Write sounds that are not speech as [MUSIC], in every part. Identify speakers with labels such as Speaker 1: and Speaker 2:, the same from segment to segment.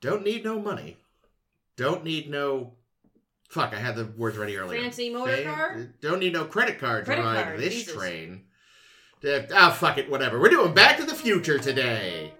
Speaker 1: Don't need no money. Don't need no. Fuck, I had the words ready earlier.
Speaker 2: Fancy motor
Speaker 1: They-
Speaker 2: car?
Speaker 1: Don't need no credit card
Speaker 2: Credit
Speaker 1: to ride
Speaker 2: card,
Speaker 1: this
Speaker 2: Jesus.
Speaker 1: train. Uh, Ah, fuck it, whatever. We're doing Back to the Future today.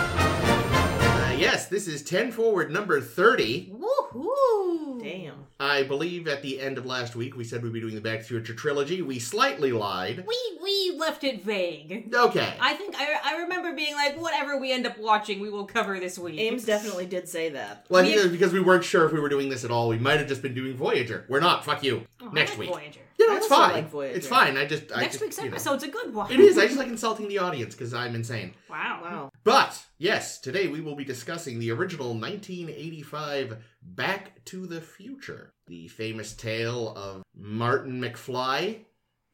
Speaker 1: Uh, yes, this is 10 forward number 30.
Speaker 2: Woohoo!
Speaker 3: Damn.
Speaker 1: I believe at the end of last week we said we'd be doing the Back to the Future trilogy. We slightly lied.
Speaker 2: We we left it vague.
Speaker 1: Okay.
Speaker 2: I think I I remember being like, whatever we end up watching, we will cover this week.
Speaker 3: Ames definitely did say that.
Speaker 1: Well, I think
Speaker 2: we-
Speaker 1: that was because we weren't sure if we were doing this at all. We might have just been doing Voyager. We're not. Fuck you.
Speaker 2: Oh, I
Speaker 1: next
Speaker 2: like
Speaker 1: week.
Speaker 2: Voyager.
Speaker 1: You know,
Speaker 3: I
Speaker 1: it's
Speaker 3: also
Speaker 1: fine.
Speaker 3: like Voyager.
Speaker 1: It's fine. I just. I
Speaker 2: Next
Speaker 1: just,
Speaker 2: week's
Speaker 1: you know.
Speaker 2: episode's a good one.
Speaker 1: It is. I just like insulting the audience because I'm insane.
Speaker 2: [LAUGHS] Wow.
Speaker 3: Wow.
Speaker 1: But yes, today we will be discussing the original 1985 Back to the Future. The famous tale of Martin McFly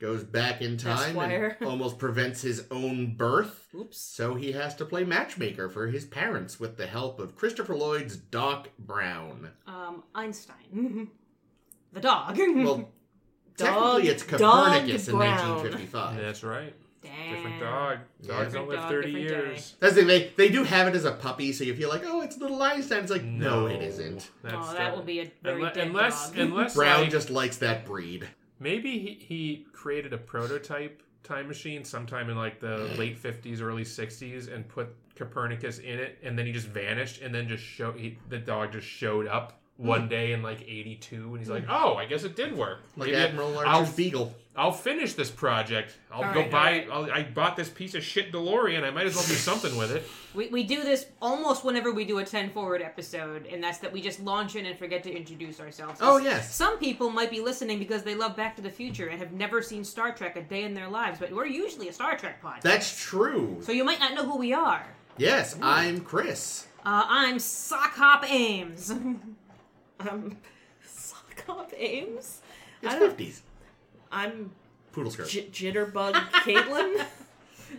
Speaker 1: goes back in time
Speaker 3: Esquire. [LAUGHS]
Speaker 1: and almost prevents his own birth.
Speaker 3: Oops.
Speaker 1: So he has to play matchmaker for his parents with the help of Christopher Lloyd's Doc Brown.
Speaker 2: Um, Einstein. [LAUGHS] the dog.
Speaker 1: Well,
Speaker 3: Dog-
Speaker 1: technically it's
Speaker 3: [LAUGHS] Dog
Speaker 1: Copernicus in
Speaker 3: Brown.
Speaker 1: 1955.
Speaker 4: That's right.
Speaker 2: [LAUGHS] Damn.
Speaker 4: Different dog. Dogs
Speaker 2: Different
Speaker 4: don't live
Speaker 2: dog,
Speaker 4: 30
Speaker 2: different
Speaker 4: years.
Speaker 1: That's the thing, they, they do have it as a puppy, so you feel like, oh, it's little Einstein. It's like, no, it isn't.
Speaker 4: That's
Speaker 2: oh, that
Speaker 4: definitely-
Speaker 2: will be a very
Speaker 4: Unle-
Speaker 2: dead
Speaker 4: unless,
Speaker 2: dog.
Speaker 1: [LAUGHS]
Speaker 4: unless
Speaker 1: Brown
Speaker 4: like,
Speaker 1: just likes that breed.
Speaker 4: maybe he, he created a prototype time machine sometime in like the late 50s, early 60s, and put Copernicus in it, and then he just vanished, and then just show he, the dog just showed up
Speaker 1: Hmm.
Speaker 4: one day in like 82, and he's like, oh, I guess it did work.
Speaker 1: Like
Speaker 4: Maybe
Speaker 1: Admiral
Speaker 4: I'll-
Speaker 1: Archer's beagle.
Speaker 4: I'll finish this project. I'll
Speaker 2: All
Speaker 4: go
Speaker 2: right, all
Speaker 4: buy.
Speaker 2: right.
Speaker 4: I'll, I bought this piece of shit DeLorean. I might as well do something with it.
Speaker 2: We, we do this almost whenever we do a 10 forward episode, and that's that we just launch in and forget to introduce ourselves.
Speaker 1: Oh, yes.
Speaker 2: Some people might be listening because they love Back to the Future and have never seen Star Trek a day in their lives, but we're usually a Star Trek podcast.
Speaker 1: That's true.
Speaker 2: so you might not know who we are.
Speaker 1: Yes, I'm Chris.
Speaker 2: Uh, I'm Sock Hop Ames. [LAUGHS]
Speaker 3: Um, [LAUGHS] sock off, Ames.
Speaker 1: It's
Speaker 3: I [LAUGHS] don't-
Speaker 1: 50s.
Speaker 3: I'm
Speaker 1: Poodle skirt.
Speaker 3: j- jitterbug Caitlin.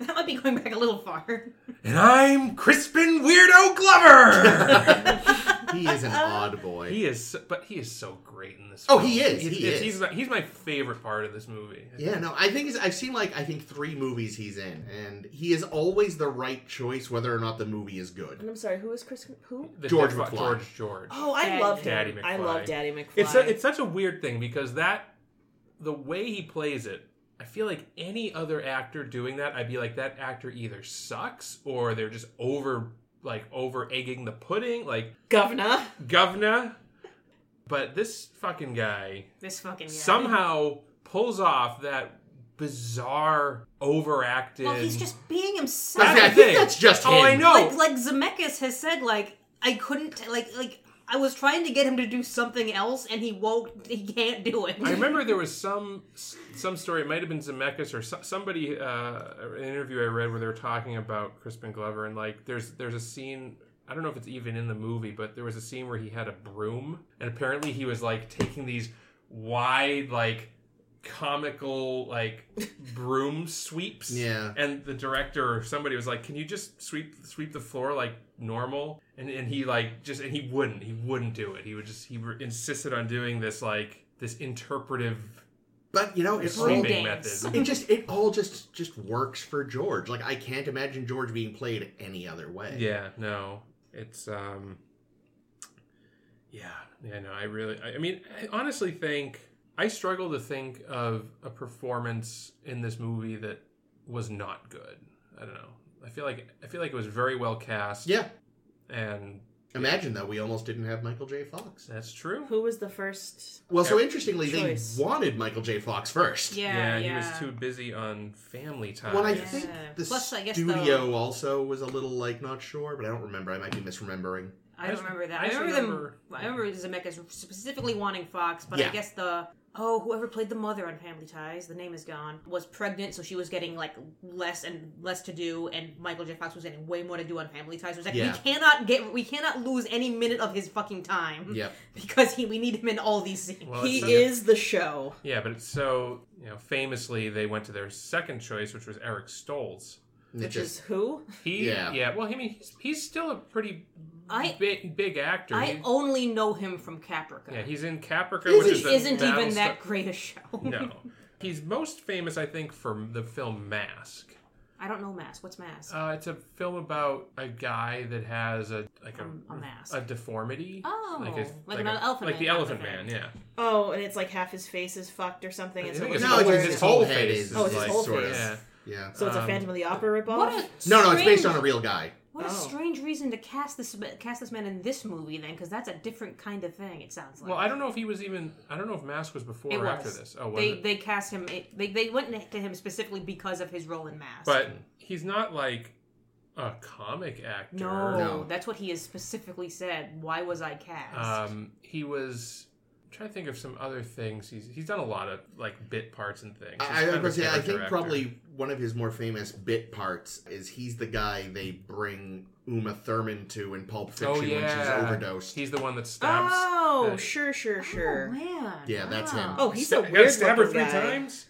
Speaker 2: that might be going back a little far.
Speaker 4: And I'm Crispin Weirdo Glover.
Speaker 1: he is an odd boy.
Speaker 4: [LAUGHS] he is, so- but he is so great in this.
Speaker 1: Oh,
Speaker 4: film.
Speaker 1: he is,
Speaker 4: He's,
Speaker 1: he
Speaker 4: it's-
Speaker 1: is.
Speaker 4: He's, my, he's my favorite part of this movie.
Speaker 1: yeah, no, I think he's, I've seen like, I think three movies he's in, and he is always the right choice whether or not the movie is good.
Speaker 3: [LAUGHS] And I'm sorry, who is Chris? Who?
Speaker 4: The
Speaker 1: George
Speaker 4: Deadfo-
Speaker 1: McFly.
Speaker 4: George George.
Speaker 3: Oh, I
Speaker 2: Daddy.
Speaker 3: loved
Speaker 4: Daddy
Speaker 3: him. I
Speaker 4: McFly.
Speaker 3: love Daddy McFly.
Speaker 4: It's a, it's such a weird thing because that the way he plays it, I feel like any other actor doing that, I'd be like that actor either sucks or they're just over like over egging the pudding, like
Speaker 3: governor.
Speaker 4: governor. But this fucking guy
Speaker 2: This fucking guy.
Speaker 4: somehow pulls off that bizarre overacted.
Speaker 2: Well, he's just being himself.
Speaker 1: I,
Speaker 4: That's
Speaker 1: think- I
Speaker 4: the
Speaker 1: think
Speaker 4: thing.
Speaker 1: that's just him.
Speaker 4: oh, I know.
Speaker 2: like like Zemeckis has said, like I couldn't like like I was trying to get him to do something else, and he won't. He can't do it.
Speaker 4: I remember there was some some story. It might have been Zemeckis or so- somebody. Uh, an interview I read where they were talking about Crispin Glover and like there's there's a scene. I don't know if it's even in the movie, but there was a scene where he had a broom and apparently he was like taking these wide like comical like broom sweeps.
Speaker 1: Yeah.
Speaker 4: And the director or somebody was like, "Can you just sweep sweep the floor like normal?" And and he like just and he wouldn't. He wouldn't do it. He would just he re- insisted on doing this like this interpretive
Speaker 1: But, you know, Oh, it's all,
Speaker 4: sweeping
Speaker 2: dance.
Speaker 4: method.
Speaker 1: it just, it all just, just works for George. Like, I can't imagine George being played any other way.
Speaker 4: Yeah, no. It's um Yeah, yeah, no. I really I, I mean, I honestly think I struggle to think of a performance in this movie that was not good. I don't know. I feel like I feel like it was very well cast.
Speaker 1: Yeah.
Speaker 4: And
Speaker 1: Imagine though, we almost didn't have Michael J. Fox.
Speaker 4: that's true.
Speaker 3: [LAUGHS] Who was the first?
Speaker 1: Well, so interestingly,
Speaker 3: Choice.
Speaker 1: they wanted Michael J. Fox first.
Speaker 2: yeah, yeah,
Speaker 4: he was too busy on family time.
Speaker 1: Well, I
Speaker 2: Yeah.
Speaker 1: think the
Speaker 2: Plus, I guess
Speaker 1: studio also was a little like not sure, but I don't remember. I might be misremembering.
Speaker 2: I
Speaker 4: I
Speaker 2: don't
Speaker 4: just-
Speaker 2: remember that.
Speaker 4: I
Speaker 2: I
Speaker 4: just
Speaker 2: remember,
Speaker 4: remember-
Speaker 2: them. I remember Zemeckis specifically wanting Fox, but I
Speaker 1: Yeah.
Speaker 2: guess the oh, whoever played the mother on Family Ties, the name is gone, was pregnant, so she was getting like less and less to do, and Michael J. Fox was getting way more to do on Family Ties. It was like
Speaker 1: Yeah.
Speaker 2: we cannot get, we cannot lose any minute of his fucking time
Speaker 1: Yep.
Speaker 2: [LAUGHS] because he, we need him in all these scenes.
Speaker 4: Well,
Speaker 3: he
Speaker 4: Oh, it's-
Speaker 3: is the show.
Speaker 4: Yeah, but it's so you know, famously they went to their second choice, which was Eric Stoltz.
Speaker 1: And it
Speaker 3: Which
Speaker 1: just-
Speaker 3: is who?
Speaker 4: He,
Speaker 1: Yeah.
Speaker 4: yeah, well, I mean, he's, he's still a pretty
Speaker 2: I-
Speaker 4: big, big actor.
Speaker 2: I
Speaker 4: He-
Speaker 2: only know him from Caprica.
Speaker 4: yeah, he's in Caprica,
Speaker 1: Is
Speaker 4: which
Speaker 1: he-
Speaker 4: is
Speaker 2: which
Speaker 4: the
Speaker 2: isn't even
Speaker 4: Battlestar-
Speaker 2: that great a show.
Speaker 4: No, he's most famous, I think, for the film Mask.
Speaker 2: [LAUGHS] I don't know Mask. What's Mask?
Speaker 4: Uh, it's a film about a guy that has a like a,
Speaker 2: Um, a mask.
Speaker 4: a deformity.
Speaker 2: Oh,
Speaker 4: a-
Speaker 2: like an elephant
Speaker 4: like the
Speaker 2: man
Speaker 4: elephant
Speaker 2: kind of
Speaker 4: man.
Speaker 2: thing.
Speaker 4: Yeah,
Speaker 3: Oh, and it's like half his face is fucked or something.
Speaker 4: I
Speaker 3: And so,
Speaker 4: think
Speaker 3: it's
Speaker 4: it's
Speaker 1: no, it's
Speaker 4: whole-
Speaker 1: just his
Speaker 4: his
Speaker 1: whole
Speaker 4: whole
Speaker 1: head
Speaker 4: face
Speaker 1: is
Speaker 4: is Oh,
Speaker 3: it's his
Speaker 1: like
Speaker 3: whole
Speaker 1: sort
Speaker 3: face.
Speaker 1: of
Speaker 4: yeah.
Speaker 1: yeah.
Speaker 3: so it's a
Speaker 4: um,
Speaker 3: Phantom of the Opera ripoff.
Speaker 2: What a
Speaker 1: No, no, it's
Speaker 2: strange-
Speaker 1: based on a real guy.
Speaker 2: What a
Speaker 3: Oh.
Speaker 2: strange reason to cast this cast this man in this movie then, because that's a different kind of thing. It sounds like.
Speaker 4: Well, I don't know if he was even. I don't know if Mask was before
Speaker 2: It
Speaker 4: or after
Speaker 2: was.
Speaker 4: this. Oh, was
Speaker 2: they
Speaker 4: it?
Speaker 2: they cast him. It, they they went to him specifically because of his role in Mask.
Speaker 4: But he's not like a comic actor.
Speaker 2: no,
Speaker 1: No.
Speaker 2: that's what he has specifically said. Why was I cast?
Speaker 4: Um, he was. I'm trying to think of some other things. He's he's done a lot of like bit parts and things. He's
Speaker 1: I, I,
Speaker 4: kind of a
Speaker 1: was gonna say, I
Speaker 4: character
Speaker 1: think
Speaker 4: actor.
Speaker 1: probably one of his more famous bit parts is he's the guy they bring Uma Thurman to in Pulp Fiction
Speaker 4: Oh yeah,
Speaker 1: when she's overdosed. Ah,
Speaker 4: He's the one that stabs.
Speaker 3: Oh,
Speaker 4: the-
Speaker 3: sure, sure,
Speaker 2: Oh,
Speaker 3: sure.
Speaker 2: man.
Speaker 1: Yeah, that's him.
Speaker 2: Wow.
Speaker 3: Oh, he's a
Speaker 4: Sta-
Speaker 3: weird
Speaker 4: gotta stab her
Speaker 3: looking
Speaker 4: three
Speaker 3: guy.
Speaker 4: times.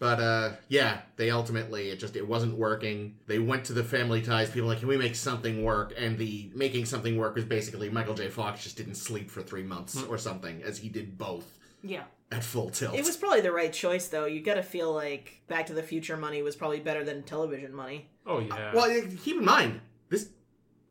Speaker 1: But uh, yeah, they ultimately it just it wasn't working. They went to the Family Ties people like, can we make something work? And the making something work was basically Michael J. Fox just didn't sleep for three months
Speaker 4: Hmm.
Speaker 1: or something, as he did both
Speaker 2: yeah.
Speaker 1: at full tilt.
Speaker 3: It was probably the right choice, though. You gotta feel like Back to the Future money was probably better than television money.
Speaker 4: Oh yeah.
Speaker 1: Well, eh, keep in mind, this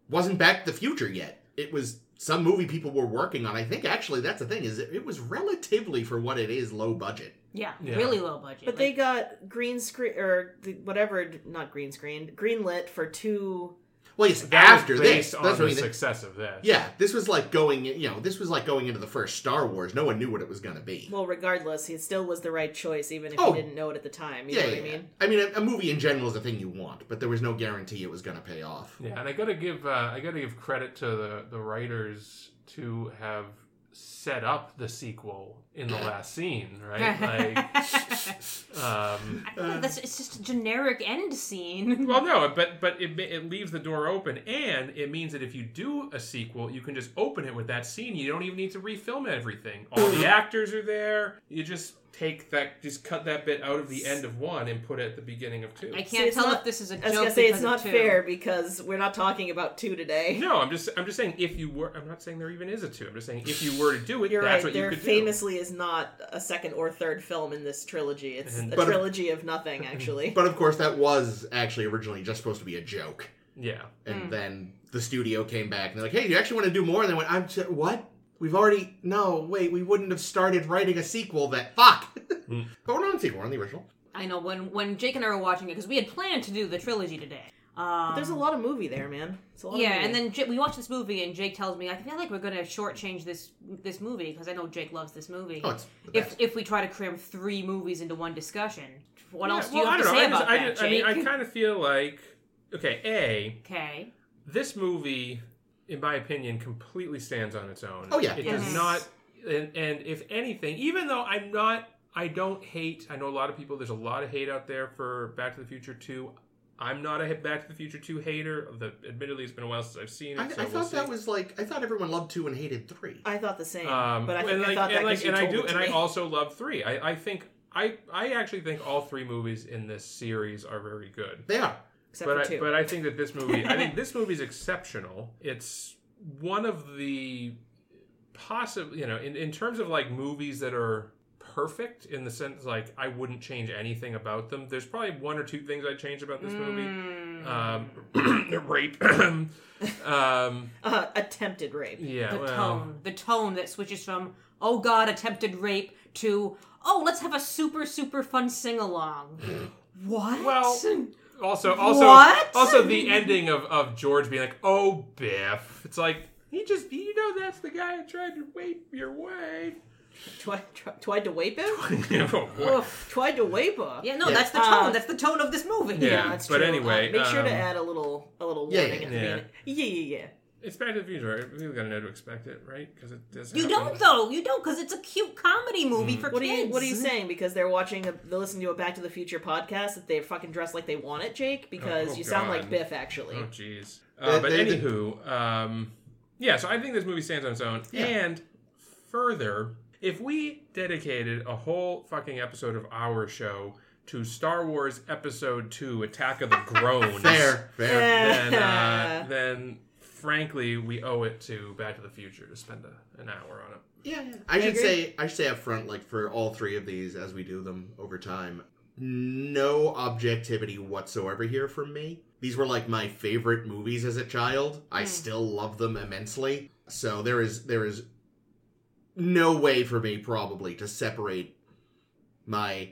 Speaker 1: wasn't Back to the Future yet. It was some movie people were working on. I think actually that's the thing is it, it was relatively for what it is low budget.
Speaker 2: yeah,
Speaker 4: Yeah.
Speaker 2: really low budget.
Speaker 3: But they got green screen or the, whatever, not green screen, greenlit for two.
Speaker 1: Well, yes,
Speaker 4: That was
Speaker 1: after
Speaker 4: based
Speaker 1: this,
Speaker 4: on
Speaker 1: that's
Speaker 4: the
Speaker 1: what I mean.
Speaker 4: success of this.
Speaker 1: Yeah, this was like going, you know, this was like going into the first Star Wars. No one knew what it was going to be.
Speaker 3: Well, regardless, it still was the right choice, even if
Speaker 1: Oh.
Speaker 3: you didn't know it at the time. You
Speaker 1: yeah,
Speaker 3: know what
Speaker 1: yeah,
Speaker 3: I
Speaker 1: yeah.
Speaker 3: mean?
Speaker 1: I mean, a, a movie in general is a thing you want, but there was no guarantee it was going to pay off.
Speaker 4: Yeah, and I gotta give uh, I gotta give credit to the the writers to have set up the sequel in the last scene,
Speaker 2: [LAUGHS]
Speaker 1: [LAUGHS]
Speaker 4: right? Like, um,
Speaker 2: I feel like that's it's just a generic end scene.
Speaker 4: [LAUGHS] well, no, but but it ma- it leaves the door open, and it means that if you do a sequel, you can just open it with that scene. You don't even need to refilm everything. All
Speaker 2: Mm-hmm.
Speaker 4: the actors are there. You just take that, just cut that bit out of the end of one and put it at the beginning of two.
Speaker 2: I
Speaker 3: See,
Speaker 2: can't
Speaker 3: it's
Speaker 2: tell
Speaker 3: not-
Speaker 2: if this is a joke.
Speaker 3: I was gonna say it's
Speaker 2: because of
Speaker 3: not
Speaker 2: two.
Speaker 3: fair because we're not talking about two today.
Speaker 4: No, I'm just I'm just saying if you were I'm not saying there even is a two. I'm just saying if you were to do
Speaker 3: [LAUGHS]
Speaker 4: it,
Speaker 3: You're
Speaker 4: that's
Speaker 3: right.
Speaker 4: what you
Speaker 3: There
Speaker 4: could
Speaker 3: famously is not a second or third film in this trilogy. It's
Speaker 4: And-
Speaker 3: a
Speaker 1: But-
Speaker 3: trilogy of
Speaker 4: [LAUGHS]
Speaker 3: nothing, actually.
Speaker 1: But of course, that was actually originally just supposed to be a joke,
Speaker 4: do. Yeah.
Speaker 1: and
Speaker 3: Hmm.
Speaker 1: then the studio came back and they're like, "Hey, do you actually want to do more?" And they went, "I'm just, what? We've already no wait, we wouldn't have started writing a sequel that fuck." [LAUGHS]
Speaker 4: Hmm.
Speaker 1: but we're not on sequel we're on the original.
Speaker 2: I know when when Jake and I were watching it because we had planned to do the trilogy today. Um,
Speaker 3: There's a lot of movie there, man. It's a lot of
Speaker 2: Yeah,
Speaker 3: movie.
Speaker 2: and then Jake, we watched this movie, and Jake tells me, "I feel like we're gonna shortchange this this movie because I know Jake loves this movie.
Speaker 1: Oh, it's the
Speaker 2: if
Speaker 1: best.
Speaker 2: if we try to cram three movies into one discussion, what
Speaker 4: Yeah,
Speaker 2: else do
Speaker 4: well,
Speaker 2: you have
Speaker 4: I
Speaker 2: to
Speaker 4: don't
Speaker 2: say
Speaker 4: know.
Speaker 2: about
Speaker 4: I just, I
Speaker 2: that,
Speaker 4: just-
Speaker 2: Jake?
Speaker 4: I mean, I kind of feel like okay, a
Speaker 2: okay,
Speaker 4: this movie, in my opinion, completely stands on its own.
Speaker 1: Oh, yeah.
Speaker 4: it
Speaker 2: Yes.
Speaker 4: does not. And, and if anything, even though I'm not, I don't hate. I know a lot of people. There's a lot of hate out there for Back to the Future Two. I'm not a Back to the Future Two hater. The, admittedly, it's been a while since I've seen it.
Speaker 1: I,
Speaker 4: so
Speaker 1: I
Speaker 4: we'll
Speaker 1: thought
Speaker 4: see.
Speaker 1: that was like I thought everyone loved two and hated three.
Speaker 3: I thought the same,
Speaker 4: Um,
Speaker 3: but I think
Speaker 4: and
Speaker 3: I
Speaker 4: like,
Speaker 3: thought that
Speaker 4: and, like,
Speaker 3: because you
Speaker 4: and I
Speaker 3: told
Speaker 4: do,
Speaker 3: it to
Speaker 4: and I
Speaker 3: me.
Speaker 4: also love three. I, I think I, I actually think all three movies in this series are very good.
Speaker 1: They are.
Speaker 3: except
Speaker 4: but
Speaker 3: for
Speaker 4: I,
Speaker 3: two.
Speaker 4: but I think that this movie, I think this movie's exceptional. It's one of the possible, you know, in, in terms of like movies that are perfect in the sense like I wouldn't change anything about them. There's probably one or two things I would change about this movie. Um, [CLEARS THROAT] rape. um,
Speaker 3: uh, attempted
Speaker 4: [LAUGHS]
Speaker 3: rape.
Speaker 4: yeah.
Speaker 2: the
Speaker 4: well,
Speaker 2: tone, the tone that switches from "Oh God, attempted rape" to "Oh, let's have a super super fun sing along." [LAUGHS] what?
Speaker 4: Well, Also, also,
Speaker 2: What?
Speaker 4: also the ending of, of George being like, "Oh, Biff," it's like he just you know that's the guy who tried to wait your way.
Speaker 3: Twi- tr- Tried to wape [LAUGHS] him.
Speaker 1: [LAUGHS]
Speaker 4: You know, what-
Speaker 3: Tried to wape her.
Speaker 2: yeah, no,
Speaker 1: Yeah.
Speaker 2: that's the
Speaker 3: Uh,
Speaker 2: tone. that's the tone of this movie.
Speaker 4: Yeah.
Speaker 3: that's
Speaker 4: but
Speaker 3: true.
Speaker 4: anyway,
Speaker 3: Uh, make sure to
Speaker 4: um,
Speaker 3: add a little, a little
Speaker 1: Yeah,
Speaker 3: warning
Speaker 1: yeah,
Speaker 3: at the
Speaker 4: yeah.
Speaker 3: beginning. Yeah, yeah, yeah.
Speaker 4: It's Back to the Future. right? People gotta know to expect it, right? Because it does.
Speaker 2: You
Speaker 4: happen.
Speaker 2: don't though. You don't because it's a cute comedy movie for
Speaker 3: What are
Speaker 2: kids.
Speaker 3: you What are you saying? Because they're watching, a, they listen to a Back to the Future podcast that they fucking dress like they want it, Jake. Because
Speaker 4: Oh,
Speaker 3: you sound
Speaker 4: God.
Speaker 3: like Biff, actually. [LAUGHS]
Speaker 4: Oh, jeez. Uh,
Speaker 1: They-
Speaker 4: but
Speaker 1: they- they-
Speaker 4: anywho, um, yeah. So I think this movie stands on its own.
Speaker 1: Yeah.
Speaker 4: And further, if we dedicated a whole fucking episode of our show to Star Wars Episode Two: Attack
Speaker 2: [LAUGHS]
Speaker 4: of the Groans,
Speaker 1: Fair, fair.
Speaker 4: then uh, then frankly, we owe it to Back to the Future to spend a, an hour on it.
Speaker 1: Yeah, yeah. I, should
Speaker 3: agree.
Speaker 1: say I should say up front, like for all three of these, as we do them over time, no objectivity whatsoever here from me. These were like my favorite movies as a child. I still love them immensely. So there is there is no way for me probably to separate my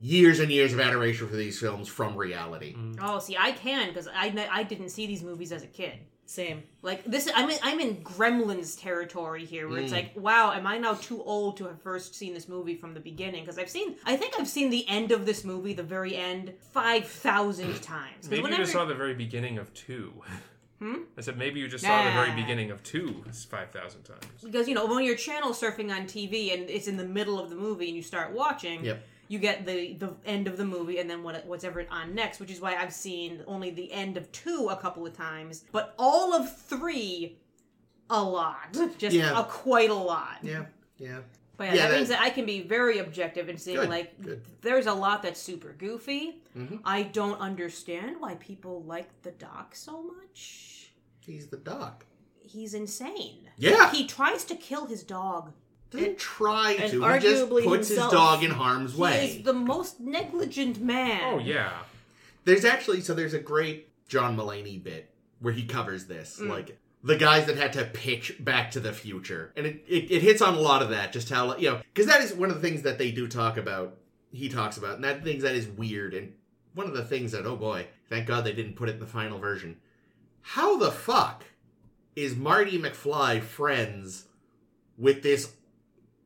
Speaker 1: years and years of adoration for these films from reality.
Speaker 2: Oh, see, I can because I kn- I didn't see these movies as a kid.
Speaker 3: Same.
Speaker 2: Like this, I'm in, I'm in Gremlins territory here, where it's like, wow, am I now too old to have first seen this movie from the beginning? Because I've seen, I think I've seen the end of this movie, the very end, five thousand times. 'Cause
Speaker 4: Maybe you
Speaker 2: whenever-
Speaker 4: just saw the very beginning of two. [LAUGHS] I said maybe you just saw the
Speaker 2: Nah.
Speaker 4: very beginning of two five thousand times.
Speaker 2: because you know when you're channel surfing on TV and it's in the middle of the movie and you start watching,
Speaker 1: Yep.
Speaker 2: you get the the end of the movie and then what whatever on next, which is why I've seen only the end of two a couple of times, but all of three a lot, [LAUGHS] just
Speaker 1: Yeah.
Speaker 2: a quite a lot.
Speaker 1: Yeah, yeah.
Speaker 2: But yeah,
Speaker 1: Yeah,
Speaker 2: that,
Speaker 1: that-
Speaker 2: means that I can be very objective in seeing
Speaker 1: Good,
Speaker 2: like
Speaker 1: good.
Speaker 2: there's a lot that's super goofy.
Speaker 1: Mhm.
Speaker 2: I don't understand why people like the doc so much.
Speaker 1: He's the doc.
Speaker 2: He's insane.
Speaker 1: Yeah.
Speaker 2: He tries to kill his dog.
Speaker 1: Doesn't try
Speaker 3: and
Speaker 1: to. He just
Speaker 3: arguably
Speaker 1: puts his
Speaker 3: himself.
Speaker 1: dog in harm's way.
Speaker 2: He is the most negligent man.
Speaker 4: Oh yeah.
Speaker 1: There's actually so there's a great John Mulaney bit where he covers this, like the guys that had to pitch Back to the Future, and it, it it hits on a lot of that, just how like, you know, because that is one of the things that they do talk about. He talks about, and that things that is weird, and one of the things that oh boy, thank God they didn't put it in the final version. How the fuck is Marty McFly friends with this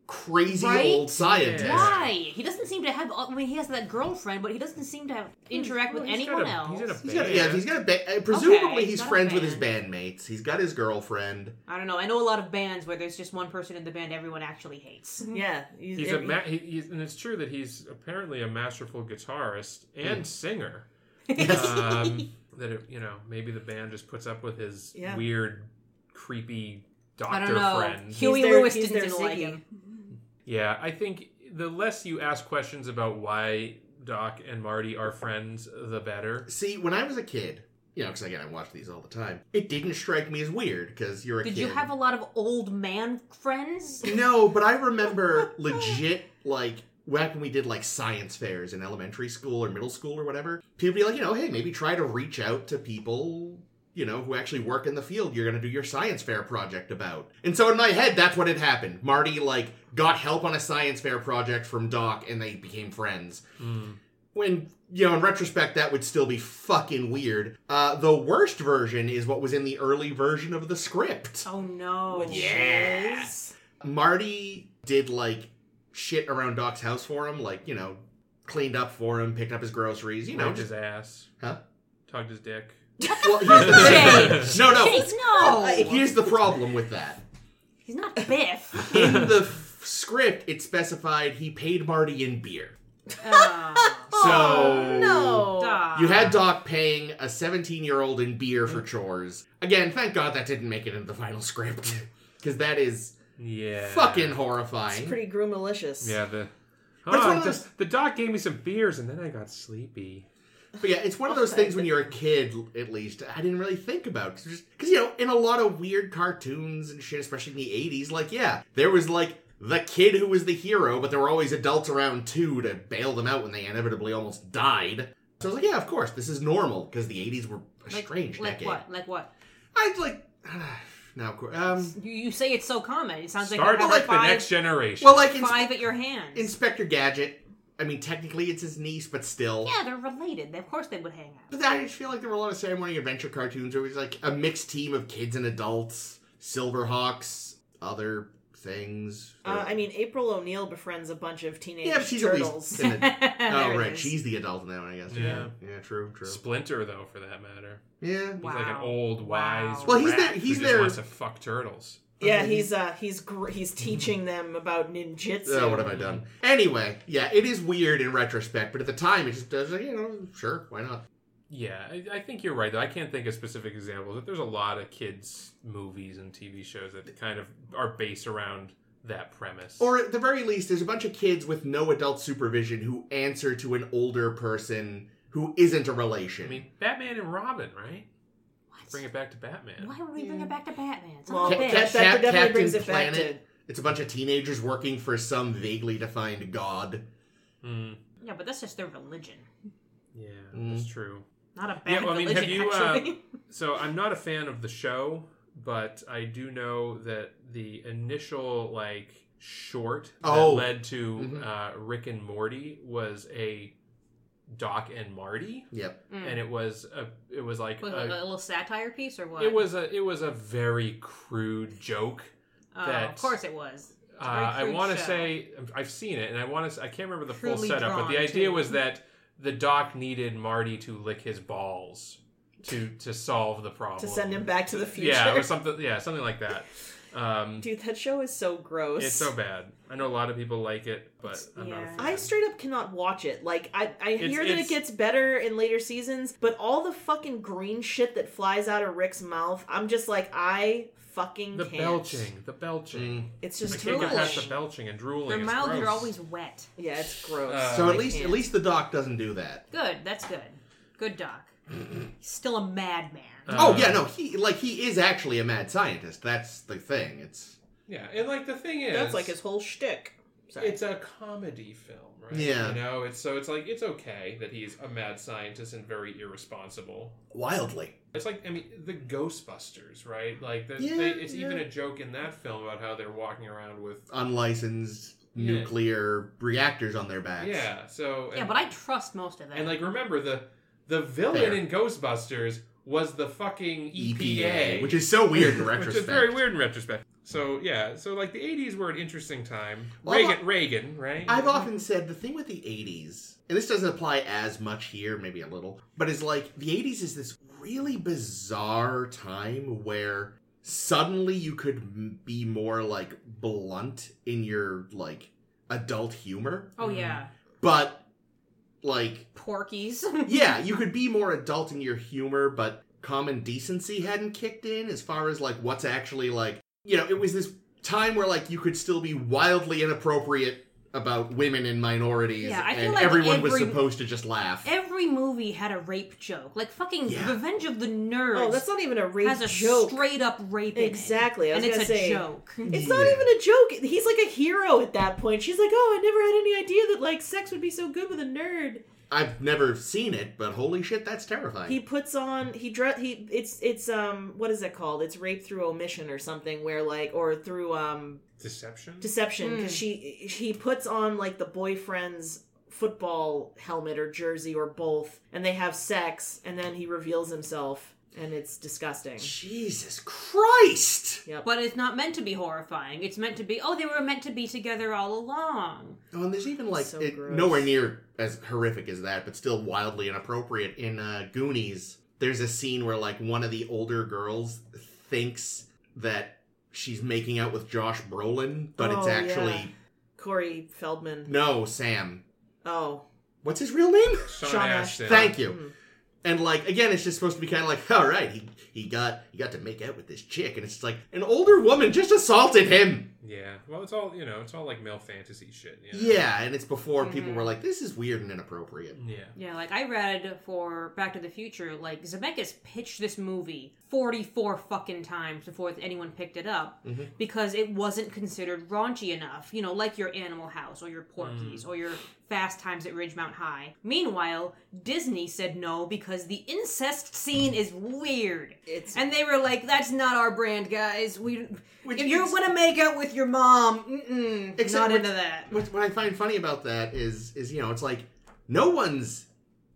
Speaker 1: crazy
Speaker 2: Right?
Speaker 1: old scientist?
Speaker 4: Yeah.
Speaker 2: Why? He doesn't seem to have. I mean, he has that girlfriend, but he doesn't seem to have, interact with
Speaker 4: Well, he's
Speaker 2: anyone
Speaker 4: got a-
Speaker 2: else.
Speaker 4: He's in a
Speaker 1: He's got,
Speaker 4: band.
Speaker 1: yeah, he's got a ba- uh, presumably
Speaker 2: Okay,
Speaker 1: he's
Speaker 2: got a
Speaker 1: friends with his
Speaker 2: band.
Speaker 1: bandmates. He's got his
Speaker 2: [LAUGHS]
Speaker 1: girlfriend.
Speaker 2: I don't know. I know a lot of bands where there's just one person in the band everyone actually hates.
Speaker 3: Yeah. You-
Speaker 4: He's a
Speaker 3: it-
Speaker 4: ma- he, he's, and it's true that he's apparently a masterful guitarist and
Speaker 1: Uh,
Speaker 4: singer. Um, that it, you know, maybe the band just puts up with his
Speaker 3: Yeah.
Speaker 4: weird, creepy
Speaker 2: I
Speaker 4: doctor
Speaker 2: don't know.
Speaker 4: friend.
Speaker 2: Huey
Speaker 3: He's their-
Speaker 2: Lewis
Speaker 3: he's
Speaker 2: didn't,
Speaker 3: their
Speaker 2: didn't like
Speaker 3: Ziggy.
Speaker 2: him.
Speaker 4: yeah, I think the less you ask questions about why Doc and Marty are friends, the better.
Speaker 1: See, when I was a kid, you know, because again, I watched these all the time. It didn't strike me as weird because you're a
Speaker 2: Did
Speaker 1: kid.
Speaker 2: you have a lot of old man friends?
Speaker 1: [LAUGHS] No, but I remember legit like back when we did like science fairs in elementary school or middle school or whatever. People be like, you know, hey, maybe try to reach out to people. You know, who actually work in the field you're gonna do your science fair project about. And so in my head, that's what had happened. Marty, like, got help on a science fair project from Doc and they became friends.
Speaker 4: Hmm.
Speaker 1: when you know in retrospect that would still be fucking weird uh the worst version is what was in the early version of the script
Speaker 2: Oh no.
Speaker 3: Which
Speaker 1: Yeah.
Speaker 3: is
Speaker 1: marty did like shit around doc's house for him like you know cleaned up for him picked up his groceries you know
Speaker 4: Tugged
Speaker 1: just
Speaker 4: his ass.
Speaker 1: Huh?
Speaker 4: Tugged his dick.
Speaker 1: well, here's the
Speaker 4: Jake.
Speaker 1: thing. no no [LAUGHS]
Speaker 2: Jake, no.
Speaker 1: Uh, here's the problem with that
Speaker 2: He's not
Speaker 4: [LAUGHS]
Speaker 2: Biff.
Speaker 1: in the f- script it specified he paid marty in beer
Speaker 2: oh,
Speaker 1: so
Speaker 3: no.
Speaker 2: duh.
Speaker 1: You had Doc paying a 17 year old in beer for chores. Again, thank God that didn't make it into the final script. [LAUGHS] Because that is
Speaker 4: Yeah.
Speaker 1: fucking
Speaker 3: It's
Speaker 1: horrifying.
Speaker 3: pretty groom malicious.
Speaker 4: Yeah. The.
Speaker 1: But it's
Speaker 4: Oh,
Speaker 1: one of
Speaker 4: the-
Speaker 1: those-
Speaker 4: the doc gave me some beers and then I got sleepy.
Speaker 1: But yeah, it's one of those things when you're a kid, l- at least, I didn't really think about. Because, you know, in a lot of weird cartoons and shit, especially in the 80s, like, yeah, there was like the kid who was the hero, but there were always adults around too to bail them out when they inevitably almost died. So I was like, yeah, of course, this is normal. Because the 80s were a
Speaker 2: Like-
Speaker 1: strange
Speaker 2: like
Speaker 1: decade.
Speaker 2: what? Like what?
Speaker 1: I'd like. [SIGHS] now, of course. Um,
Speaker 2: You, you say it's so common. It sounds like
Speaker 4: Start
Speaker 2: you
Speaker 4: with
Speaker 2: have
Speaker 4: like the
Speaker 2: five,
Speaker 4: next generation.
Speaker 1: well, like, in-
Speaker 2: five at your hands.
Speaker 1: Inspector Gadget. I mean, technically it's his niece, but still.
Speaker 2: yeah, they're related. Of course, they would hang out.
Speaker 1: But I just feel like there were a lot of Saturday morning adventure cartoons where it was like a mixed team of kids and adults, Silverhawks, other things.
Speaker 3: Uh, I mean, April O'Neil befriends a bunch of teenage
Speaker 1: yeah, but she's
Speaker 3: turtles.
Speaker 1: at least. An
Speaker 3: [LAUGHS]
Speaker 1: ad- oh,
Speaker 3: it
Speaker 1: right.
Speaker 3: is.
Speaker 1: She's the adult in that one, I guess. Yeah. Yeah, true, true.
Speaker 4: Splinter, though, for that matter.
Speaker 1: Yeah.
Speaker 4: [LAUGHS] He's like an
Speaker 2: Wow.
Speaker 4: old wise.
Speaker 1: Well, he's
Speaker 4: rat
Speaker 1: there-
Speaker 4: who
Speaker 1: he's
Speaker 4: just
Speaker 1: there-
Speaker 4: Wants to fuck turtles.
Speaker 3: Yeah, he's uh he's gr- he's teaching them about ninjutsu.
Speaker 1: Oh, what have I done? Anyway, yeah, it is weird in retrospect, but at the time, it just does, you know, sure, why not?
Speaker 4: Yeah, I, I think you're right. Though I can't think of specific examples, but there's a lot of kids' movies and TV shows that kind of are based around that premise.
Speaker 1: Or at the very least, there's a bunch of kids with no adult supervision who answer to an older person who isn't a relation.
Speaker 4: I mean, Batman and Robin, right?
Speaker 2: What?
Speaker 4: Bring it back to Batman.
Speaker 2: Why would we bring it back to Batman? It's
Speaker 3: Well,
Speaker 2: not
Speaker 1: Cap-
Speaker 2: a
Speaker 1: Cap-
Speaker 2: bitch.
Speaker 3: that, that
Speaker 1: Cap-
Speaker 3: definitely
Speaker 1: Captain
Speaker 3: brings it back
Speaker 1: Planet. it's a bunch of teenagers working for some vaguely defined god.
Speaker 4: Mm,
Speaker 2: Yeah, but that's just their religion,
Speaker 4: yeah,
Speaker 1: Mm.
Speaker 4: that's true.
Speaker 2: not a bad
Speaker 4: Yeah, well, I mean, have
Speaker 2: religion.
Speaker 4: you, uh,
Speaker 2: actually,
Speaker 4: [LAUGHS] So I'm not a fan of the show, but I do know that the initial like short that
Speaker 1: Oh.
Speaker 4: led to
Speaker 1: Mhm.
Speaker 4: uh, Rick and Morty was a Doc and Marty,
Speaker 1: Yep.
Speaker 2: Mm.
Speaker 4: and it was a it was like
Speaker 2: What,
Speaker 4: a-
Speaker 2: a little satire piece or what?
Speaker 4: it was a it was a very crude joke.
Speaker 2: Oh,
Speaker 4: that-
Speaker 2: of course, it was.
Speaker 4: Uh,
Speaker 2: very
Speaker 4: I
Speaker 2: crude
Speaker 4: want to
Speaker 2: show.
Speaker 4: say I've seen it, and I want to I can't remember the full
Speaker 2: Crudely
Speaker 4: setup, but the
Speaker 2: drawn,
Speaker 4: idea
Speaker 2: too.
Speaker 4: was that the Doc needed Marty to lick his balls to to solve the problem
Speaker 3: to to send him back to the future.
Speaker 4: Yeah, or something. Yeah, something like that. Um,
Speaker 3: Dude, that show is so gross.
Speaker 4: it's so bad. I know a lot of people like it, but
Speaker 2: It's-
Speaker 4: I'm not. A
Speaker 2: yeah.
Speaker 4: fan.
Speaker 3: I straight up cannot watch it. Like I, I hear that
Speaker 4: it's-
Speaker 3: it gets better in later seasons, but all the fucking green shit that flies out of Rick's mouth, I'm just like, I fucking
Speaker 4: the
Speaker 3: can't.
Speaker 4: belching, the belching.
Speaker 3: It's
Speaker 4: I
Speaker 3: just
Speaker 4: can't get past
Speaker 3: drooling.
Speaker 4: the belching and drooling.
Speaker 2: Their
Speaker 4: It's
Speaker 2: mouths
Speaker 4: gross.
Speaker 2: are always wet.
Speaker 3: Yeah, it's gross.
Speaker 4: Uh,
Speaker 1: so
Speaker 3: I
Speaker 1: at least
Speaker 3: can't.
Speaker 1: at least the doc doesn't do that.
Speaker 2: Good, that's good. Good doc. He's still a madman.
Speaker 4: Uh,
Speaker 1: oh yeah, no, he like he is actually a mad scientist. That's the thing. It's
Speaker 4: Yeah, and like the thing is,
Speaker 3: that's like his whole shtick. Sorry.
Speaker 4: It's a comedy film, right?
Speaker 1: Yeah.
Speaker 4: You know, it's so it's like it's okay that he's a mad scientist and very irresponsible.
Speaker 1: wildly.
Speaker 4: It's like I mean the Ghostbusters, right? Like the,
Speaker 1: Yeah,
Speaker 4: they, it's
Speaker 1: yeah.
Speaker 4: even a joke in that film about how they're walking around with
Speaker 1: unlicensed
Speaker 4: Yeah.
Speaker 1: nuclear reactors on their backs.
Speaker 4: yeah. So
Speaker 2: yeah,
Speaker 4: and-
Speaker 2: but I trust most of that.
Speaker 4: And like, remember the the villain
Speaker 1: Fair.
Speaker 4: in Ghostbusters was the fucking EPA,
Speaker 1: EPA, E which is so weird in
Speaker 4: E [LAUGHS] which
Speaker 1: retrospect.
Speaker 4: is very weird in retrospect. So yeah, so like the '80s were an interesting time.
Speaker 1: Well,
Speaker 4: Reagan, Reagan, right?
Speaker 1: I've often said the thing with the 80s, and this doesn't apply as much here, maybe a little, but is like the 80s is this really bizarre time where suddenly you could m- be more like blunt in your like adult humor,
Speaker 2: oh
Speaker 4: mm.
Speaker 2: yeah,
Speaker 1: but like
Speaker 2: Porkies. [LAUGHS]
Speaker 1: yeah, you could be more adult in your humor, but common decency hadn't kicked in as far as like what's actually like, you know, it was this time where like you could still be wildly inappropriate about women and minorities
Speaker 2: Yeah, I feel
Speaker 1: and
Speaker 2: like
Speaker 1: everyone was
Speaker 2: every-
Speaker 1: supposed to just laugh.
Speaker 2: Every movie had a rape joke. Like fucking
Speaker 1: Yeah.
Speaker 2: Revenge of the Nerds
Speaker 3: oh, that's not even a rape
Speaker 2: has a
Speaker 3: joke.
Speaker 2: straight up rape. in it.
Speaker 3: Exactly, I was
Speaker 2: and it's
Speaker 3: gonna
Speaker 2: a
Speaker 3: say-
Speaker 2: joke.
Speaker 3: It's not
Speaker 1: Yeah.
Speaker 3: even a joke. He's like a hero at that point. She's like, "Oh, I never had any idea that like sex would be so good with a nerd."
Speaker 1: I've never seen it, but holy shit, that's terrifying.
Speaker 3: He puts on he dress he it's it's um what is it called? It's rape through omission or something where like or through um
Speaker 4: Deception.
Speaker 3: deception
Speaker 2: Mm.
Speaker 3: because she he puts on like the boyfriend's football helmet or jersey or both and they have sex and then he reveals himself and it's disgusting.
Speaker 1: Jesus Christ!
Speaker 3: Yep.
Speaker 2: But it's not meant to be horrifying. It's meant to be. Oh, they were meant to be together all along.
Speaker 1: Oh, and there's even like
Speaker 3: So
Speaker 1: it,
Speaker 3: gross.
Speaker 1: nowhere near as horrific as that, but still wildly inappropriate. In uh, Goonies, there's a scene where like one of the older girls thinks that she's making out with Josh Brolin, but it's
Speaker 3: Oh,
Speaker 1: actually
Speaker 3: yeah. Corey Feldman.
Speaker 1: no Sam.
Speaker 3: Oh,
Speaker 1: What's his real name?
Speaker 4: Sean,
Speaker 3: Sean
Speaker 4: Ashton.
Speaker 1: Thank you.
Speaker 3: Mm.
Speaker 1: And like again, it's just supposed to be kind of like, [LAUGHS] all right, he he got he got to make out with this chick, and it's just like an older woman just assaulted him.
Speaker 4: Yeah. Well, it's all you know. It's all like male fantasy shit. You know?
Speaker 1: Yeah, and it's before
Speaker 3: Mm-hmm.
Speaker 1: people
Speaker 2: Mhm.
Speaker 1: were like, this is weird and inappropriate.
Speaker 4: Yeah.
Speaker 2: Yeah, like I read for Back to the Future, like Zemeckis pitched this movie 44 fucking times before anyone picked it up
Speaker 1: Mhm.
Speaker 2: because it wasn't considered raunchy enough, you know, like your Animal House or your Porky's or your Fast Times at Ridgemont High. Meanwhile, Disney said no because the incest scene is weird.
Speaker 3: It's
Speaker 2: And they were like, "That's not our brand, guys. We
Speaker 1: Which
Speaker 2: if you're
Speaker 1: is-
Speaker 2: gonna make out with your mom, mm-mm,
Speaker 1: Except
Speaker 2: not
Speaker 1: with-
Speaker 2: into that."
Speaker 1: What, what I find funny about that is, is you know, it's like no one's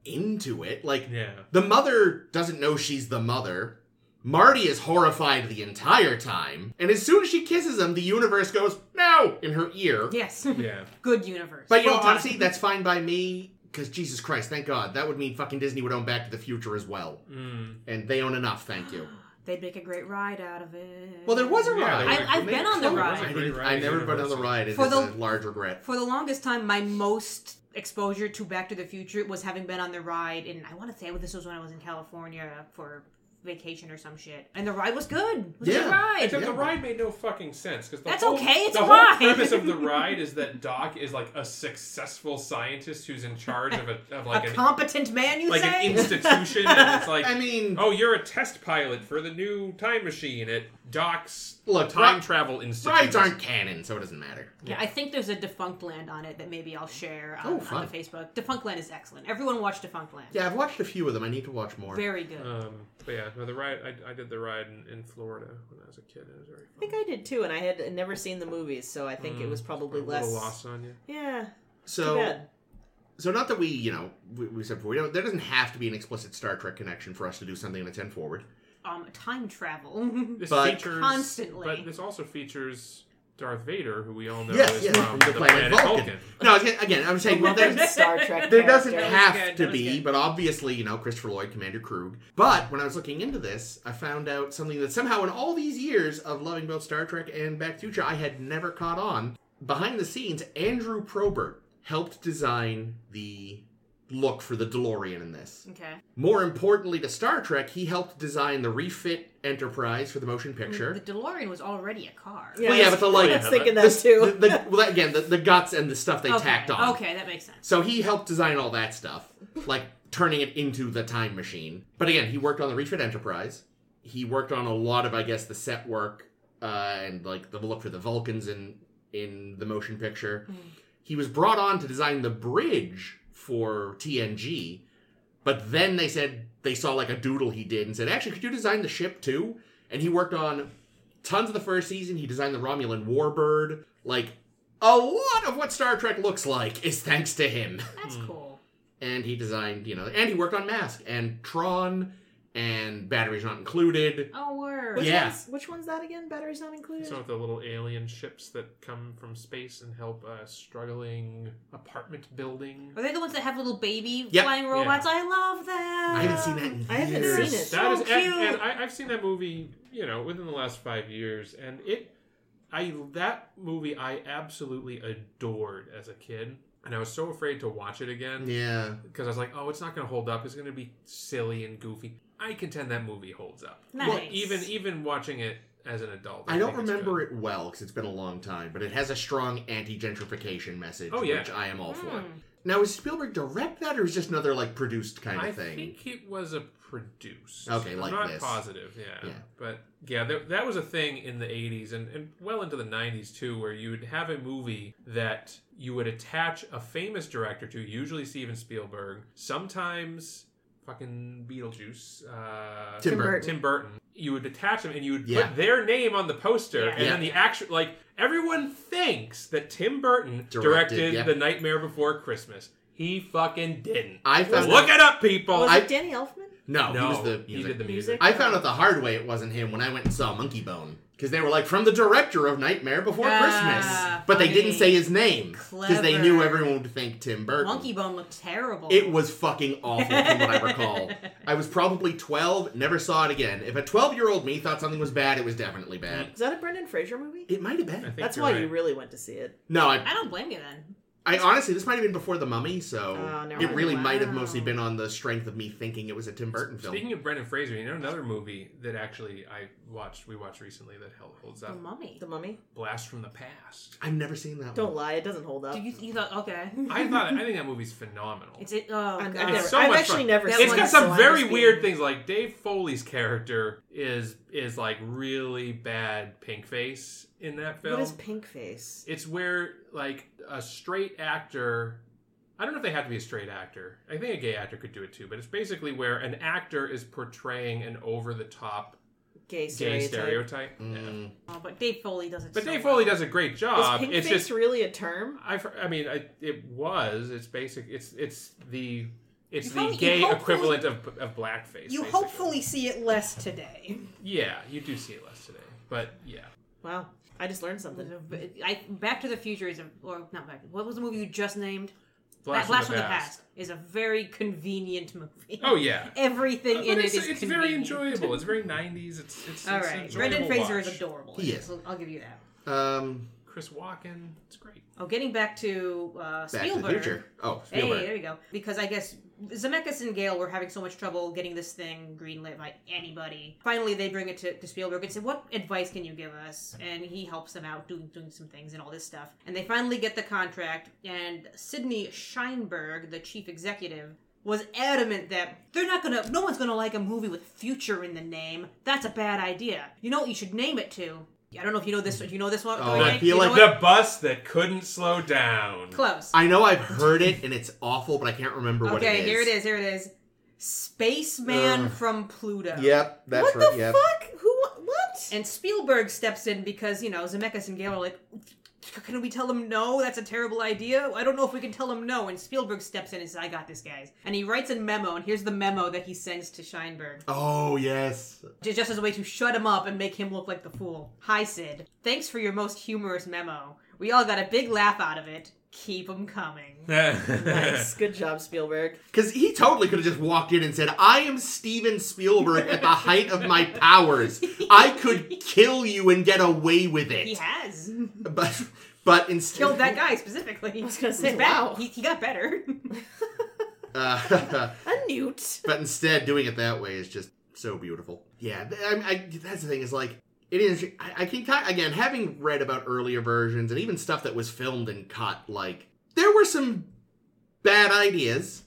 Speaker 1: into it. Like
Speaker 4: Yeah.
Speaker 1: the mother doesn't know she's the mother. Marty is horrified the entire time, and as soon as she kisses him, the universe goes no in her ear.
Speaker 2: Yes,
Speaker 4: Yeah.
Speaker 1: [LAUGHS]
Speaker 2: good universe.
Speaker 1: But you
Speaker 2: Well
Speaker 1: know,
Speaker 2: done.
Speaker 1: honestly, that's fine by me. Because Jesus Christ, thank God, that would mean fucking Disney would own Back to the Future as well,
Speaker 4: Mm.
Speaker 1: and they own enough. Thank you.
Speaker 2: They'd make a great ride out of it.
Speaker 1: Well, there was a
Speaker 4: Yeah,
Speaker 1: ride.
Speaker 4: they-
Speaker 2: I- I've
Speaker 1: they
Speaker 2: been on the
Speaker 1: closed.
Speaker 2: ride.
Speaker 1: I, didn't- I never been on the ride. It's
Speaker 2: For
Speaker 1: a
Speaker 2: the-
Speaker 1: large regret.
Speaker 2: For the longest time, my most exposure to Back to the Future was having been on the ride, and I want to say this was when I was in California for vacation or some shit. And the ride was good. It was
Speaker 1: Yeah.
Speaker 2: a good
Speaker 4: Except
Speaker 2: ride.
Speaker 4: the ride made no fucking sense because
Speaker 2: That's
Speaker 4: whole,
Speaker 2: okay, it's
Speaker 4: the
Speaker 2: a
Speaker 4: whole
Speaker 2: ride.
Speaker 4: premise
Speaker 1: [LAUGHS]
Speaker 4: of the ride is that Doc is like a successful scientist who's in charge of a of like
Speaker 2: a
Speaker 4: an
Speaker 2: competent man, you
Speaker 4: like
Speaker 2: say?
Speaker 4: an institution,
Speaker 1: [LAUGHS]
Speaker 4: and it's like
Speaker 1: I mean,
Speaker 4: Oh, you're a test pilot for the new time machine at Doc's
Speaker 1: Look,
Speaker 4: Time
Speaker 1: ri-
Speaker 4: Travel Institute.
Speaker 1: rides aren't canon, so it doesn't matter.
Speaker 2: Yeah, I think there's a Defunct Land on it that maybe I'll share um,
Speaker 1: Oh,
Speaker 2: on,
Speaker 1: fun.
Speaker 2: on the Facebook. Defunct Land is excellent. Everyone watch Defunct Land.
Speaker 1: Yeah, Uh. I've watched a few of them. I need to watch more.
Speaker 2: Very good.
Speaker 4: Um, but yeah, no, the ride. I, I did the ride in, in Florida when I was a kid. And it was very.
Speaker 3: I think I did too, and I had never seen the movies, so I think it was probably
Speaker 4: Mm, a
Speaker 3: less.
Speaker 4: little lost on you.
Speaker 3: Yeah, too
Speaker 1: so,
Speaker 3: bad.
Speaker 1: so not that we, you know, we, we said before, we don't, there doesn't have to be an explicit Star Trek connection for us to do something that's 10 forward.
Speaker 2: Um, time
Speaker 1: [LAUGHS]
Speaker 2: travel.
Speaker 4: This
Speaker 1: But-
Speaker 4: features
Speaker 2: Constantly.
Speaker 4: but this also features Darth Vader, who we all know
Speaker 1: yes,
Speaker 4: is
Speaker 1: yes,
Speaker 4: from, the planet, Vulcan.
Speaker 1: No, again, again, I'm saying well,
Speaker 2: [LAUGHS]
Speaker 3: Another
Speaker 1: there's,
Speaker 3: [LAUGHS] Star Trek.
Speaker 1: there doesn't
Speaker 3: character.
Speaker 1: have
Speaker 2: good,
Speaker 1: to
Speaker 2: that was
Speaker 1: be,
Speaker 2: good.
Speaker 1: but obviously, you know, Christopher Lloyd, Commander Krug. But when I was looking into this, I found out something that somehow in all these years of loving both Star Trek and Back to the Future, I had never caught on. Behind the scenes, Andrew Probert helped design the look for the DeLorean in this.
Speaker 2: okay.
Speaker 1: More importantly to Star Trek, he helped design the refit Enterprise for the motion picture.
Speaker 2: The DeLorean was already a car.
Speaker 1: Well, yeah, but the light-
Speaker 3: Mm, I was
Speaker 4: Yeah,
Speaker 3: thinking
Speaker 1: The-
Speaker 3: that too.
Speaker 1: the- the- well, again, the, the guts and the stuff they
Speaker 2: okay.
Speaker 1: tacked on.
Speaker 2: Okay, that makes sense.
Speaker 1: So he helped design all that stuff, like turning it into the time machine. But again, he worked on the Refit Enterprise. He worked on a lot of, I guess, the set work uh, and like the look for the Vulcans in in the motion picture. He was brought on to design the bridge for TNG, but then they said they saw like a doodle he did and said, "Actually, could you design the ship too?" And he worked on tons of the first season. He designed the Romulan warbird, like. A lot of what Star Trek looks like is thanks to him
Speaker 2: That's cool.
Speaker 1: and he designed, you know, and he worked on Mask and Tron and Batteries Not Included.
Speaker 2: Oh, word.
Speaker 3: Which
Speaker 1: yeah.
Speaker 3: one's, which one's that again? Batteries not included.
Speaker 4: Some of the little alien ships that come from space and help a struggling apartment
Speaker 3: Oh,
Speaker 4: building.
Speaker 2: Are they the ones that have little baby
Speaker 1: Yep.
Speaker 2: flying robots? I love that.
Speaker 1: I haven't seen that in
Speaker 3: I haven't
Speaker 1: years.
Speaker 3: seen it.
Speaker 4: That is,
Speaker 2: so
Speaker 4: and,
Speaker 2: cute.
Speaker 4: and I, I've seen that movie, you know, within the last five years, and it, I that movie I absolutely adored as a kid, and I was so afraid to watch it again
Speaker 1: Yeah.
Speaker 4: because I was like, oh, it's not going to hold up. It's going to be silly and goofy. I contend that movie holds up.
Speaker 2: Nice. Hmm.
Speaker 1: Well,
Speaker 4: Even even watching it as an adult,
Speaker 1: I don't remember it well because it's been a long time, but it has a strong anti gentrification message,
Speaker 4: Oh, yeah.
Speaker 1: which I am all
Speaker 3: Hmm.
Speaker 1: for.
Speaker 2: Mm.
Speaker 1: Now, is Spielberg direct that or is just another, like, produced kind of
Speaker 4: I
Speaker 1: thing?
Speaker 4: think it was a produced.
Speaker 1: Okay,
Speaker 4: I'm
Speaker 1: like
Speaker 4: not
Speaker 1: this.
Speaker 4: positive, yeah.
Speaker 1: Yeah.
Speaker 4: But yeah, that, that was a thing in the 80s and, and well into the 90s too, where you would have a movie that you would attach a famous director to, usually Steven Spielberg, sometimes fucking Beetlejuice, uh,
Speaker 1: Tim Burton.
Speaker 4: Tim Burton. You would attach them and you would
Speaker 1: Yeah.
Speaker 4: put their name on the poster,
Speaker 2: Yeah.
Speaker 4: and then
Speaker 1: Yeah.
Speaker 4: the actual like everyone thinks that Tim Burton
Speaker 1: Directed,
Speaker 4: directed,
Speaker 1: yeah.
Speaker 4: The Nightmare Before Christmas. He fucking didn't.
Speaker 1: I found
Speaker 4: Look
Speaker 1: out,
Speaker 4: it up, people.
Speaker 3: was
Speaker 1: I-
Speaker 3: it Danny Elfman?
Speaker 1: No,
Speaker 4: No,
Speaker 1: he was the. He was
Speaker 4: did the
Speaker 1: like-
Speaker 4: music.
Speaker 1: I found out the hard way it wasn't him when I went and saw Monkey Bone. Because they were like, from the director of Nightmare Before
Speaker 2: Ah,
Speaker 1: Christmas. But they
Speaker 2: funny.
Speaker 1: didn't say his name. Because they
Speaker 2: Clever.
Speaker 1: knew everyone would think Tim Burton.
Speaker 2: Monkey Bone looked terrible.
Speaker 1: It was fucking awful from what I
Speaker 2: [LAUGHS]
Speaker 1: recall. I was probably 12, never saw it again. If a 12 year old me thought something was bad, it was definitely bad.
Speaker 3: Is that a Brendan Fraser movie?
Speaker 1: It might have
Speaker 4: I
Speaker 1: been.
Speaker 4: think
Speaker 3: That's
Speaker 4: you're
Speaker 3: why
Speaker 4: right.
Speaker 3: you really went to see it.
Speaker 1: No, I,
Speaker 2: I don't blame you then.
Speaker 1: I honestly, this might have been before The Mummy, so
Speaker 3: Oh, never
Speaker 1: it really
Speaker 2: mind.
Speaker 1: might have
Speaker 2: Wow.
Speaker 1: mostly been on the strength of me thinking it was a Tim Burton film.
Speaker 4: Speaking of Brendan Fraser, you know another movie that actually I watched, we watched recently that held, holds
Speaker 2: The
Speaker 4: up.
Speaker 2: mummy.
Speaker 3: The Mummy.
Speaker 4: Blast from the Past.
Speaker 1: I've never seen that
Speaker 3: Don't
Speaker 4: Mm.
Speaker 1: one.
Speaker 3: lie, it doesn't hold up.
Speaker 2: Do you, you thought okay? [LAUGHS]
Speaker 4: I thought I think that movie's phenomenal.
Speaker 2: It's it. Oh
Speaker 3: I've, I've
Speaker 2: God.
Speaker 3: never,
Speaker 4: so
Speaker 3: I've
Speaker 4: much
Speaker 3: actually
Speaker 4: fun.
Speaker 3: never.
Speaker 2: That
Speaker 3: seen
Speaker 4: it's
Speaker 2: one
Speaker 4: got
Speaker 2: is
Speaker 4: some
Speaker 3: so I'm
Speaker 4: very
Speaker 3: just
Speaker 4: weird
Speaker 3: being-
Speaker 4: things like Dave Foley's character is is like really bad pink face in that film.
Speaker 3: What is pink face?
Speaker 4: It's where like a straight actor. I don't know if they have to be a straight actor. I think a gay actor could do it too, but it's basically where an actor is portraying an over the top
Speaker 3: Gay
Speaker 4: gay
Speaker 3: stereotype.
Speaker 4: stereotype. Yeah.
Speaker 1: Mm.
Speaker 2: Oh, but Dave Foley does it.
Speaker 4: But
Speaker 2: so
Speaker 4: Dave
Speaker 2: well.
Speaker 4: Foley does a great job.
Speaker 3: Is pink
Speaker 4: it's
Speaker 3: face
Speaker 4: just
Speaker 3: really a term?
Speaker 4: I, I mean, I, it was. It's basic. It's it's the it's
Speaker 2: You
Speaker 4: the
Speaker 2: probably- you
Speaker 4: gay
Speaker 2: hopefully-
Speaker 4: equivalent of of blackface.
Speaker 2: You
Speaker 4: basically.
Speaker 2: hopefully see it less today.
Speaker 4: Yeah, you do see it less today, but yeah,
Speaker 3: Wow, I just learned something.
Speaker 2: I, Back to the Future is a or not back. What was the movie you just named? That Blast from the Past is a very convenient movie.
Speaker 4: Oh yeah.
Speaker 2: [LAUGHS] Everything
Speaker 4: But
Speaker 2: in it
Speaker 4: it's,
Speaker 2: is
Speaker 4: it's
Speaker 2: convenient.
Speaker 4: very enjoyable. It's very 90s. It's it's,
Speaker 2: All
Speaker 4: it's
Speaker 2: right,
Speaker 4: enjoyable
Speaker 2: Brendan Fraser
Speaker 4: watch.
Speaker 2: is adorable.
Speaker 1: He is.
Speaker 2: I'll- I'll give you that.
Speaker 1: Um,
Speaker 4: Chris Walken. It's great.
Speaker 2: Oh, getting back to uh,
Speaker 1: Back
Speaker 2: Spielberg.
Speaker 1: to the Future. Oh,
Speaker 2: Hey,
Speaker 1: Spielberg.
Speaker 2: there you go. Because I guess Zemeckis and Gale were having so much trouble getting this thing greenlit by anybody. Finally, they bring it to, to Spielberg and say, "What advice can you give us?" And he helps them out doing doing some things and all this stuff. And they finally get the contract. And Sidney Sheinberg, the chief executive. Was adamant that they're not gonna, no one's gonna like a movie with future in the name. That's a bad idea. You know what you should name it to? I don't know if you know this. You know this one?
Speaker 1: Oh,
Speaker 2: Dorian?
Speaker 1: I feel
Speaker 2: You know
Speaker 1: like
Speaker 2: what?
Speaker 4: The bus that couldn't slow down.
Speaker 2: close.
Speaker 1: I know I've heard it and it's awful, but I can't remember what
Speaker 2: Okay,
Speaker 1: it is.
Speaker 2: here it is. Here it is. Spaceman
Speaker 1: Ugh.
Speaker 2: from Pluto.
Speaker 1: Yep, that's
Speaker 3: what
Speaker 1: right.
Speaker 3: the
Speaker 1: yep.
Speaker 3: fuck? Who? What?
Speaker 4: [LAUGHS]
Speaker 2: And Spielberg steps in because you know Zemeckis and Gale are like, "Can we tell them no? That's a terrible idea. I don't know if we can tell them no." And Spielberg steps in and says, "I got this, guys." And he writes a memo, and here's the memo that he sends to Scheinberg.
Speaker 1: Oh yes.
Speaker 2: J- just as a way to shut him up and make him look like the fool. Hi, Sid. Thanks for your most humorous memo. We all got a big laugh out of it. Keep 'em coming.
Speaker 4: [LAUGHS]
Speaker 3: nice. Good job, Spielberg.
Speaker 1: Because he totally could have just walked in and said, I am Steven Spielberg at the height of my
Speaker 2: [LAUGHS]
Speaker 1: powers. I could kill you and get away with it.
Speaker 2: He has [LAUGHS]
Speaker 1: But but instead
Speaker 2: killed that guy specifically.
Speaker 3: I was gonna say,
Speaker 2: He's back.
Speaker 3: wow,
Speaker 2: He, he got better.
Speaker 1: [LAUGHS]
Speaker 2: [LAUGHS]
Speaker 1: Uh,
Speaker 3: a newt.
Speaker 1: but instead, doing it that way is just so beautiful. Yeah, th- I, I, that's the thing. Is like it is. I, I can kind again having read about earlier versions and even stuff that was filmed and cut. Like there were some bad ideas.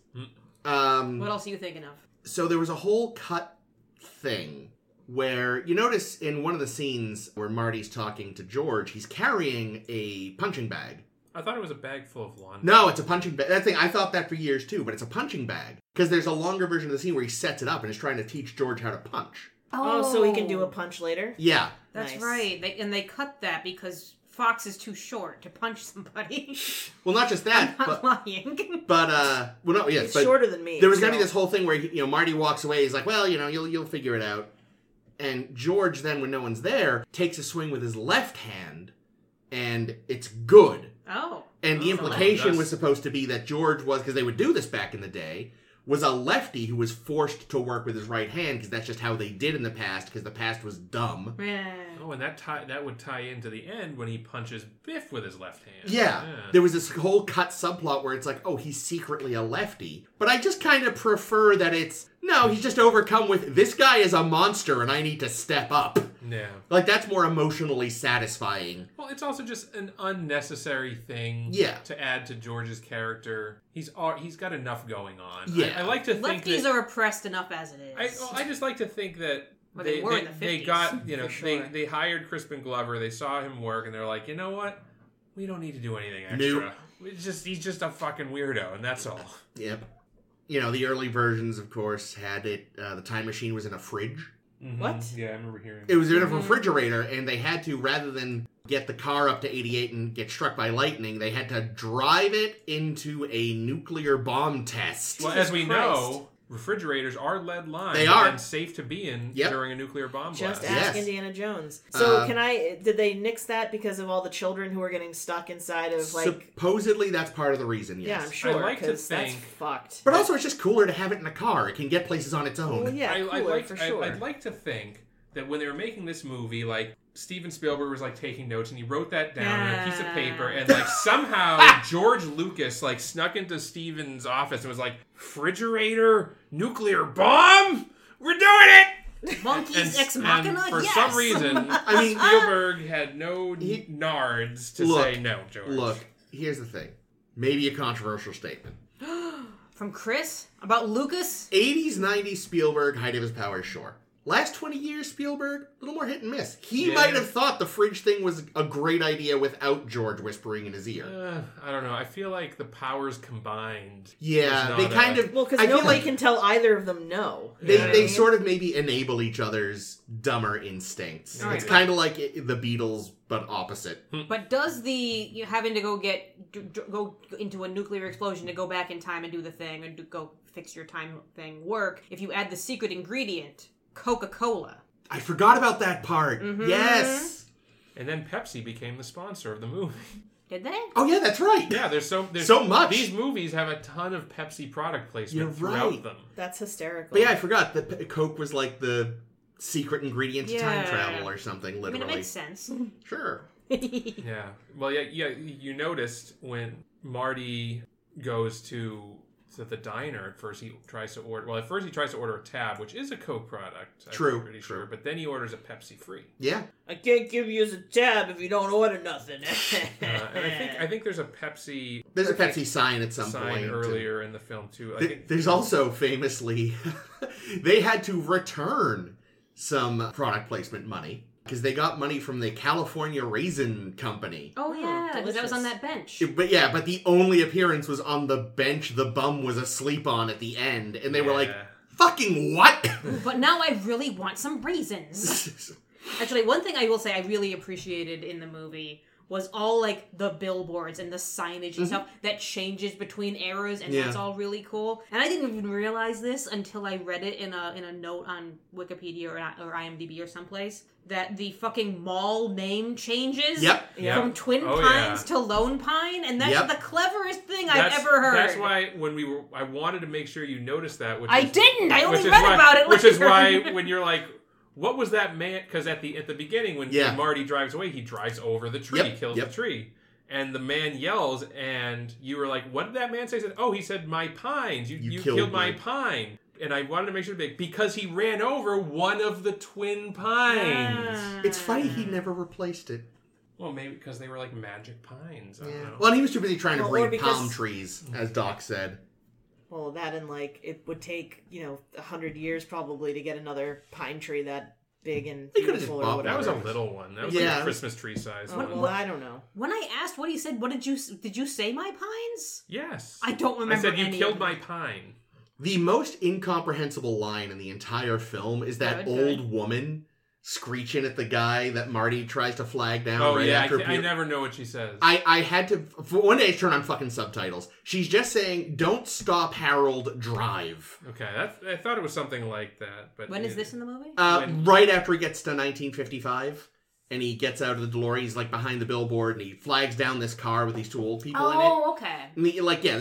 Speaker 1: Um,
Speaker 2: what else are you thinking of?
Speaker 1: so there was a whole cut thing where you notice in one of the scenes where Marty's talking to George, he's carrying a punching bag.
Speaker 4: I thought it was a bag full of laundry.
Speaker 1: No, it's a punching bag. That thing I thought that for years too, but it's a punching bag because there's a longer version of the scene where he sets it up and is trying to teach George how to punch.
Speaker 3: Oh, so he can do a punch later.
Speaker 1: Yeah,
Speaker 2: That's
Speaker 3: Nice.
Speaker 2: right. They, and they cut that because Fox is too short to punch [LAUGHS] somebody.
Speaker 1: well, not just
Speaker 2: [LAUGHS]
Speaker 1: that,
Speaker 2: Not
Speaker 1: but
Speaker 2: lying. [LAUGHS]
Speaker 1: but uh, well, no, yes,
Speaker 3: He's
Speaker 1: but
Speaker 3: shorter than me.
Speaker 1: there was gonna
Speaker 3: so-
Speaker 1: be this whole thing where he, you know Marty walks away. He's like, well, you know, you'll you'll figure it out. And George then, when no one's there, takes a swing with his left hand, and it's good.
Speaker 2: oh.
Speaker 1: And the
Speaker 4: Oh.
Speaker 1: implication
Speaker 4: That's-
Speaker 1: was supposed to be that George was, because they would do this back in the day, was a lefty who was forced to work with his right hand because that's just how they did in the past because the past was dumb.
Speaker 2: Man.
Speaker 4: Oh, and that tie that would tie into the end when he punches Biff with his left hand.
Speaker 1: Yeah. There was this whole cut subplot where it's like, oh, he's secretly a lefty. But I just kind of prefer that it's, no, he's just overcome with, this guy is a monster and I need to step up.
Speaker 4: yeah.
Speaker 1: Like, that's more emotionally satisfying.
Speaker 4: Well, it's also just an unnecessary thing.
Speaker 1: Yeah.
Speaker 4: To add to George's character, he's al- he's got enough going on. I-
Speaker 1: Yeah.
Speaker 4: I, like to think
Speaker 2: Lefties
Speaker 4: that,
Speaker 2: are oppressed enough as it
Speaker 4: I,
Speaker 2: is.
Speaker 4: well, I just like to think that
Speaker 2: Well, they were in the
Speaker 4: they
Speaker 2: 50s,
Speaker 4: got you know
Speaker 3: for
Speaker 4: they
Speaker 3: sure.
Speaker 4: they hired Crispin Glover. They saw him work, and they're like, you know what? We don't need to do anything extra.
Speaker 1: Nope.
Speaker 4: It's just he's just a fucking weirdo, and that's all.
Speaker 1: Yep. You know, the early versions, of course, had it, uh, the time machine was in a fridge.
Speaker 3: What?
Speaker 4: Mm-hmm. Yeah, I remember hearing.
Speaker 1: It was in a
Speaker 3: Mm-hmm.
Speaker 2: Mhm.
Speaker 1: refrigerator, and they had to, rather than get the car up to 88 and get struck by lightning, they had to drive it into a nuclear bomb test.
Speaker 4: Well,
Speaker 3: Jesus
Speaker 4: as we
Speaker 3: Christ.
Speaker 4: know, refrigerators are lead lined.
Speaker 1: They are.
Speaker 4: and safe to be in
Speaker 1: Yep.
Speaker 4: during a nuclear bomb
Speaker 3: Just
Speaker 4: blast.
Speaker 1: ask-
Speaker 3: ask
Speaker 1: Yes.
Speaker 3: Indiana Jones. So
Speaker 1: Uh,
Speaker 3: can I? Did they nix that because of all the children who are getting stuck inside of like?
Speaker 1: Supposedly, that's part of the reason, yes.
Speaker 3: yeah, I'm sure.
Speaker 4: like to
Speaker 3: 'cause that's
Speaker 4: think-
Speaker 3: fucked.
Speaker 1: But also, it's just cooler to have it in a car. It can get places on its own.
Speaker 3: well, yeah,
Speaker 4: I, I'd
Speaker 3: cooler,
Speaker 4: like,
Speaker 3: for
Speaker 4: I-
Speaker 3: sure.
Speaker 4: I'd, like to think that when they were making this movie, like Steven Spielberg was like taking notes and he wrote that down on a piece of paper, and like
Speaker 3: [LAUGHS]
Speaker 4: somehow George Lucas like snuck into Steven's office and was like, "Refrigerator, nuclear bomb, we're doing it."
Speaker 2: Monkeys
Speaker 4: And,
Speaker 2: ex
Speaker 4: and
Speaker 2: machina?
Speaker 4: for
Speaker 2: yes!
Speaker 4: some
Speaker 3: [LAUGHS]
Speaker 4: reason,
Speaker 1: I mean,
Speaker 4: Spielberg had no
Speaker 1: He-
Speaker 4: nards to
Speaker 1: Look,
Speaker 4: say no, George.
Speaker 1: look, here's the thing. Maybe a controversial statement.
Speaker 2: From Chris? About Lucas?
Speaker 1: 80s, 90s Spielberg, height of his powers, sure. Last 20 years, Spielberg, a little more hit and miss. He
Speaker 4: Yeah.
Speaker 1: might have thought the fridge thing was a great idea without George whispering in his ear.
Speaker 4: Uh, I don't know. I feel like the powers combined.
Speaker 1: Yeah,
Speaker 4: There's
Speaker 1: they
Speaker 4: not
Speaker 1: kind
Speaker 4: a-
Speaker 1: of.
Speaker 3: well, because
Speaker 1: I feel
Speaker 3: nobody
Speaker 1: like
Speaker 3: can tell either of them no.
Speaker 1: they,
Speaker 4: Yeah.
Speaker 1: they sort of maybe enable each other's dumber instincts.
Speaker 4: All
Speaker 1: It's
Speaker 4: right.
Speaker 1: kind of like i- the Beatles, but opposite.
Speaker 4: Hmm.
Speaker 2: But does the you having to go get d- d- go into a nuclear explosion to go back in time and do the thing and do, go fix your time thing work if you add the secret ingredient, Coca Cola?
Speaker 1: I forgot about that part. Yes.
Speaker 4: And then Pepsi became the sponsor of the movie.
Speaker 2: Did they?
Speaker 1: Oh yeah, that's right.
Speaker 4: Yeah, there's so there's
Speaker 1: So much.
Speaker 4: These movies have a ton of Pepsi product placement
Speaker 1: You're
Speaker 4: throughout
Speaker 1: right.
Speaker 4: them.
Speaker 3: That's hysterical.
Speaker 1: But yeah, I forgot that P- Coke was like the secret ingredient to time
Speaker 2: Yeah.
Speaker 1: travel or something.
Speaker 2: I mean,
Speaker 1: Literally,
Speaker 2: it makes sense.
Speaker 1: sure.
Speaker 4: Yeah. Well, yeah, yeah. You noticed when Marty goes to to the diner at first, he tries to order. Well, at first he tries to order a tab, which is a Coke product. I'm
Speaker 1: True,
Speaker 4: Pretty
Speaker 1: true.
Speaker 4: sure. But then he orders a Pepsi free.
Speaker 1: Yeah,
Speaker 3: I can't give you a tab if you don't order nothing. [LAUGHS]
Speaker 4: Uh, and I think I think there's a Pepsi
Speaker 1: there's a Pepsi sign at some
Speaker 4: sign
Speaker 1: point
Speaker 4: earlier in the film too. I
Speaker 1: Th-
Speaker 4: think
Speaker 1: There's also famously, [LAUGHS] they had to return some product placement money because they got money from the California Raisin Company.
Speaker 2: Oh
Speaker 3: Hmm,
Speaker 2: yeah, because I was
Speaker 3: delicious.
Speaker 2: on that bench.
Speaker 1: But yeah, but the only appearance was on the bench the bum was asleep on at the end, and they were like,
Speaker 4: Yeah.
Speaker 1: fucking what? [LAUGHS]
Speaker 2: [LAUGHS] But now I really want some raisins. Actually, one thing I will say I really appreciated in the movie was all like the billboards and the signage and stuff that changes between eras and
Speaker 1: Mm-hmm. Yeah.
Speaker 2: that's all really cool. And I didn't even realize this until I read it in a in a note on Wikipedia or or IMDb or someplace that the fucking mall name changes.
Speaker 1: yep.
Speaker 4: Yeah.
Speaker 2: From Twin
Speaker 4: Oh, yeah.
Speaker 2: Pines to Lone Pine, and that's
Speaker 1: Yep.
Speaker 2: the cleverest thing
Speaker 4: That's-
Speaker 2: I've ever heard.
Speaker 4: That's why when we were, I wanted to make sure you noticed that. Which
Speaker 2: I
Speaker 4: is-
Speaker 2: didn't. I only
Speaker 4: which is
Speaker 2: read
Speaker 4: why-
Speaker 2: about it.
Speaker 4: Which
Speaker 2: later.
Speaker 4: is why
Speaker 2: [LAUGHS]
Speaker 4: when you're like, what was that man? Because at the at the beginning when
Speaker 1: Yeah.
Speaker 4: Marty drives away, he drives over the tree,
Speaker 1: Yep,
Speaker 4: kills
Speaker 1: yep.
Speaker 4: the tree, and the man yells, and you were like, what did that man say? He said, oh, he said my pines. You you, killed, my pine. And I wanted to make sure that because he ran over one of the twin pines.
Speaker 2: Ah.
Speaker 1: It's funny
Speaker 3: Mm.
Speaker 1: he never replaced it.
Speaker 4: Well, maybe because they were like magic pines. I
Speaker 1: Yeah.
Speaker 4: don't know.
Speaker 1: Well, and he was too busy trying to
Speaker 3: Well,
Speaker 1: breed
Speaker 3: or because-
Speaker 1: palm trees, as Doc said.
Speaker 3: Well, that and like it would take you know a hundred years probably to get another pine tree that big and
Speaker 1: They could've just
Speaker 3: beautiful
Speaker 1: bought
Speaker 3: or
Speaker 4: that
Speaker 3: whatever.
Speaker 4: was a little one. That was like
Speaker 1: Yeah.
Speaker 4: a Christmas tree size
Speaker 3: Oh,
Speaker 4: one.
Speaker 3: well, I don't know.
Speaker 2: When I asked what he said, what did you s- did you say? My pines?
Speaker 4: Yes.
Speaker 2: I don't remember.
Speaker 4: I said you
Speaker 2: any
Speaker 4: killed
Speaker 2: of
Speaker 4: my
Speaker 2: them.
Speaker 4: pine.
Speaker 1: The most incomprehensible line in the entire film is that
Speaker 2: Good,
Speaker 1: old
Speaker 2: good.
Speaker 1: woman screeching at the guy that Marty tries to flag down
Speaker 4: oh
Speaker 1: right
Speaker 4: yeah, I,
Speaker 1: after.
Speaker 4: ca- I
Speaker 1: Peter-
Speaker 4: never know what she says.
Speaker 1: I, I had to for one day turn on fucking subtitles. She's just saying, "Don't stop, Harold. Drive."
Speaker 4: okay, that's, I thought it was something like that. But
Speaker 2: When is
Speaker 4: yeah.
Speaker 2: this [LAUGHS] in the movie?
Speaker 1: Uh,
Speaker 4: When-
Speaker 1: right after he gets to 1955, and he gets out of the DeLorean, he's like behind the billboard, and he flags down this car with these two old people in it.
Speaker 2: oh, okay.
Speaker 1: And he, like, yeah,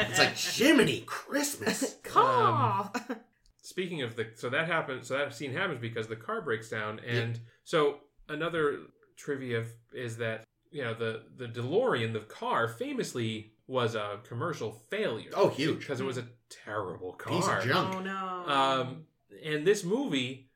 Speaker 1: it's [LAUGHS] like Jiminy
Speaker 2: [LAUGHS]
Speaker 1: Christmas.
Speaker 2: Caw.
Speaker 4: [LAUGHS] Speaking of the, so that happens. So that scene happens because the car breaks down, and so another trivia f- is that you know the the DeLorean, the car, famously was a commercial failure.
Speaker 1: Oh, huge
Speaker 4: because it was a terrible car.
Speaker 1: piece of junk.
Speaker 2: oh no.
Speaker 4: Um, and this movie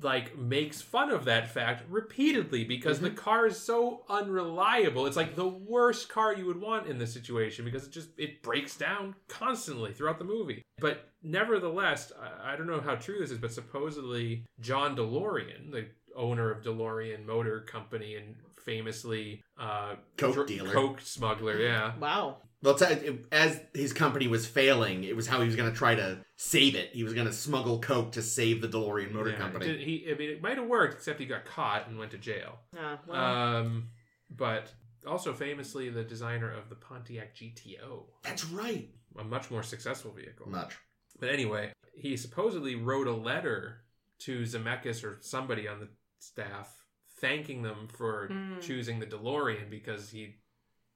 Speaker 4: like makes fun of that fact repeatedly because
Speaker 1: Mm-hmm.
Speaker 4: the car is so unreliable. It's like the worst car you would want in this situation because it just it breaks down constantly throughout the movie. But nevertheless, I, I don't know how true this is, but supposedly John DeLorean, the owner of DeLorean Motor Company and famously uh
Speaker 1: Coke
Speaker 4: dr-
Speaker 1: dealer.
Speaker 4: coke smuggler, yeah.
Speaker 3: Wow.
Speaker 1: Well, it's- uh, it- as his company was failing, it was how he was going to try to save it. He was going to smuggle coke to save the DeLorean Motor
Speaker 4: Yeah,
Speaker 1: Company.
Speaker 4: it- He, I mean, it might have worked, except he got caught and went to jail.
Speaker 3: Uh, well,
Speaker 4: Um, but also famously the designer of the Pontiac GTO,
Speaker 1: That's right.
Speaker 4: a much more successful vehicle.
Speaker 1: Much.
Speaker 4: But anyway, he supposedly wrote a letter to Zemeckis or somebody on the staff thanking them for
Speaker 2: Hmm.
Speaker 4: choosing the DeLorean because he,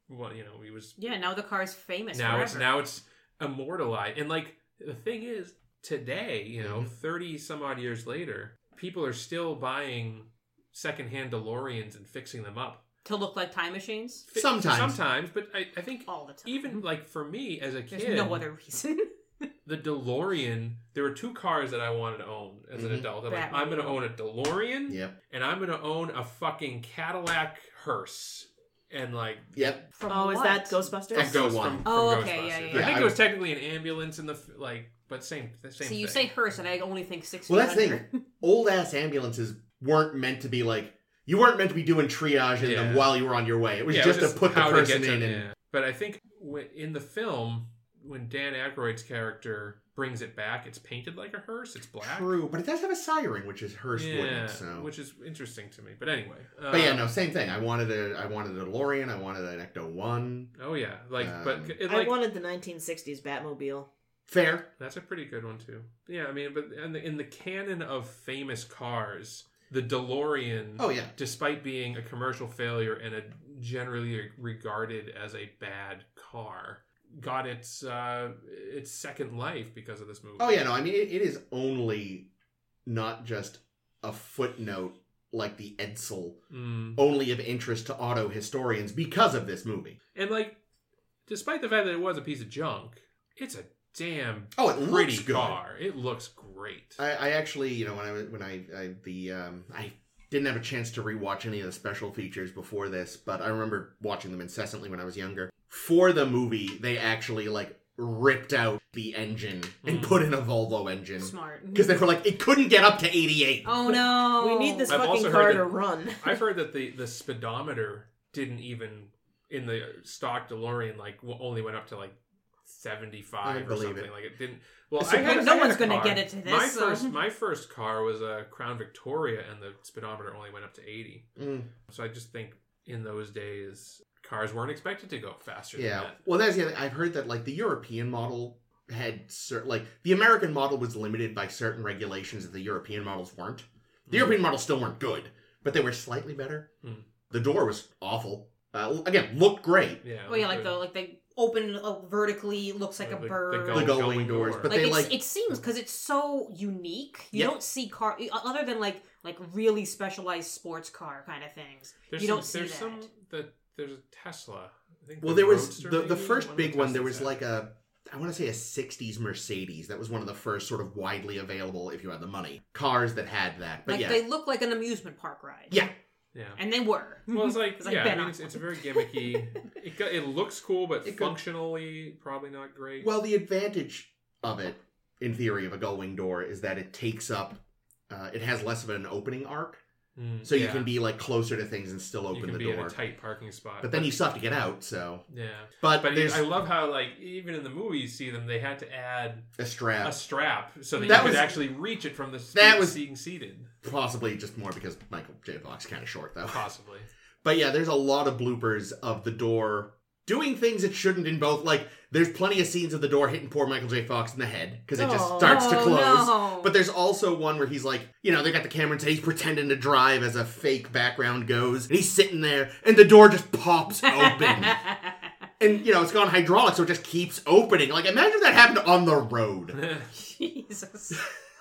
Speaker 4: well, you know, he was
Speaker 2: yeah, now the car's famous.
Speaker 4: now it's
Speaker 2: forever.
Speaker 4: now it's immortalized and like the thing is today you know 30 some odd years later people are still buying secondhand deloreans and fixing them up
Speaker 2: to look like time machines
Speaker 4: Fi-
Speaker 1: Sometimes.
Speaker 4: sometimes but i, I think
Speaker 2: all the time.
Speaker 4: even like for me as a
Speaker 2: there's
Speaker 4: kid
Speaker 2: no other reason.
Speaker 4: the delorean there were two cars that i wanted to own as an
Speaker 1: Mhm.
Speaker 4: adult i'm like
Speaker 2: That
Speaker 4: i'm
Speaker 2: one.
Speaker 4: gonna own a delorean
Speaker 1: Yep.
Speaker 4: and i'm gonna own a fucking cadillac hearse and like
Speaker 1: Yep.
Speaker 2: [LAUGHS] From
Speaker 3: oh, is
Speaker 2: what?
Speaker 3: that
Speaker 1: From
Speaker 3: Ghostbusters?
Speaker 1: Go-
Speaker 4: Ghost-
Speaker 1: One.
Speaker 4: From,
Speaker 2: Oh,
Speaker 4: from
Speaker 2: okay, yeah, yeah,
Speaker 4: Ghostbusters.
Speaker 1: yeah.
Speaker 4: I think
Speaker 1: Yeah,
Speaker 4: it
Speaker 1: I-
Speaker 4: was technically an ambulance in the f- like, but same, the same.
Speaker 2: So you say
Speaker 4: thing.
Speaker 2: hearse, and I only think six.
Speaker 1: Well,
Speaker 2: feet
Speaker 1: that's the
Speaker 2: under.
Speaker 1: thing. Old ass ambulances weren't meant to be like you weren't meant to be doing triage in them
Speaker 4: Yeah.
Speaker 1: while you were on your way. It was
Speaker 4: Yeah,
Speaker 1: just
Speaker 4: it was
Speaker 1: to put the
Speaker 4: how
Speaker 1: person
Speaker 4: get to-
Speaker 1: in. and
Speaker 4: yeah. But I think when, in the film, when Dan Aykroyd's character brings it back, it's painted like a hearse. It's black.
Speaker 1: True, but it does have a siren, which is Hearst
Speaker 4: Yeah,
Speaker 1: wouldn't. So,
Speaker 4: which is interesting to me. But anyway. Um,
Speaker 1: but yeah, no, same thing. I wanted a, I wanted a DeLorean. I wanted an Ecto One.
Speaker 4: Oh yeah, like,
Speaker 1: Um,
Speaker 4: but it,
Speaker 3: I
Speaker 4: like
Speaker 3: wanted the 1960s Batmobile.
Speaker 1: Fair.
Speaker 4: that's a pretty good one too. Yeah, I mean, but in the, in the canon of famous cars, the DeLorean,
Speaker 1: Oh yeah,
Speaker 4: despite being a commercial failure and a generally regarded as a bad car, got its uh, its second life because of this movie.
Speaker 1: oh yeah. No, I mean it, it is only not just a footnote like the Edsel,
Speaker 4: Mm.
Speaker 1: only of interest to auto historians because of this movie.
Speaker 4: And like, despite the fact that it was a piece of junk, it's a damn
Speaker 1: Oh, it
Speaker 4: pretty
Speaker 1: looks good.
Speaker 4: car. It looks great.
Speaker 1: I, I actually, you know, when I was- when I, I the um, I didn't have a chance to rewatch any of the special features before this, but I remember watching them incessantly when I was younger. For the movie, they actually like ripped out the engine and
Speaker 4: Mm.
Speaker 1: put in a Volvo engine
Speaker 2: [LAUGHS]
Speaker 1: [LAUGHS]
Speaker 2: Smart.
Speaker 1: because they were like it couldn't get up to eighty eight.
Speaker 2: Oh no. Oh,
Speaker 3: We need this
Speaker 4: I've also
Speaker 3: fucking
Speaker 4: heard
Speaker 3: car
Speaker 4: that-
Speaker 3: to run.
Speaker 4: I've heard that the the speedometer didn't even in the stock DeLorean like w- only went up to like seventy
Speaker 1: I
Speaker 4: five or
Speaker 1: believe
Speaker 4: something.
Speaker 1: it.
Speaker 4: Like it didn't. Well,
Speaker 1: So
Speaker 4: I had,
Speaker 2: no
Speaker 4: I had
Speaker 2: one's
Speaker 4: a
Speaker 2: gonna
Speaker 4: car.
Speaker 2: get it to this, um,
Speaker 4: My
Speaker 2: so-
Speaker 4: first my first car was a Crown Victoria, and the speedometer only went up to eighty.
Speaker 1: Mm.
Speaker 4: So I just think in those days cars weren't expected to go faster.
Speaker 1: Yeah.
Speaker 4: than that.
Speaker 1: Well, that's the other. I've heard that like the European model had certain like the American model was limited by certain regulations that the European models weren't.
Speaker 4: Mm-hmm.
Speaker 1: The European models still weren't good, but they were slightly better.
Speaker 4: Mm.
Speaker 1: The door was awful. Uh, again, looked great.
Speaker 4: Yeah.
Speaker 2: Well, yeah, like the
Speaker 4: the
Speaker 2: like they open up vertically, looks like
Speaker 4: Yeah,
Speaker 2: a
Speaker 4: the- the
Speaker 2: bird.
Speaker 1: The
Speaker 4: Oh,
Speaker 1: gullwing
Speaker 4: gullwing
Speaker 1: doors,
Speaker 4: door.
Speaker 1: but
Speaker 2: like,
Speaker 1: they
Speaker 2: it's,
Speaker 1: like
Speaker 2: it seems because it's so unique. You
Speaker 1: Yeah.
Speaker 2: don't see car e, other than like like really specialized sports car kind of things.
Speaker 4: there's
Speaker 2: you
Speaker 4: some,
Speaker 2: don't see
Speaker 4: there's
Speaker 2: that.
Speaker 4: some that there's a Tesla. I think
Speaker 1: well,
Speaker 4: the
Speaker 1: there was
Speaker 4: Roadster,
Speaker 1: the
Speaker 4: maybe?
Speaker 1: the first
Speaker 4: of
Speaker 1: big
Speaker 4: the
Speaker 1: one. There
Speaker 4: Teslas
Speaker 1: was
Speaker 4: had.
Speaker 1: like a I want to say a '60s Mercedes. That was one of the first sort of widely available, if you had the money, cars that had that. But
Speaker 2: like
Speaker 1: yeah,
Speaker 2: they look like an amusement park ride.
Speaker 1: Yeah.
Speaker 4: yeah.
Speaker 2: and they were.
Speaker 4: [LAUGHS] Well,
Speaker 2: [LAUGHS]
Speaker 4: it's like,
Speaker 2: It's like
Speaker 4: yeah, I
Speaker 2: Ben
Speaker 4: mean,
Speaker 2: on
Speaker 4: it's, it's a
Speaker 2: [LAUGHS]
Speaker 4: very gimmicky. it, go- it looks cool, but
Speaker 1: It go-
Speaker 4: functionally probably not great.
Speaker 1: Well, the advantage of it, in theory, of a gullwing door is that it takes up, uh, it has less of an opening arc,
Speaker 4: Mm,
Speaker 1: so you
Speaker 4: yeah.
Speaker 1: can be like closer to things and still
Speaker 4: you
Speaker 1: open
Speaker 4: can
Speaker 1: the
Speaker 4: be
Speaker 1: door.
Speaker 4: in a tight parking spot.
Speaker 1: but then you still have to get out. So,
Speaker 4: yeah.
Speaker 1: but,
Speaker 4: But
Speaker 1: there's
Speaker 4: I love how like even in the movie you see them, they had to add
Speaker 1: a strap,
Speaker 4: a strap so that,
Speaker 1: That
Speaker 4: you
Speaker 1: was-
Speaker 4: could actually reach it from the seat
Speaker 1: That was-
Speaker 4: being seated,
Speaker 1: [LAUGHS] possibly just more because Michael J. Fox kind of short though.
Speaker 4: possibly.
Speaker 1: But yeah, there's a lot of bloopers of the door doing things it shouldn't in both. Like there's plenty of scenes of the door hitting poor Michael J. Fox in the head because it just
Speaker 3: Oh.
Speaker 1: starts to
Speaker 2: Oh,
Speaker 1: close.
Speaker 2: no.
Speaker 1: But there's also one where he's like, you know, they got the camera and so he's pretending to drive as a fake background goes. And he's sitting there and the door just pops
Speaker 2: [LAUGHS]
Speaker 1: open. and, you know, it's gone hydraulic, so it just keeps opening. Like, imagine if that happened on the road.
Speaker 2: Jesus.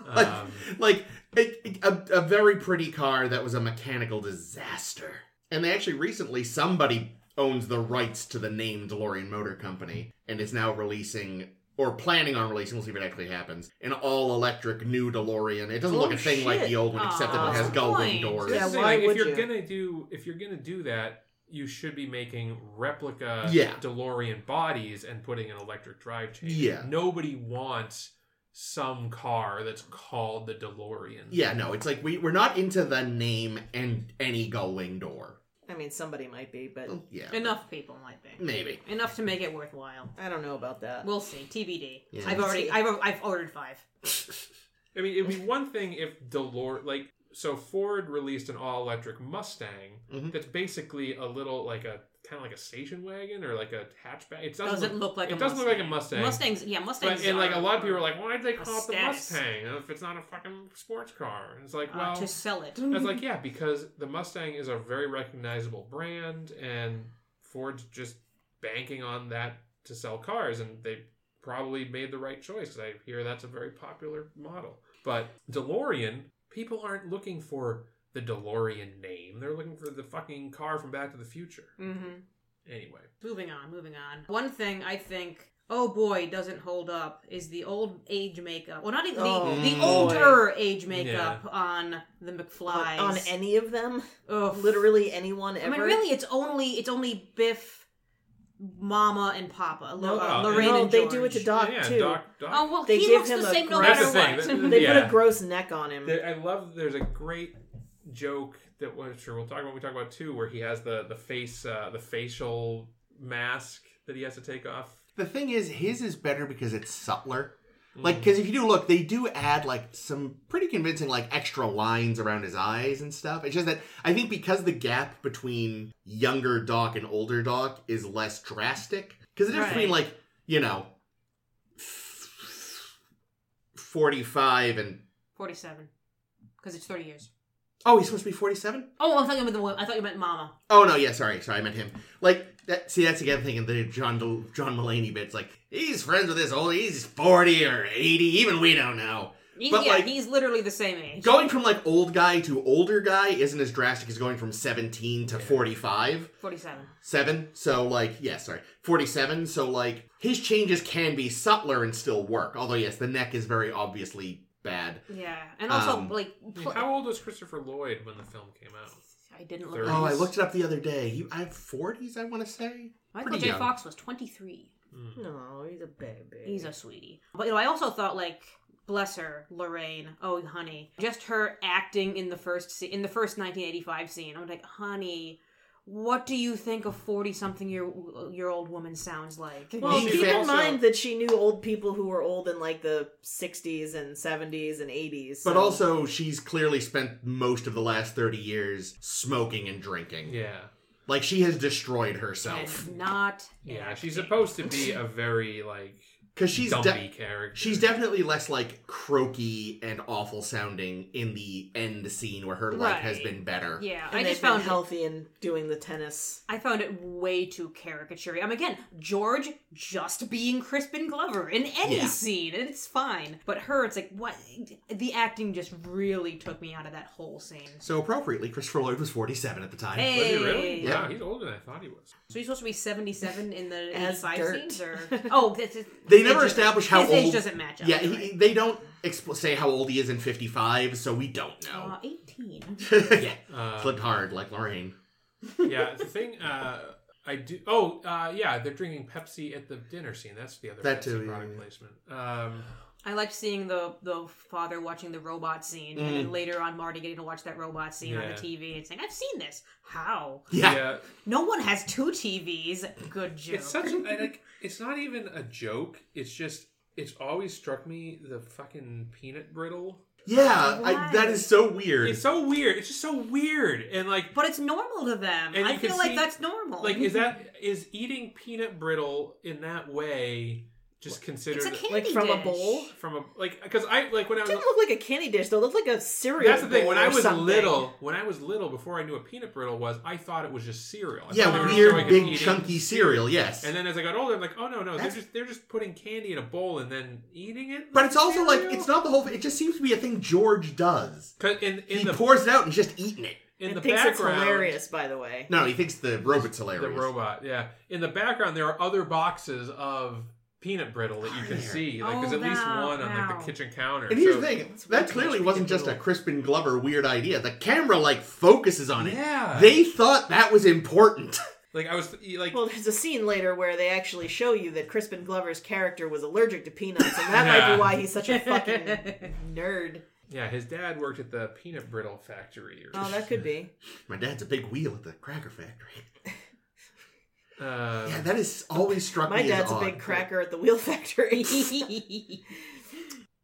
Speaker 4: um,
Speaker 1: Like, a, a, a very pretty car that was a mechanical disaster. And they actually recently, somebody owns the rights to the name DeLorean Motor Company and is now releasing. Or planning on releasing, we'll see if it actually happens. An all electric new DeLorean. It doesn't look
Speaker 3: Oh,
Speaker 1: a thing like
Speaker 3: shit.
Speaker 1: the old one, except that
Speaker 2: Aw,
Speaker 1: it has
Speaker 2: that's a
Speaker 1: gullwing
Speaker 2: point.
Speaker 1: doors.
Speaker 3: Yeah,
Speaker 4: Just say,
Speaker 3: why
Speaker 4: like, if
Speaker 3: would
Speaker 4: you're
Speaker 3: you?
Speaker 4: gonna do if you're gonna do that, you should be making replica
Speaker 1: Yeah.
Speaker 4: DeLorean bodies and putting an electric drive chain.
Speaker 1: Yeah.
Speaker 4: Nobody wants some car that's called the DeLorean.
Speaker 1: Yeah, no, it's like we we're not into the name and any gullwing door.
Speaker 3: I mean, somebody might be, but
Speaker 1: Well, yeah,
Speaker 2: Enough people might be.
Speaker 1: maybe.
Speaker 2: Enough to make it worthwhile.
Speaker 3: I don't know about that.
Speaker 2: We'll see. TBD.
Speaker 1: Yeah.
Speaker 2: I've already. I've, I've ordered five.
Speaker 4: I mean, it'd be one thing if DeLorean, like, so Ford released an all electric Mustang
Speaker 1: Mhm.
Speaker 4: that's basically a little like a kind of like a station wagon or like a hatchback. It doesn't,
Speaker 2: Doesn't look like
Speaker 4: it
Speaker 2: a
Speaker 4: doesn't
Speaker 2: Mustang.
Speaker 4: look like a Mustang.
Speaker 2: Mustangs. Yeah, Mustangs.
Speaker 4: But, and like
Speaker 2: are-
Speaker 4: a lot of people are like, why did they
Speaker 2: a
Speaker 4: call it the
Speaker 2: status.
Speaker 4: Mustang if it's not a fucking sports car? And it's like,
Speaker 2: uh,
Speaker 4: well,
Speaker 2: to sell it.
Speaker 4: I was like, yeah, because the Mustang is a very recognizable brand, and Ford's just banking on that to sell cars, and they probably made the right choice. 'cause I hear that's a very popular model. But DeLorean, people aren't looking for the DeLorean name; they're looking for the fucking car from Back to the Future.
Speaker 2: hmm
Speaker 4: Anyway,
Speaker 2: Moving on, moving on. One thing I think, oh boy, doesn't hold up is the old age makeup. Well, not even the,
Speaker 3: Oh,
Speaker 2: the
Speaker 1: boy.
Speaker 2: older age makeup on the McFlys.
Speaker 3: on any of them,
Speaker 2: Ugh.
Speaker 3: literally anyone
Speaker 2: I
Speaker 3: ever.
Speaker 2: mean, really, it's only it's only Biff, Mama, and Papa. Lo- uh,
Speaker 4: No,
Speaker 2: Lorraine
Speaker 3: no,
Speaker 2: and
Speaker 3: they do it
Speaker 2: George.
Speaker 3: to Doc
Speaker 4: yeah,
Speaker 3: too.
Speaker 4: Doc, Doc.
Speaker 2: Oh well,
Speaker 3: They
Speaker 2: he
Speaker 3: give
Speaker 2: looks
Speaker 3: him
Speaker 2: the
Speaker 3: a
Speaker 2: same no
Speaker 3: gross-
Speaker 2: matter
Speaker 4: That's the thing,
Speaker 2: what.
Speaker 3: [LAUGHS] They
Speaker 4: Yeah.
Speaker 3: put a gross neck on him.
Speaker 4: There- I love. There's a great joke that we're sure we'll talk about. when We talk about too, where he has the the face, uh, the facial mask that he has to take off.
Speaker 1: The thing is, his is better because it's subtler. Like,
Speaker 4: Mm.
Speaker 1: because if you do look, they do add like some pretty convincing like extra lines around his eyes and stuff. It's just that I think because the gap between younger Doc and older Doc is less drastic. Because the difference
Speaker 2: Right.
Speaker 1: between like you know forty five and
Speaker 2: Forty-seven, because it's thirty years.
Speaker 1: Oh, he's supposed to be 47?
Speaker 2: Oh, I'm talking about the woman. I thought you meant Mama.
Speaker 1: Oh, no, yeah, sorry. Sorry, I meant him. Like, that, see, that's again thinking the John, Del- John Mulaney bits. Like, he's friends with this old, he's 40 or 80, even we don't know.
Speaker 2: He-
Speaker 1: But,
Speaker 2: yeah,
Speaker 1: like-
Speaker 2: he's literally the same age.
Speaker 1: Going from, like, old guy to older guy isn't as drastic as going from 17 to 45.
Speaker 2: 47.
Speaker 1: Seven. So like, yeah, sorry, forty-seven. So like, his changes can be subtler and still work. Although yes, the neck is very obviously bad.
Speaker 2: Yeah. And also,
Speaker 1: Um,
Speaker 2: like, pl-
Speaker 4: How old was Christopher Lloyd when the film came out?
Speaker 2: I didn't look
Speaker 4: Thirty.
Speaker 1: Oh, I
Speaker 2: at
Speaker 1: looked it up the other day. He, I have forties. I want to say.
Speaker 2: Michael
Speaker 1: pretty
Speaker 2: J.
Speaker 1: young.
Speaker 2: Fox was 23.
Speaker 4: Mm.
Speaker 3: No, he's a baby.
Speaker 2: He's a sweetie. But you know, I also thought like bless her, Lorraine. Oh, honey, just her acting in the first se- in the first 1985 scene. I'm like, honey, what do you think a 40 something year year old woman sounds like?
Speaker 3: Well,
Speaker 1: She
Speaker 3: keep
Speaker 1: fit-
Speaker 3: in
Speaker 1: also-
Speaker 3: mind that she knew old people who were old in like the 60s and 70s and 80s.
Speaker 1: But
Speaker 3: so-
Speaker 1: also, she's clearly spent most of the last thirty years smoking and drinking.
Speaker 4: Yeah.
Speaker 1: Like she has destroyed herself
Speaker 2: And not
Speaker 4: Yeah,
Speaker 2: acting.
Speaker 4: she's supposed to be a very like
Speaker 1: because she's
Speaker 4: dumpy
Speaker 1: de-
Speaker 4: character.
Speaker 1: she's definitely less like croaky and awful sounding in the end scene where her life has
Speaker 2: Right.
Speaker 1: been better.
Speaker 2: Yeah,
Speaker 3: And
Speaker 2: I just
Speaker 3: they've been
Speaker 2: found it,
Speaker 3: healthy and doing the tennis.
Speaker 2: I found it way too caricature. I'm again George just being Crispin Glover in any
Speaker 1: Yeah.
Speaker 2: scene, and it's fine. But her, it's like what the acting just really took me out of that whole scene.
Speaker 1: So appropriately, Christopher Lloyd was forty-seven at the time.
Speaker 2: Hey.
Speaker 4: Was he really?
Speaker 1: Yeah.
Speaker 4: Wow, he's older than I thought he was.
Speaker 2: So he's supposed to be 77 in the
Speaker 3: As
Speaker 2: 85
Speaker 3: dirt.
Speaker 1: [LAUGHS]
Speaker 2: scenes? Or... Oh, this is,
Speaker 1: They never
Speaker 2: his age-
Speaker 1: establish how
Speaker 2: his
Speaker 1: old-
Speaker 2: age doesn't match up.
Speaker 1: Yeah,
Speaker 2: you're
Speaker 1: he,
Speaker 2: right.
Speaker 1: they don't expl- say how old he is in 55, so we don't know.
Speaker 2: Uh, 18.
Speaker 1: [LAUGHS] yeah,
Speaker 4: Uh,
Speaker 1: flipped hard like Lorraine.
Speaker 4: yeah, the thing uh, I do. Oh, uh, yeah, they're drinking Pepsi at the dinner scene. That's the other
Speaker 1: That
Speaker 4: Pepsi
Speaker 1: too, yeah,
Speaker 4: product
Speaker 1: yeah.
Speaker 4: placement. Um,
Speaker 2: I liked seeing the the father watching the robot scene, and
Speaker 1: Mm.
Speaker 2: then later on Marty getting to watch that robot scene on the
Speaker 4: Yeah.
Speaker 2: TV and saying, "I've seen this. How?
Speaker 1: Yeah,
Speaker 4: yeah,
Speaker 2: No one has two TVs. Good joke."
Speaker 4: it's
Speaker 2: [LAUGHS]
Speaker 4: such a, I like. It's not even a joke. It's just. It's always struck me the fucking peanut brittle.
Speaker 1: yeah, I,
Speaker 2: Why?
Speaker 1: that is so weird.
Speaker 4: It's so weird. It's just so weird. And like,
Speaker 2: but it's normal to them.
Speaker 4: And
Speaker 2: I
Speaker 4: you can
Speaker 2: feel like
Speaker 4: see-
Speaker 2: that's normal.
Speaker 4: like is that is eating peanut brittle in that way
Speaker 2: [LAUGHS]
Speaker 4: just
Speaker 2: it's
Speaker 4: considered
Speaker 2: a candy
Speaker 3: Like from a
Speaker 2: dish.
Speaker 3: bowl?
Speaker 4: from a like because I like when I
Speaker 3: It
Speaker 4: was
Speaker 3: didn't look like a candy dish though. It looked like a cereal.
Speaker 4: That's the thing.
Speaker 3: bowl
Speaker 4: When I
Speaker 3: or
Speaker 4: was
Speaker 3: something.
Speaker 4: little, when I was little, before I knew what peanut brittle was, I thought it was just cereal. I thought it
Speaker 1: yeah,
Speaker 4: was
Speaker 1: weird,
Speaker 4: just like
Speaker 1: big,
Speaker 4: eating-
Speaker 1: chunky cereal, yes.
Speaker 4: And then as I got older, I'm like, oh no, no,
Speaker 1: That's-
Speaker 4: they're just they're just putting candy in a bowl and then eating it.
Speaker 1: but it's also like,
Speaker 4: cereal?
Speaker 1: it's not the whole It just seems to be a thing George does.
Speaker 4: 'Cause in
Speaker 1: He
Speaker 4: in the
Speaker 1: pours it out and he's just eating it.
Speaker 4: in
Speaker 3: It
Speaker 4: the
Speaker 3: thinks it's
Speaker 4: background.
Speaker 3: hilarious, by the way.
Speaker 1: No, he thinks the robot's hilarious.
Speaker 4: The robot, yeah. In the background, there are other boxes of peanut brittle that you
Speaker 1: Are
Speaker 4: can
Speaker 1: there?
Speaker 4: see. Like, there's
Speaker 2: Oh,
Speaker 4: at least
Speaker 2: wow,
Speaker 4: one on like
Speaker 2: wow.
Speaker 4: the kitchen counter.
Speaker 1: And here's
Speaker 4: So-
Speaker 1: the thing
Speaker 3: That's
Speaker 1: that
Speaker 3: weird.
Speaker 1: clearly
Speaker 3: Peanut
Speaker 1: wasn't just a
Speaker 3: brittle.
Speaker 1: Crispin Glover weird idea. The camera, like, focuses on it.
Speaker 4: Yeah.
Speaker 1: They thought that was important. [LAUGHS]
Speaker 4: Like I was like
Speaker 3: Well, there's a scene later where they actually show you that Crispin Glover's character was allergic to peanuts, and that might
Speaker 4: Yeah.
Speaker 3: be why he's such a [LAUGHS] fucking nerd.
Speaker 4: yeah, his dad worked at the peanut brittle factory. Or,
Speaker 3: Oh, that could be.
Speaker 1: My dad's a big wheel at the cracker factory.
Speaker 4: Um,
Speaker 1: Yeah, that is always struck
Speaker 3: Uh, My
Speaker 1: me as
Speaker 3: dad's a
Speaker 1: odd.
Speaker 3: big cracker at the wheel [LAUGHS] factory.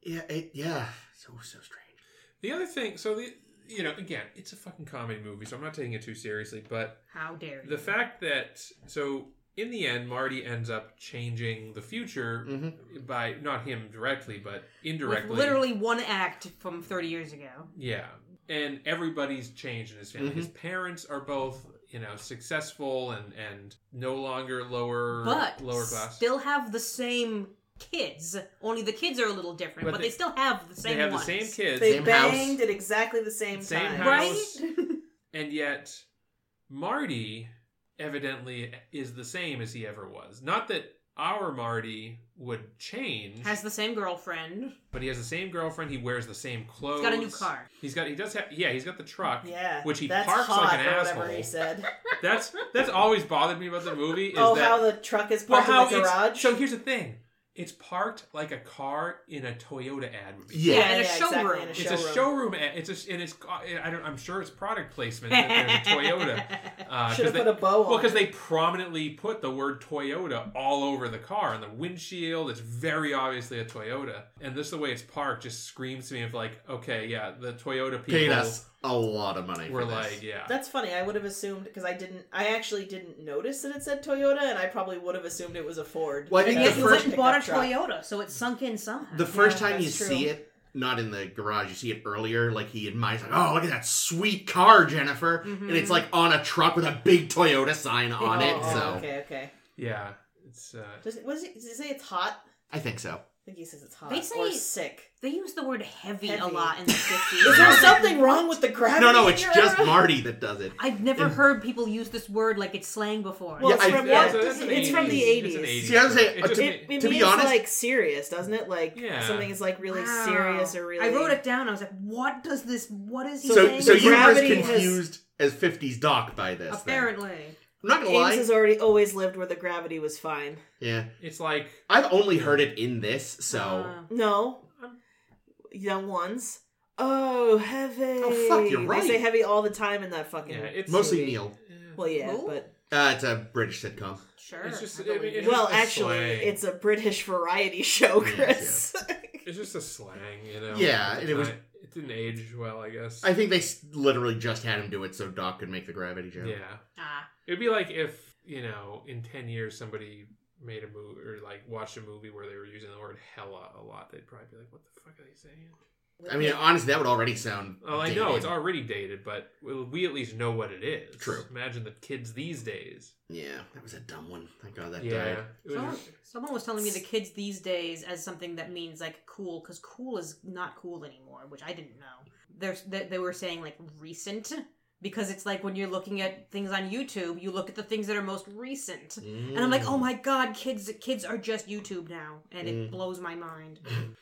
Speaker 1: Yeah, it, yeah, so so strange.
Speaker 4: The other thing, so the you know, again, it's a fucking comedy movie, so I'm not taking it too seriously, but
Speaker 2: How dare you?
Speaker 4: the fact that so in the end Marty ends up changing the future
Speaker 1: Mm.
Speaker 4: by not him directly, but
Speaker 2: With
Speaker 4: indirectly.
Speaker 2: literally one act from 30 years ago.
Speaker 4: Yeah. And everybody's changed in his family.
Speaker 1: Mhm.
Speaker 4: His parents are both, you know, successful and and no longer lower
Speaker 2: but
Speaker 4: lower class.
Speaker 2: still have the same kids. Only the kids are a little different,
Speaker 4: But
Speaker 2: but,
Speaker 4: they-
Speaker 2: they, still have the same
Speaker 4: they have
Speaker 2: ones.
Speaker 4: the same kids.
Speaker 3: they
Speaker 1: Same house.
Speaker 3: banged at exactly the same,
Speaker 4: Same
Speaker 3: time.
Speaker 4: house.
Speaker 2: [LAUGHS] Right?
Speaker 4: And yet, Marty evidently is the same as he ever was. Not that our Marty would change,
Speaker 2: Has the same girlfriend.
Speaker 4: but he has the same girlfriend. He wears the same clothes.
Speaker 2: He's got a new car.
Speaker 4: He's got. He does have. Yeah, he's got the truck.
Speaker 3: Yeah,
Speaker 4: which he
Speaker 3: that's
Speaker 4: parks
Speaker 3: hot
Speaker 4: like an
Speaker 3: or whatever
Speaker 4: asshole.
Speaker 3: he said.
Speaker 4: That's that's always bothered me about the movie. Is
Speaker 3: oh,
Speaker 4: that,
Speaker 3: how the truck is
Speaker 4: well,
Speaker 3: parked
Speaker 4: how
Speaker 3: in the
Speaker 4: it's-
Speaker 3: garage.
Speaker 4: So here's the thing: it's parked like a car in a Toyota ad would be.
Speaker 1: Yeah.
Speaker 2: in a
Speaker 3: exactly,
Speaker 2: showroom.
Speaker 3: in
Speaker 4: It's a showroom. ad. It's a and it's. I don't. I'm sure it's product placement. That there's a Toyota.
Speaker 3: [LAUGHS]
Speaker 4: Uh, 'cause
Speaker 3: Should have
Speaker 4: they-
Speaker 3: put a bow on.
Speaker 4: Well, because
Speaker 3: it.
Speaker 4: they prominently put the word Toyota all over the car and the windshield. It's very obviously a Toyota, and this the way it's parked just screams to me of like, okay, yeah, the Toyota people
Speaker 1: Paid us a lot of money.
Speaker 4: were
Speaker 1: for this.
Speaker 4: like, yeah,
Speaker 3: That's funny. I would have assumed because I didn't. I actually didn't notice that it said Toyota, and I probably would have assumed it was a Ford.
Speaker 1: Well, I think
Speaker 2: And
Speaker 1: the
Speaker 2: yet he
Speaker 1: first
Speaker 2: went and bought a
Speaker 3: Pickup truck.
Speaker 2: Toyota, so it sunk in somehow.
Speaker 1: the first
Speaker 3: Yeah,
Speaker 1: time you
Speaker 3: that's true.
Speaker 1: see it, not in the garage. You see it earlier. Like he admires, like, oh, look at that sweet car, Jennifer. And
Speaker 3: Mm-hmm.
Speaker 1: it's like on a truck with a big Toyota sign on it.
Speaker 3: Oh,
Speaker 1: So
Speaker 3: Okay, okay.
Speaker 4: Yeah, it's uh,
Speaker 3: Does it, what does, it, does it say it's hot?
Speaker 1: I think so.
Speaker 3: I think he says it's hot.
Speaker 2: They say-
Speaker 3: or sick.
Speaker 2: They use the word heavy, a
Speaker 3: Heavy.
Speaker 2: lot in the
Speaker 4: [LAUGHS]
Speaker 2: 50s.
Speaker 3: Is there something wrong with the gravity?
Speaker 1: No, no,
Speaker 3: in
Speaker 1: it's
Speaker 3: your
Speaker 1: just
Speaker 3: era?
Speaker 1: Marty that does it.
Speaker 2: I've never heard people use this word like it's slang before.
Speaker 3: Well,
Speaker 1: Yeah,
Speaker 3: it's,
Speaker 1: I-
Speaker 3: from,
Speaker 1: yeah,
Speaker 3: what-
Speaker 4: that's an
Speaker 3: it's from the
Speaker 4: 80s. It's
Speaker 3: 80s.
Speaker 4: an
Speaker 1: See, I was saying,
Speaker 4: It
Speaker 1: uh,
Speaker 4: just
Speaker 1: to-
Speaker 3: It,
Speaker 4: ma-
Speaker 3: it
Speaker 1: To be
Speaker 3: means
Speaker 1: honest-
Speaker 3: like serious, doesn't it? Like
Speaker 4: Yeah.
Speaker 3: something is like really
Speaker 2: Wow.
Speaker 3: serious or really.
Speaker 2: I wrote it down. I was like, "What does this? What is he
Speaker 1: So,
Speaker 2: saying?"
Speaker 1: so you were as
Speaker 3: Gravity has-
Speaker 1: confused as 50s Doc by this. then.
Speaker 2: apparently.
Speaker 1: I'm not gonna
Speaker 3: Ames
Speaker 1: lie.
Speaker 3: has already always lived where the gravity was fine.
Speaker 1: Yeah,
Speaker 4: it's like
Speaker 1: I've only heard it in this. So
Speaker 2: Uh,
Speaker 3: No, young ones. Oh, heavy.
Speaker 1: Oh, fuck, you're
Speaker 3: They
Speaker 1: right.
Speaker 3: say heavy all the time in that fucking.
Speaker 4: yeah, it's
Speaker 1: mostly Neil.
Speaker 3: Well, yeah,
Speaker 2: Who?
Speaker 3: but
Speaker 1: Uh, it's a British sitcom.
Speaker 2: sure.
Speaker 4: It's just-
Speaker 2: I believe
Speaker 4: I mean,
Speaker 2: you.
Speaker 4: It's
Speaker 3: well,
Speaker 4: just a
Speaker 3: actually,
Speaker 4: slang.
Speaker 3: it's a British variety [LAUGHS] show,
Speaker 1: Yes,
Speaker 3: Chris.
Speaker 4: It's just a slang, you know.
Speaker 1: Yeah,
Speaker 4: It's
Speaker 1: and it was-
Speaker 4: not- It didn't age well, I guess.
Speaker 1: I think they s- literally just had him do it so Doc could make the gravity joke.
Speaker 4: yeah,
Speaker 2: ah,
Speaker 4: it'd be like if you know, in ten years, somebody made a movie or like watched a movie where they were using the word "hella" a lot. They'd probably be like, "What the fuck are they saying?"
Speaker 1: I mean, honestly, that would already sound.
Speaker 4: Oh, I know it's
Speaker 1: dated.
Speaker 4: already dated, but we- we at least know what it is.
Speaker 1: True.
Speaker 4: Imagine the kids these days.
Speaker 1: Yeah, that was a dumb one. Thank God that
Speaker 4: yeah.
Speaker 1: died.
Speaker 4: It was-
Speaker 2: someone, someone was telling me the kids these days as something that means like cool because cool is not cool anymore, which I didn't know. There's they, they were saying like recent because it's like when you're looking at things on YouTube, you look at the things that are most recent. And I'm like, oh my god, kids! Kids are just YouTube now, and it
Speaker 1: Mm.
Speaker 2: blows my mind.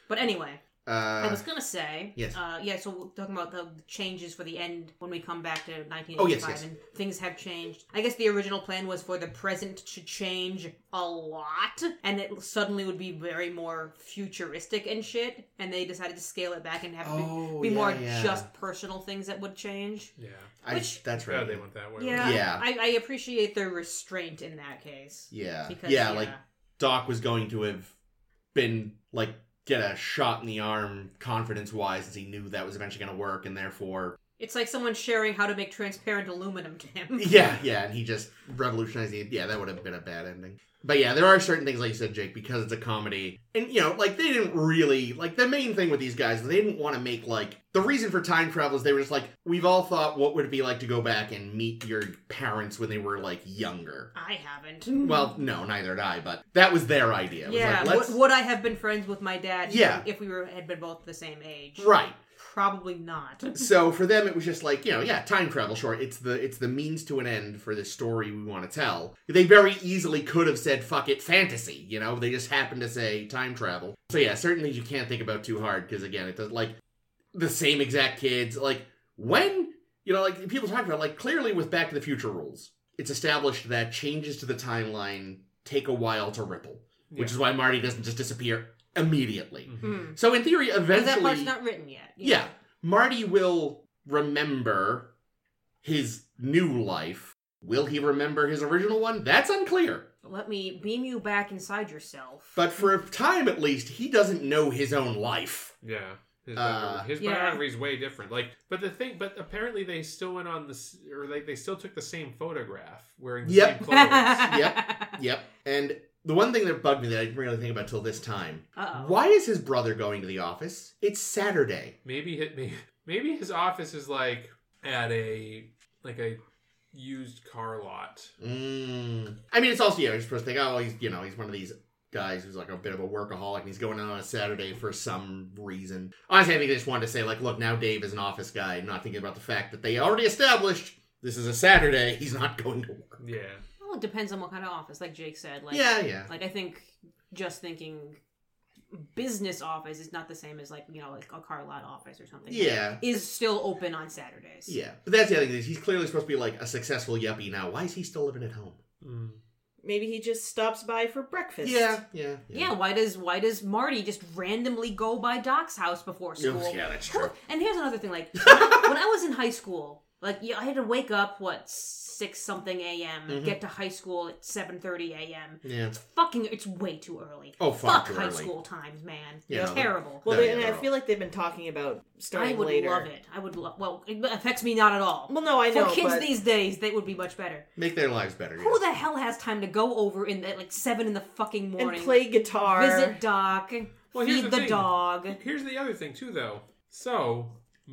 Speaker 2: But anyway, I
Speaker 1: Uh,
Speaker 2: was gonna say,
Speaker 1: yes.
Speaker 2: uh, yeah. So we're talking about the changes for the end when we come back to 1985,
Speaker 1: Oh, yes, yes.
Speaker 2: and things have changed. I guess the original plan was for the present to change a lot, and it suddenly would be very more futuristic and shit. And they decided to scale it back and have it
Speaker 1: oh,
Speaker 2: be, be
Speaker 1: yeah,
Speaker 2: more
Speaker 1: yeah.
Speaker 2: just personal things that would change.
Speaker 4: yeah.
Speaker 1: I,
Speaker 2: which-
Speaker 1: that's
Speaker 4: Glad
Speaker 1: right.
Speaker 4: Oh, they went that way.
Speaker 2: Yeah,
Speaker 1: Yeah.
Speaker 2: I, I appreciate their restraint in that case.
Speaker 1: Yeah,
Speaker 2: Because,
Speaker 1: yeah, like Doc was going to have been like get a shot in the arm confidence wise, as he knew that was eventually going to work, and therefore,
Speaker 2: It's like someone sharing how to make transparent aluminum to him.
Speaker 1: yeah, yeah, and he just revolutionized the. Yeah, that would have been a bad ending. But yeah, there are certain things, like you said, Jake, because it's a comedy, and you know, like they didn't really like the main thing with these guys. is They didn't want to make like the reason for time travel is they were just like we've all thought what would it be like to go back and meet your parents when they were like younger.
Speaker 2: [LAUGHS] I haven't.
Speaker 1: Well, no, neither did I, but that was their idea. It was
Speaker 2: yeah,
Speaker 1: like, let's-
Speaker 2: would, would I have been friends with my dad?
Speaker 1: Yeah.
Speaker 2: if we were had been both the same age?
Speaker 1: right. Hmm.
Speaker 2: Probably not.
Speaker 1: so for them it was just like you know yeah time travel sure it's the it's the means to an end for the story we want to tell they very easily could have said fuck it fantasy you know they just happened to say time travel so yeah certain things you can't think about too hard because again it does like the same exact kids like when you know like people talk about like clearly with back to the future rules it's established that changes to the timeline take a while to ripple which
Speaker 4: Yeah.
Speaker 1: is why marty doesn't just disappear immediately
Speaker 4: Mhm.
Speaker 2: Hmm.
Speaker 1: so in theory
Speaker 2: But
Speaker 1: eventually
Speaker 2: That part's not written yet.
Speaker 1: yeah. Marty will remember his new life. Will he remember his original one? That's unclear.
Speaker 2: Let me beam you back inside yourself.
Speaker 1: But
Speaker 2: [LAUGHS]
Speaker 1: for a time at least, he doesn't know his own life.
Speaker 4: [LAUGHS] Yeah. His,
Speaker 1: Uh,
Speaker 4: biography, his
Speaker 2: Yeah.
Speaker 4: biography is way different. Like, but the thing, but apparently they still went on this, or like they still took the same photograph wearing the
Speaker 1: Yep. [LAUGHS]
Speaker 4: same clothes.
Speaker 1: Yep. Yep. And the one thing that bugged me that I didn't really think about till this time
Speaker 2: Uh-oh.
Speaker 1: why is his brother going to the office? It's Saturday.
Speaker 4: maybe hit me. Maybe his office is like at a like a used car lot.
Speaker 1: Mm. I mean, it's also, yeah, you're supposed to think, oh, he's, you know, he's one of these guys who's like a bit of a workaholic and he's going out on a Saturday for some reason. Honestly, I think they just wanted to say, like, look, now Dave is an office guy, and not thinking about the fact that they already established this is a Saturday, [LAUGHS] he's not going to work.
Speaker 4: Yeah.
Speaker 2: Well, it depends on what kind of office. Like Jake said, like
Speaker 1: yeah, yeah.
Speaker 2: like I think just thinking business office is not the same as like you know like a car lot office or something.
Speaker 1: yeah.
Speaker 2: is still open on Saturdays.
Speaker 1: Yeah. But that's the other thing is he's clearly supposed to be like a successful yuppie now. Why is he still living at home?
Speaker 4: Mm.
Speaker 3: [LAUGHS] Maybe he just stops by for breakfast.
Speaker 1: Yeah, yeah.
Speaker 2: Yeah, why does why does Marty just randomly go by Doc's house before school?
Speaker 1: Yeah, that's true.
Speaker 2: [LAUGHS] And here's another thing, like when I, when I was in high school, like yeah, I had to wake up what six something a.m. and
Speaker 4: Mm-hmm.
Speaker 1: Mhm.
Speaker 2: get to high school at seven thirty a.m.
Speaker 1: Yeah.
Speaker 2: It's fucking, it's way too early.
Speaker 1: Oh,
Speaker 2: Fuck
Speaker 1: fuck,
Speaker 2: high
Speaker 1: early.
Speaker 2: school times, man.
Speaker 1: Yeah.
Speaker 2: Terrible.
Speaker 1: No,
Speaker 3: Well, they-
Speaker 1: yeah,
Speaker 3: and I
Speaker 1: they're
Speaker 3: feel like they've been talking about starting
Speaker 2: I would
Speaker 3: later.
Speaker 2: love it. I would love. Well, it affects me not at all.
Speaker 3: Well, no, I
Speaker 2: For
Speaker 3: know.
Speaker 2: kids
Speaker 3: but
Speaker 2: these days, they would be much better.
Speaker 1: Make their lives better.
Speaker 2: Who
Speaker 1: yes.
Speaker 2: the hell has time to go over in at like seven in the fucking
Speaker 3: and
Speaker 2: morning?
Speaker 3: play guitar.
Speaker 2: visit Doc.
Speaker 4: Well, here's
Speaker 2: feed
Speaker 4: the
Speaker 2: the,
Speaker 4: thing.
Speaker 2: dog.
Speaker 4: Here's the other thing too, though. So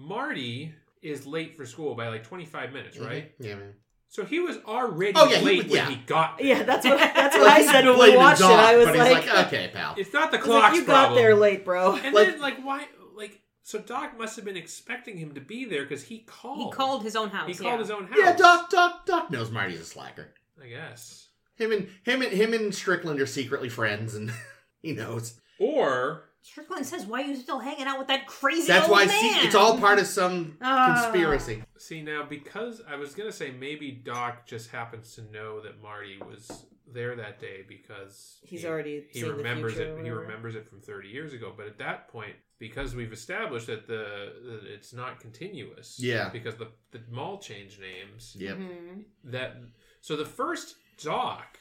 Speaker 4: Marty is late for school by like 25 minutes, right?
Speaker 1: Yeah, man.
Speaker 4: So he was already
Speaker 1: Mm-hmm. Oh, yeah, he
Speaker 4: late
Speaker 1: was-
Speaker 4: when
Speaker 1: yeah.
Speaker 4: he got there.
Speaker 3: Yeah, that's
Speaker 4: [LAUGHS]
Speaker 3: what that's what I said when we
Speaker 1: Blaming
Speaker 3: watched it.
Speaker 1: Doc,
Speaker 3: I was
Speaker 1: but
Speaker 3: like,
Speaker 1: he's like, "Uh, okay,
Speaker 3: [LAUGHS]
Speaker 1: pal.
Speaker 4: It's not the
Speaker 3: I was like,
Speaker 4: clock's
Speaker 3: you
Speaker 4: problem.
Speaker 3: got there late, bro.
Speaker 4: And
Speaker 1: Like-
Speaker 4: then like why like so Doc must have been expecting him to be there because he called.
Speaker 2: He called his own house.
Speaker 4: He
Speaker 2: yeah.
Speaker 4: called his own house.
Speaker 1: Yeah, Doc, Doc, Doc knows Marty's a slacker.
Speaker 4: I guess.
Speaker 1: Him and him and him and Strickland are secretly friends, and [LAUGHS] he knows.
Speaker 4: Or
Speaker 2: Strickland says, "Why are you still hanging out with that crazy
Speaker 1: That's
Speaker 2: old
Speaker 1: why
Speaker 2: man?"
Speaker 1: see, it's all part of some
Speaker 2: [LAUGHS] Ah.
Speaker 1: conspiracy.
Speaker 4: see now because I was gonna say maybe Doc just happens to know that Marty was there that day because
Speaker 3: He's
Speaker 4: he-
Speaker 3: already
Speaker 4: he
Speaker 3: seen the
Speaker 4: remembers
Speaker 3: future or
Speaker 4: it. He
Speaker 3: whatever.
Speaker 4: remembers it from 30 years ago. But at that point, because we've established that the that it's not continuous.
Speaker 1: Yeah.
Speaker 4: Because the the mall changed names.
Speaker 1: Yep.
Speaker 2: Mhm.
Speaker 4: That so the first Doc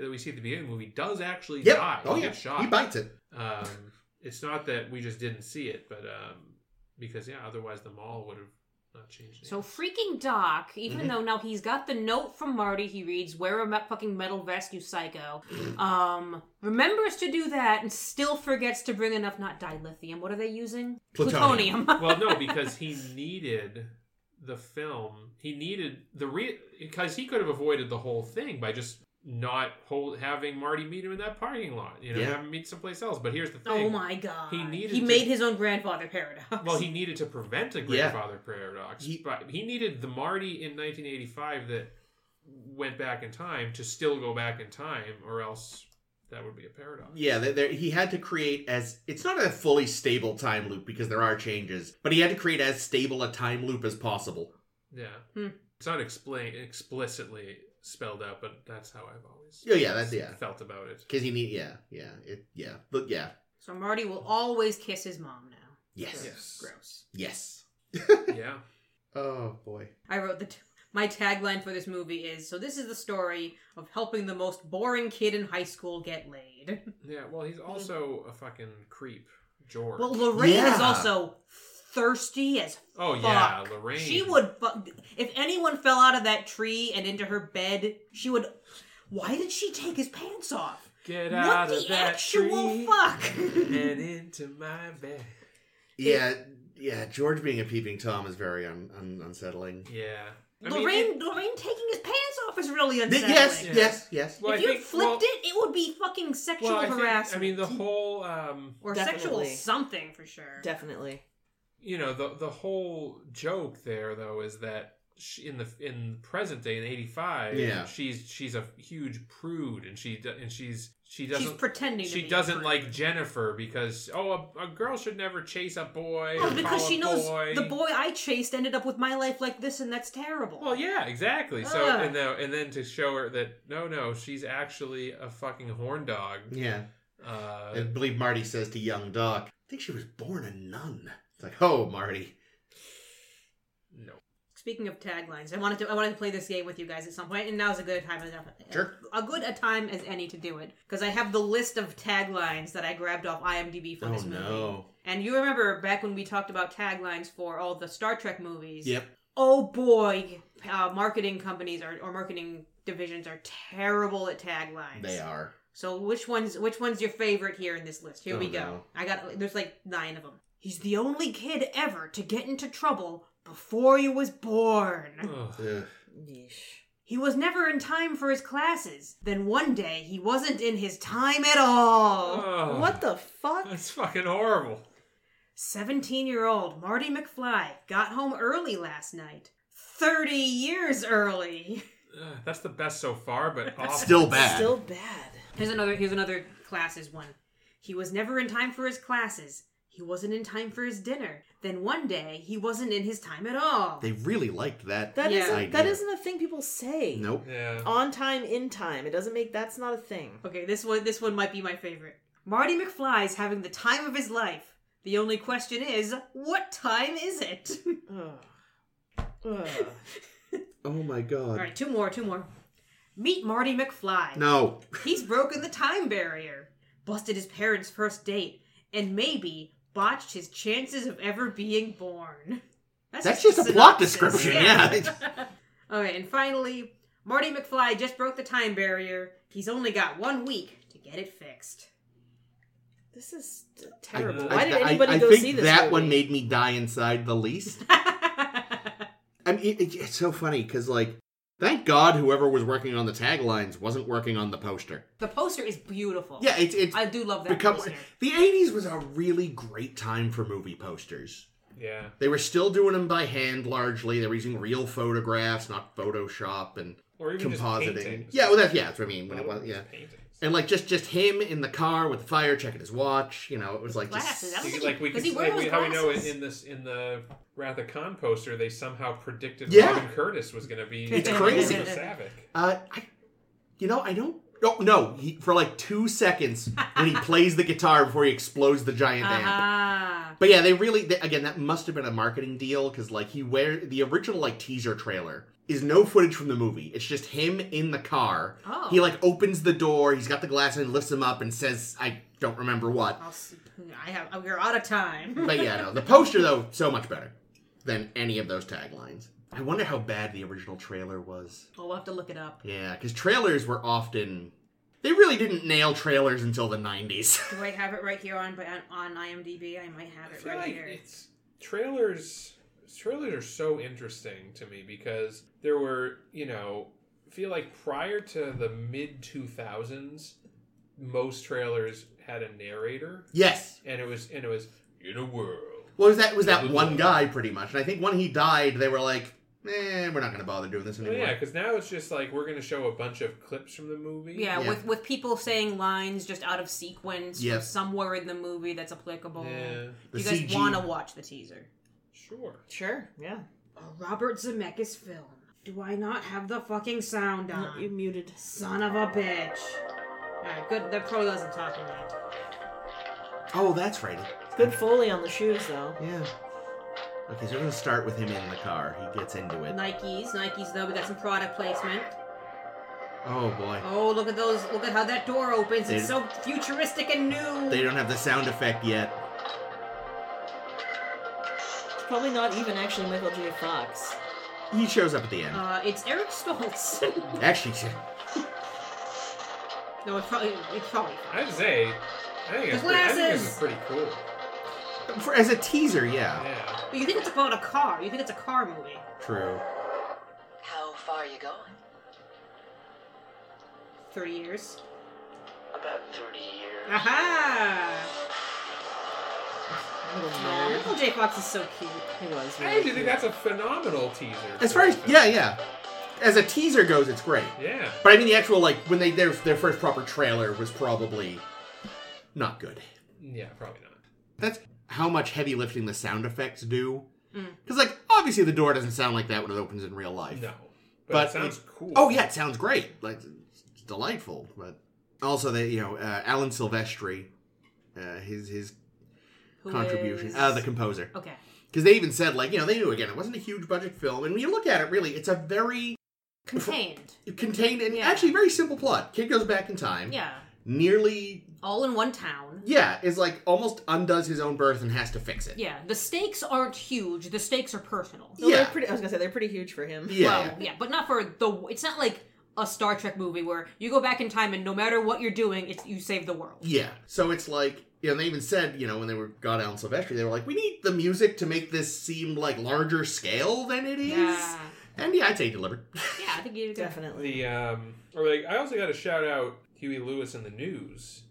Speaker 4: that we see at the beginning of the movie does actually
Speaker 1: Yep.
Speaker 4: die.
Speaker 1: Oh
Speaker 4: he
Speaker 1: yeah.
Speaker 4: gets shot.
Speaker 1: He bites it.
Speaker 4: Um, it's not that we just didn't see it, but um, because yeah, otherwise the mall would have not changed.
Speaker 2: So
Speaker 4: names.
Speaker 2: freaking Doc, even
Speaker 1: Mhm.
Speaker 2: though now he's got the note from Marty, he reads, "Wear a me- fucking metal vest,
Speaker 1: [SNIFFS]
Speaker 2: you psycho." Um, remembers to do that and still forgets to bring enough not dilithium. What are they using?
Speaker 1: Plutonium.
Speaker 2: [LAUGHS]
Speaker 4: well, no, because he needed the film. He needed the re because he could have avoided the whole thing by just not hold having Marty meet him in that parking lot. You know,
Speaker 1: Yeah.
Speaker 4: have him meet someplace else. But here's the thing.
Speaker 2: oh my god!
Speaker 4: He needed
Speaker 2: He
Speaker 4: to-
Speaker 2: made his own grandfather paradox.
Speaker 4: Well, he needed to prevent a
Speaker 1: Yeah.
Speaker 4: grandfather paradox,
Speaker 1: He-
Speaker 4: but he needed the Marty in 1985 that went back in time to still go back in time, or else that would be a paradox.
Speaker 1: Yeah, there, there, he had to create as it's not a fully stable time loop because there are changes, but he had to create as stable a time loop as possible.
Speaker 4: Yeah,
Speaker 2: Hmm.
Speaker 4: it's not explain explicitly spelled out, but that's how I've always
Speaker 1: Oh, Yeah, yeah, that's yeah.
Speaker 4: felt about
Speaker 1: [LAUGHS]
Speaker 4: it.
Speaker 1: Because you need yeah, yeah, it, yeah, but yeah,
Speaker 2: [LAUGHS] so Marty will always kiss his mom now.
Speaker 1: yes,
Speaker 4: Yes.
Speaker 2: Gross.
Speaker 1: yes.
Speaker 4: yeah,
Speaker 1: Oh boy.
Speaker 2: I wrote the t- my tagline for this movie is so this is the story of helping the most boring kid in high school get laid.
Speaker 4: yeah. Well,
Speaker 2: Hmm.
Speaker 4: he's also a fucking creep, George.
Speaker 2: Well, Lorraine is
Speaker 1: Yeah.
Speaker 2: also thirsty as
Speaker 4: oh yeah,
Speaker 2: fuck.
Speaker 4: Lorraine.
Speaker 2: she would fu- if anyone fell out of that tree and into her bed, she would why did she take his pants off?
Speaker 4: get
Speaker 2: what
Speaker 4: out
Speaker 2: the
Speaker 4: of that
Speaker 2: actual
Speaker 4: tree
Speaker 2: fuck?
Speaker 4: [LAUGHS]
Speaker 2: [LAUGHS]
Speaker 4: and into my bed.
Speaker 1: Yeah, yeah. George being a peeping tom is very un, un, unsettling.
Speaker 4: Yeah, I mean,
Speaker 2: Lorraine
Speaker 4: it-
Speaker 2: Lorraine taking his pants off is really
Speaker 1: Th-
Speaker 2: unsettling.
Speaker 1: yes,
Speaker 4: Yeah.
Speaker 1: yes, yes.
Speaker 4: well, I
Speaker 2: if you
Speaker 4: think-
Speaker 2: flipped
Speaker 4: well-
Speaker 2: it, it would be fucking sexual
Speaker 4: I think-
Speaker 2: harassment.
Speaker 4: I mean, the whole, um,
Speaker 2: or sexual
Speaker 3: Definitely.
Speaker 2: something for sure.
Speaker 3: Definitely.
Speaker 4: you know, the the whole joke there though is that she, in the in present day in '85,
Speaker 1: Yeah.
Speaker 4: she's she's a huge prude, and she do- and she's she
Speaker 2: She's
Speaker 4: doesn't.
Speaker 2: pretending. to
Speaker 4: She
Speaker 2: be a
Speaker 4: doesn't
Speaker 2: freak.
Speaker 4: like Jennifer because oh a, a girl should never chase a boy.
Speaker 2: Oh,
Speaker 4: or
Speaker 2: because
Speaker 4: call
Speaker 2: she
Speaker 4: a
Speaker 2: knows
Speaker 4: boy.
Speaker 2: the boy I chased ended up with my life like this, and that's terrible.
Speaker 4: Well, yeah, exactly. So
Speaker 2: Ugh.
Speaker 4: and then and then to show her that no, no, she's actually a fucking horn dog.
Speaker 1: Yeah, I
Speaker 4: Uh,
Speaker 1: believe Marty says to young Doc, "I think she was born a nun." It's like, oh, Marty.
Speaker 4: no,
Speaker 2: Speaking of taglines, I wanted to I wanted to play this game with you guys at some point, and now's a good time enough.
Speaker 1: Sure.
Speaker 2: A good a time as any to do it because I have the list of taglines that I grabbed off IMDb for
Speaker 1: Oh
Speaker 2: this movie.
Speaker 1: no.
Speaker 2: And you remember back when we talked about taglines for all the Star Trek movies?
Speaker 1: Yep.
Speaker 2: oh boy, uh, marketing companies are, or marketing divisions are terrible at taglines.
Speaker 1: They
Speaker 4: [SIGHS]
Speaker 1: are.
Speaker 2: So which one's which one's your favorite here in this list? Here
Speaker 1: Oh,
Speaker 2: we go.
Speaker 1: no.
Speaker 2: I got there's like nine of them. He's the only kid ever to get into trouble before he was born.
Speaker 4: Ugh.
Speaker 1: Ugh.
Speaker 3: Yeesh.
Speaker 2: He was never in time for his classes. Then one day he wasn't in his time at all.
Speaker 1: Oh.
Speaker 4: Ugh.
Speaker 3: What the fuck?
Speaker 4: That's fucking horrible.
Speaker 2: 17 year old Marty McFly got home early last night. 30 years early.
Speaker 4: Ugh, that's the best so far,
Speaker 2: [LAUGHS]
Speaker 4: but awful.
Speaker 1: Still bad.
Speaker 3: Still bad.
Speaker 2: Here's another here's another classes one. He was never in time for his classes. He wasn't in time for his dinner. Then one day he wasn't in his time at all.
Speaker 1: They really liked that.
Speaker 3: That
Speaker 2: Yeah.
Speaker 3: not that
Speaker 1: Idea.
Speaker 3: isn't a thing people say.
Speaker 1: nope.
Speaker 4: Yeah.
Speaker 3: On time, in time. It doesn't make that's not a thing.
Speaker 2: okay, this one this one might be my favorite. Marty McFly's having the time of his life. The only question is, what time
Speaker 1: [LAUGHS]
Speaker 2: is it?
Speaker 3: Ugh. Ugh.
Speaker 1: Oh my god.
Speaker 2: all right, two more, two more. Meet Marty McFly.
Speaker 1: No.
Speaker 2: He's broken the time barrier, busted his parents' first date, and maybe botched his chances of ever being born.
Speaker 1: That's just a plot
Speaker 2: synopsis.
Speaker 1: description, yeah.
Speaker 2: [LAUGHS] okay, and finally, Marty McFly just broke the time barrier. He's only got one week to get it fixed.
Speaker 3: This is t-
Speaker 1: I-
Speaker 3: terrible.
Speaker 4: I-
Speaker 3: Why did
Speaker 1: I- I-
Speaker 3: anybody
Speaker 1: I
Speaker 3: go
Speaker 1: think
Speaker 3: see this?
Speaker 1: That
Speaker 3: movie?
Speaker 1: one made me die inside the least. I mean, it, it's so funny because, like, thank God whoever was working on the taglines wasn't working on the poster.
Speaker 2: [LAUGHS] the poster is beautiful.
Speaker 1: Yeah, it's it's
Speaker 2: I do love that
Speaker 1: become
Speaker 2: poster.
Speaker 1: the '80s was a really great time for movie posters.
Speaker 4: Yeah.
Speaker 1: They were still doing them by hand largely. They were using real photographs, not Photoshop and
Speaker 4: Or even Just
Speaker 1: compositing.
Speaker 4: painting.
Speaker 1: Yeah, well, that's yeah, that's what I mean. When it
Speaker 4: Well,
Speaker 1: was yeah,
Speaker 4: just paintings.
Speaker 1: and like just just him in the car with the fire, checking his watch. You know, it was like
Speaker 2: Glasses, that
Speaker 1: just
Speaker 2: was-
Speaker 4: See, like we
Speaker 2: Does
Speaker 4: can,
Speaker 2: he wear
Speaker 4: like we,
Speaker 2: those
Speaker 4: how we know in,
Speaker 2: glasses?
Speaker 4: in this in the Wrath of Khan poster they somehow predicted
Speaker 1: Yeah.
Speaker 4: Robin Curtis was going to be
Speaker 2: It's
Speaker 1: crazy.
Speaker 4: Mr. Savick.
Speaker 1: [LAUGHS] Uh, I, you know, I don't. Oh no! He, for like two seconds when
Speaker 2: [LAUGHS]
Speaker 1: he plays the guitar before he explodes the giant
Speaker 2: Uh-huh.
Speaker 1: amp.
Speaker 2: Ah,
Speaker 1: But yeah, they really they, again that must have been a marketing deal because like he wear the original like teaser trailer is no footage from the movie. It's just him in the car.
Speaker 2: Oh.
Speaker 1: He like opens the door. He's got the glass and lifts him up and says, "I don't remember what."
Speaker 2: I'll see. I have. We're out of time. [LAUGHS]
Speaker 1: But yeah, no. The poster though so much better than any of those taglines. I wonder how bad the original trailer was.
Speaker 2: Well, we'll have to look it up.
Speaker 1: Yeah, because trailers were often. They really didn't nail trailers until the 90s.
Speaker 2: Do I have it right here on on IMDb? I might have
Speaker 4: I
Speaker 2: it
Speaker 4: feel
Speaker 2: right
Speaker 4: like
Speaker 2: here.
Speaker 4: it's trailers. Trailers are so interesting to me because there were, you know, I feel like prior to the mid two thousands, most trailers had a narrator,
Speaker 1: [LAUGHS] yes.
Speaker 4: and it was and it was in a world.
Speaker 1: Well, it was that it was that one guy pretty much, and I think when he died, they were like, "Eh, we're not going to bother doing this
Speaker 4: Well,
Speaker 1: anymore."
Speaker 4: Oh, yeah, because now it's just like we're going to show a bunch of clips from the movie.
Speaker 2: Yeah,
Speaker 1: Yeah.
Speaker 2: with with people saying lines just out of sequence
Speaker 1: Yeah.
Speaker 2: from somewhere in the movie that's applicable.
Speaker 4: Yeah,
Speaker 1: The
Speaker 2: you guys
Speaker 1: CG
Speaker 2: want to watch the teaser?
Speaker 4: sure.
Speaker 3: Sure. Yeah.
Speaker 2: A Robert Zemeckis film. Do I not have the fucking sound
Speaker 3: No,
Speaker 2: on?
Speaker 3: you muted.
Speaker 2: Son of a bitch. Alright, good. That probably wasn't talking yet.
Speaker 1: Oh, that's right.
Speaker 3: Good foley on the shoes though.
Speaker 1: Yeah. Okay, so we're going to start with him in the car. He gets into it.
Speaker 2: Nikes, Nikes though, we got some product placement.
Speaker 1: Oh boy.
Speaker 2: Oh, look at those. Look at how that door opens. It's
Speaker 1: They-
Speaker 2: so futuristic and new.
Speaker 1: They don't have the sound effect yet.
Speaker 3: It's probably not even actually Michael J. Fox.
Speaker 1: He shows up at the end.
Speaker 2: uh, it's Eric Stoltz.
Speaker 1: [LAUGHS] Actually, shit.
Speaker 2: no, it's probably, it's probably.
Speaker 4: I'd say, I think, it's pretty, I think this
Speaker 2: Glasses!
Speaker 4: is pretty cool.
Speaker 1: for, as a teaser, yeah.
Speaker 4: Yeah.
Speaker 2: But you think it's about a car. You think it's a car movie.
Speaker 1: True.
Speaker 5: How far are you going?
Speaker 2: 30 years.
Speaker 5: About 30 years.
Speaker 2: Aha!
Speaker 3: Little
Speaker 2: Aw,
Speaker 3: nerd.
Speaker 2: Michael J. Fox is so cute.
Speaker 3: He was.
Speaker 4: I
Speaker 3: Really
Speaker 4: actually think
Speaker 3: cute.
Speaker 4: that's a phenomenal teaser.
Speaker 1: As
Speaker 4: for
Speaker 1: far
Speaker 4: a
Speaker 1: as
Speaker 4: film.
Speaker 1: yeah, yeah. As a teaser goes, it's great.
Speaker 4: Yeah.
Speaker 1: But I mean, the actual like when they their their first proper trailer was probably not good.
Speaker 4: Yeah, probably not.
Speaker 1: That's how much heavy lifting the sound effects do.
Speaker 2: Mm.
Speaker 1: Because like obviously the door doesn't sound like that when it opens in real life.
Speaker 4: No. But,
Speaker 1: But
Speaker 4: it sounds cool.
Speaker 1: Oh yeah, it sounds great. Like it's delightful. But also that you know uh, Alan Silvestri, uh, his his
Speaker 2: Who
Speaker 1: contribution,
Speaker 2: is- Oh.
Speaker 1: uh, the composer.
Speaker 2: Okay.
Speaker 1: Because they even said like you know they knew again it wasn't a huge budget film, and when you look at it, really it's a very
Speaker 2: Contained.
Speaker 1: contained and
Speaker 2: Yeah.
Speaker 1: actually very simple plot. Kid goes back in time.
Speaker 2: Yeah.
Speaker 1: Nearly
Speaker 2: All in one town.
Speaker 1: Yeah, is like almost undoes his own birth and has to fix it.
Speaker 2: Yeah. The stakes aren't huge. The stakes are personal.
Speaker 3: No, they're
Speaker 1: yeah.
Speaker 3: pretty. I was gonna say they're pretty huge for him.
Speaker 1: Yeah.
Speaker 2: Well, yeah, but not for the. It's not like a Star Trek movie where you go back in time and no matter what you're doing, it's you save the world.
Speaker 1: Yeah. So it's like, you know, they even said, you know, when they were got Alan Silvestri, they were like, we need the music to make this seem like larger scale than it is.
Speaker 2: Yeah,
Speaker 1: And yeah, I'd say delivered.
Speaker 2: yeah. I think you definitely.
Speaker 3: Definitely.
Speaker 4: The um, or like I also got to shout out Huey Lewis and the News.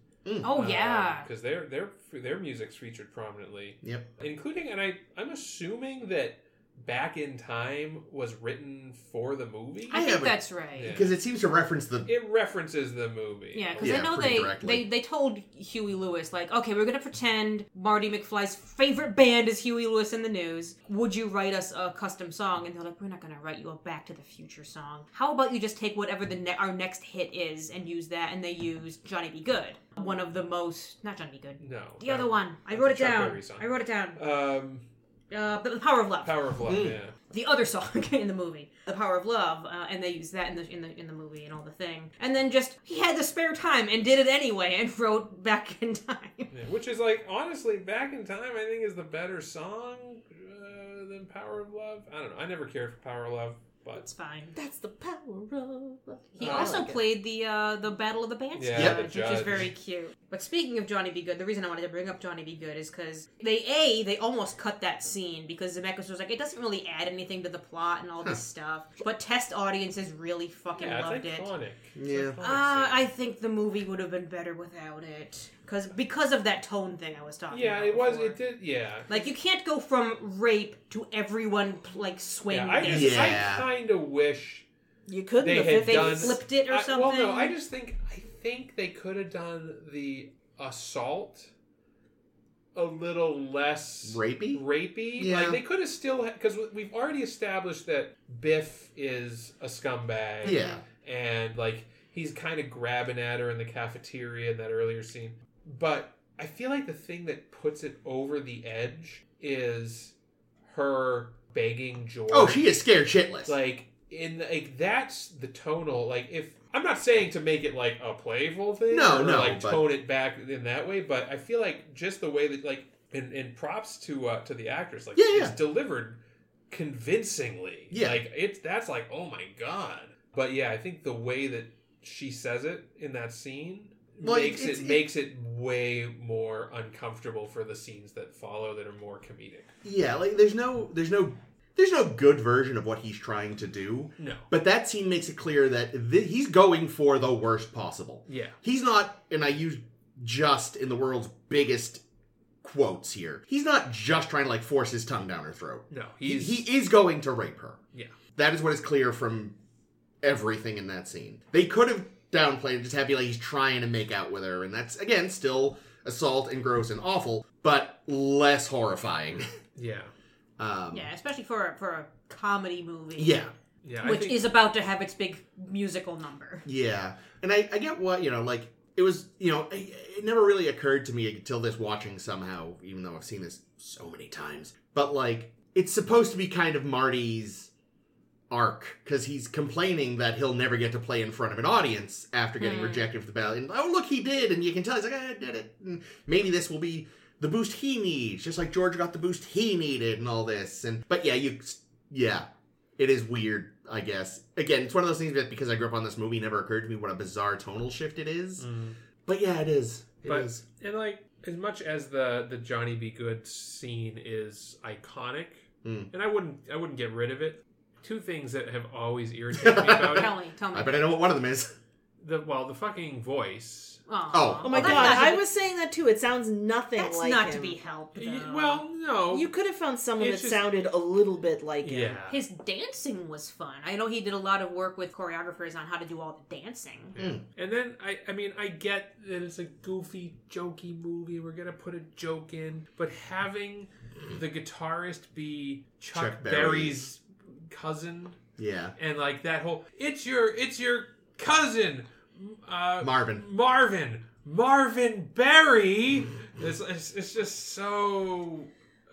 Speaker 2: Oh yeah,
Speaker 4: because Um, their their their music's featured prominently,
Speaker 1: yep.
Speaker 4: including and I I'm assuming that Back in Time was written for the movie.
Speaker 2: I think
Speaker 1: haven't-
Speaker 2: that's right.
Speaker 4: Yeah.
Speaker 2: Yeah.
Speaker 1: Because it seems to reference the
Speaker 4: it references the movie.
Speaker 2: because
Speaker 1: Yeah,
Speaker 2: I know
Speaker 1: pretty
Speaker 2: they,
Speaker 1: directly.
Speaker 2: they they told Huey Lewis like, okay, we're gonna pretend Marty McFly's favorite band is Huey Lewis in the News. Would you write us a custom song? And they're like, we're not gonna write you a Back to the Future song. How about you just take whatever the ne- our next hit is and use that? And they used Johnny Be Good, one of the most not Johnny Be Good,
Speaker 4: no,
Speaker 2: The other
Speaker 4: that-
Speaker 2: one. I
Speaker 4: That's
Speaker 2: wrote
Speaker 4: a
Speaker 2: it
Speaker 4: Chuck
Speaker 2: down.
Speaker 4: Berry song.
Speaker 2: I wrote it down.
Speaker 4: Um,
Speaker 2: Uh, the, the Power of Love.
Speaker 4: Power of Love.
Speaker 1: Mm.
Speaker 4: Yeah.
Speaker 2: The other song [LAUGHS] in the movie, The Power of Love, uh, and they use that in the in the in the movie and all the thing. And then just he had the spare time and did it anyway and [LAUGHS] wrote Back in Time.
Speaker 4: Yeah, which is like honestly, back in time, I think is the better song uh, than Power of Love. I don't know. I never cared for Power of Love, But
Speaker 2: It's fine.
Speaker 3: That's the power of.
Speaker 2: He
Speaker 4: Oh, I
Speaker 2: also
Speaker 3: like it.
Speaker 2: played the uh, the Battle of the Bands
Speaker 4: Yeah,
Speaker 1: Yep.
Speaker 4: the
Speaker 2: which is
Speaker 4: judge.
Speaker 2: very cute. But speaking of Johnny B. Good, the reason I wanted to bring up Johnny B. Good is because they a they almost cut that scene because Zemeckis was like it doesn't really add anything to the plot and all this stuff. But test audiences really fucking
Speaker 4: yeah,
Speaker 2: loved
Speaker 4: it's
Speaker 2: it.
Speaker 4: iconic. It's
Speaker 1: Yeah.
Speaker 4: iconic
Speaker 2: Uh,
Speaker 4: scene.
Speaker 2: I think the movie would have been better without it because because of that tone thing I was talking
Speaker 4: yeah,
Speaker 2: about.
Speaker 4: it was.
Speaker 2: before.
Speaker 4: It did. Yeah.
Speaker 2: Like you can't go from rape to everyone like swing.
Speaker 4: Yeah, I
Speaker 2: their-
Speaker 4: just,
Speaker 1: Yeah.
Speaker 4: I kind of wish
Speaker 3: You couldn't
Speaker 4: They
Speaker 3: have
Speaker 4: had
Speaker 3: if
Speaker 2: they
Speaker 4: done-
Speaker 2: flipped it or
Speaker 4: I-
Speaker 2: something.
Speaker 4: well, no, I just think I think they could have done the assault a little less
Speaker 1: Rapey?
Speaker 4: Rapey.
Speaker 1: Yeah.
Speaker 4: Like they could have still because we've already established that Biff is a scumbag.
Speaker 1: Yeah.
Speaker 4: and like he's kind of grabbing at her in the cafeteria in that earlier scene. But I feel like the thing that puts it over the edge is her begging George
Speaker 1: Oh, she is scared shitless.
Speaker 4: like in like that's the tonal like if i'm not saying to make it like a playful thing
Speaker 1: No,
Speaker 4: or
Speaker 1: no,
Speaker 4: like
Speaker 1: but-
Speaker 4: tone it back in that way but i feel like just the way that like and, and props to uh to the actress like
Speaker 1: Yeah,
Speaker 4: it's
Speaker 1: yeah.
Speaker 4: delivered convincingly
Speaker 1: Yeah.
Speaker 4: like it's that's like oh my god but yeah i think the way that she says it in that scene
Speaker 1: Well, it-
Speaker 4: makes it,
Speaker 1: it's- it-
Speaker 4: makes it way more uncomfortable for the scenes that follow that are more comedic
Speaker 1: yeah, like there's no there's no there's no good version of what he's trying to do.
Speaker 4: no
Speaker 1: But that scene makes it clear that th- he's going for the worst possible.
Speaker 4: yeah
Speaker 1: He's not, and I use just in the world's biggest quotes here. He's not just trying to like force his tongue down her throat.
Speaker 4: no
Speaker 1: He,
Speaker 4: he's
Speaker 1: he is going to rape her.
Speaker 4: yeah
Speaker 1: That is what is clear from everything in that scene. They could have downplayed it, just have you like he's trying to make out with her, and that's again still assault and gross and awful, but less horrifying. [LAUGHS]
Speaker 4: yeah
Speaker 1: Um,
Speaker 2: yeah, especially for a, for a comedy movie.
Speaker 1: yeah,
Speaker 4: yeah I
Speaker 2: which
Speaker 4: think-
Speaker 2: is about to have its big musical [LAUGHS] number.
Speaker 1: yeah. And I, I get what you know. Like it was, you know, it, it never really occurred to me until this watching somehow. Even though I've seen this so many times, but like it's supposed to be kind of Marty's arc because he's complaining that he'll never get to play in front of an audience after getting
Speaker 2: Hmm.
Speaker 1: rejected for the ballet. And oh, look, he did, and you can tell he's like, I did it. And maybe this will be the boost he needs, just like George got the boost he needed, and all this. And but yeah, you, yeah, it is weird. I guess again, it's one of those things that because I grew up on this movie, it never occurred to me what a bizarre tonal shift it is. But yeah, it is. It is.
Speaker 4: Mm. But- And like as much as the the Johnny B. Good scene is iconic,
Speaker 1: Mm.
Speaker 4: and I wouldn't I wouldn't get rid of it. Two things that have always irritated
Speaker 1: [LAUGHS]
Speaker 4: me about it:
Speaker 2: Tell me, tell me.
Speaker 1: I bet I know what one of them is. [LAUGHS]
Speaker 4: the well, the fucking voice.
Speaker 2: Aw.
Speaker 1: Oh,
Speaker 3: Oh my
Speaker 1: Okay.
Speaker 2: That's
Speaker 3: god,
Speaker 2: not to
Speaker 3: I
Speaker 2: be-
Speaker 3: was saying that too. It sounds nothing
Speaker 2: That's
Speaker 3: like
Speaker 2: not
Speaker 3: him.
Speaker 2: to be helped.
Speaker 4: Y-
Speaker 2: though.
Speaker 4: Well, no,
Speaker 1: Oh,
Speaker 3: You could have found someone that
Speaker 4: It's just-
Speaker 3: sounded a little bit like
Speaker 4: yeah,
Speaker 3: him.
Speaker 2: his dancing was fun. I know he did a lot of work with choreographers on how to do all the dancing.
Speaker 4: and then I I mean I get that it's a goofy, jokey movie. We're gonna put a joke in, but having the guitarist be Chuck,
Speaker 1: Chuck
Speaker 4: Berry's cousin
Speaker 1: Yeah,
Speaker 4: and like that whole it's your it's your cousin uh,
Speaker 1: Marvin.
Speaker 4: Marvin Marvin Berry it's, it's, it's just so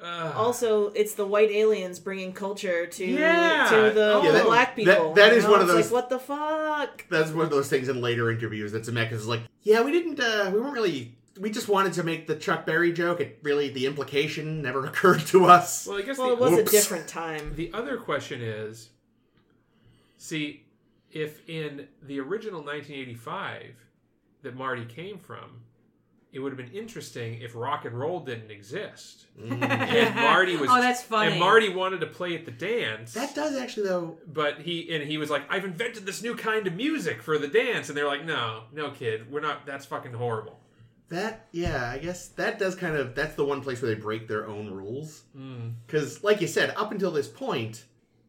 Speaker 4: uh,
Speaker 3: Also, it's the white aliens bringing culture to
Speaker 4: Yeah.
Speaker 3: to
Speaker 1: Oh.
Speaker 3: the
Speaker 4: Yeah, that-
Speaker 1: that-
Speaker 3: black people.
Speaker 1: that
Speaker 3: you
Speaker 1: is
Speaker 3: know?
Speaker 1: one of
Speaker 3: It's
Speaker 1: those-
Speaker 3: Like, what the fuck?
Speaker 1: That's one of those things in later interviews that Zemeckis is like, yeah, we didn't, uh, we weren't really, we just wanted to make the Chuck Berry joke. It really, the implication never [LAUGHS] occurred to us.
Speaker 4: well I guess
Speaker 3: Well, it
Speaker 4: the,
Speaker 3: was
Speaker 1: Whoops.
Speaker 3: a different time.
Speaker 4: the other question is see if in the original 1985 that Marty came from it would have been interesting if rock and roll didn't exist and Marty was
Speaker 2: Oh, that's funny.
Speaker 4: and Marty wanted to play at the dance
Speaker 1: That does actually, though.
Speaker 4: But he and he was like, I've invented this new kind of music for the dance, and they're like, No, no, kid, we're not. That's fucking horrible.
Speaker 1: That, yeah, I guess that does kind of, that's the one place where they break their own rules.
Speaker 4: Mm.
Speaker 1: Because, like you said, up until this point,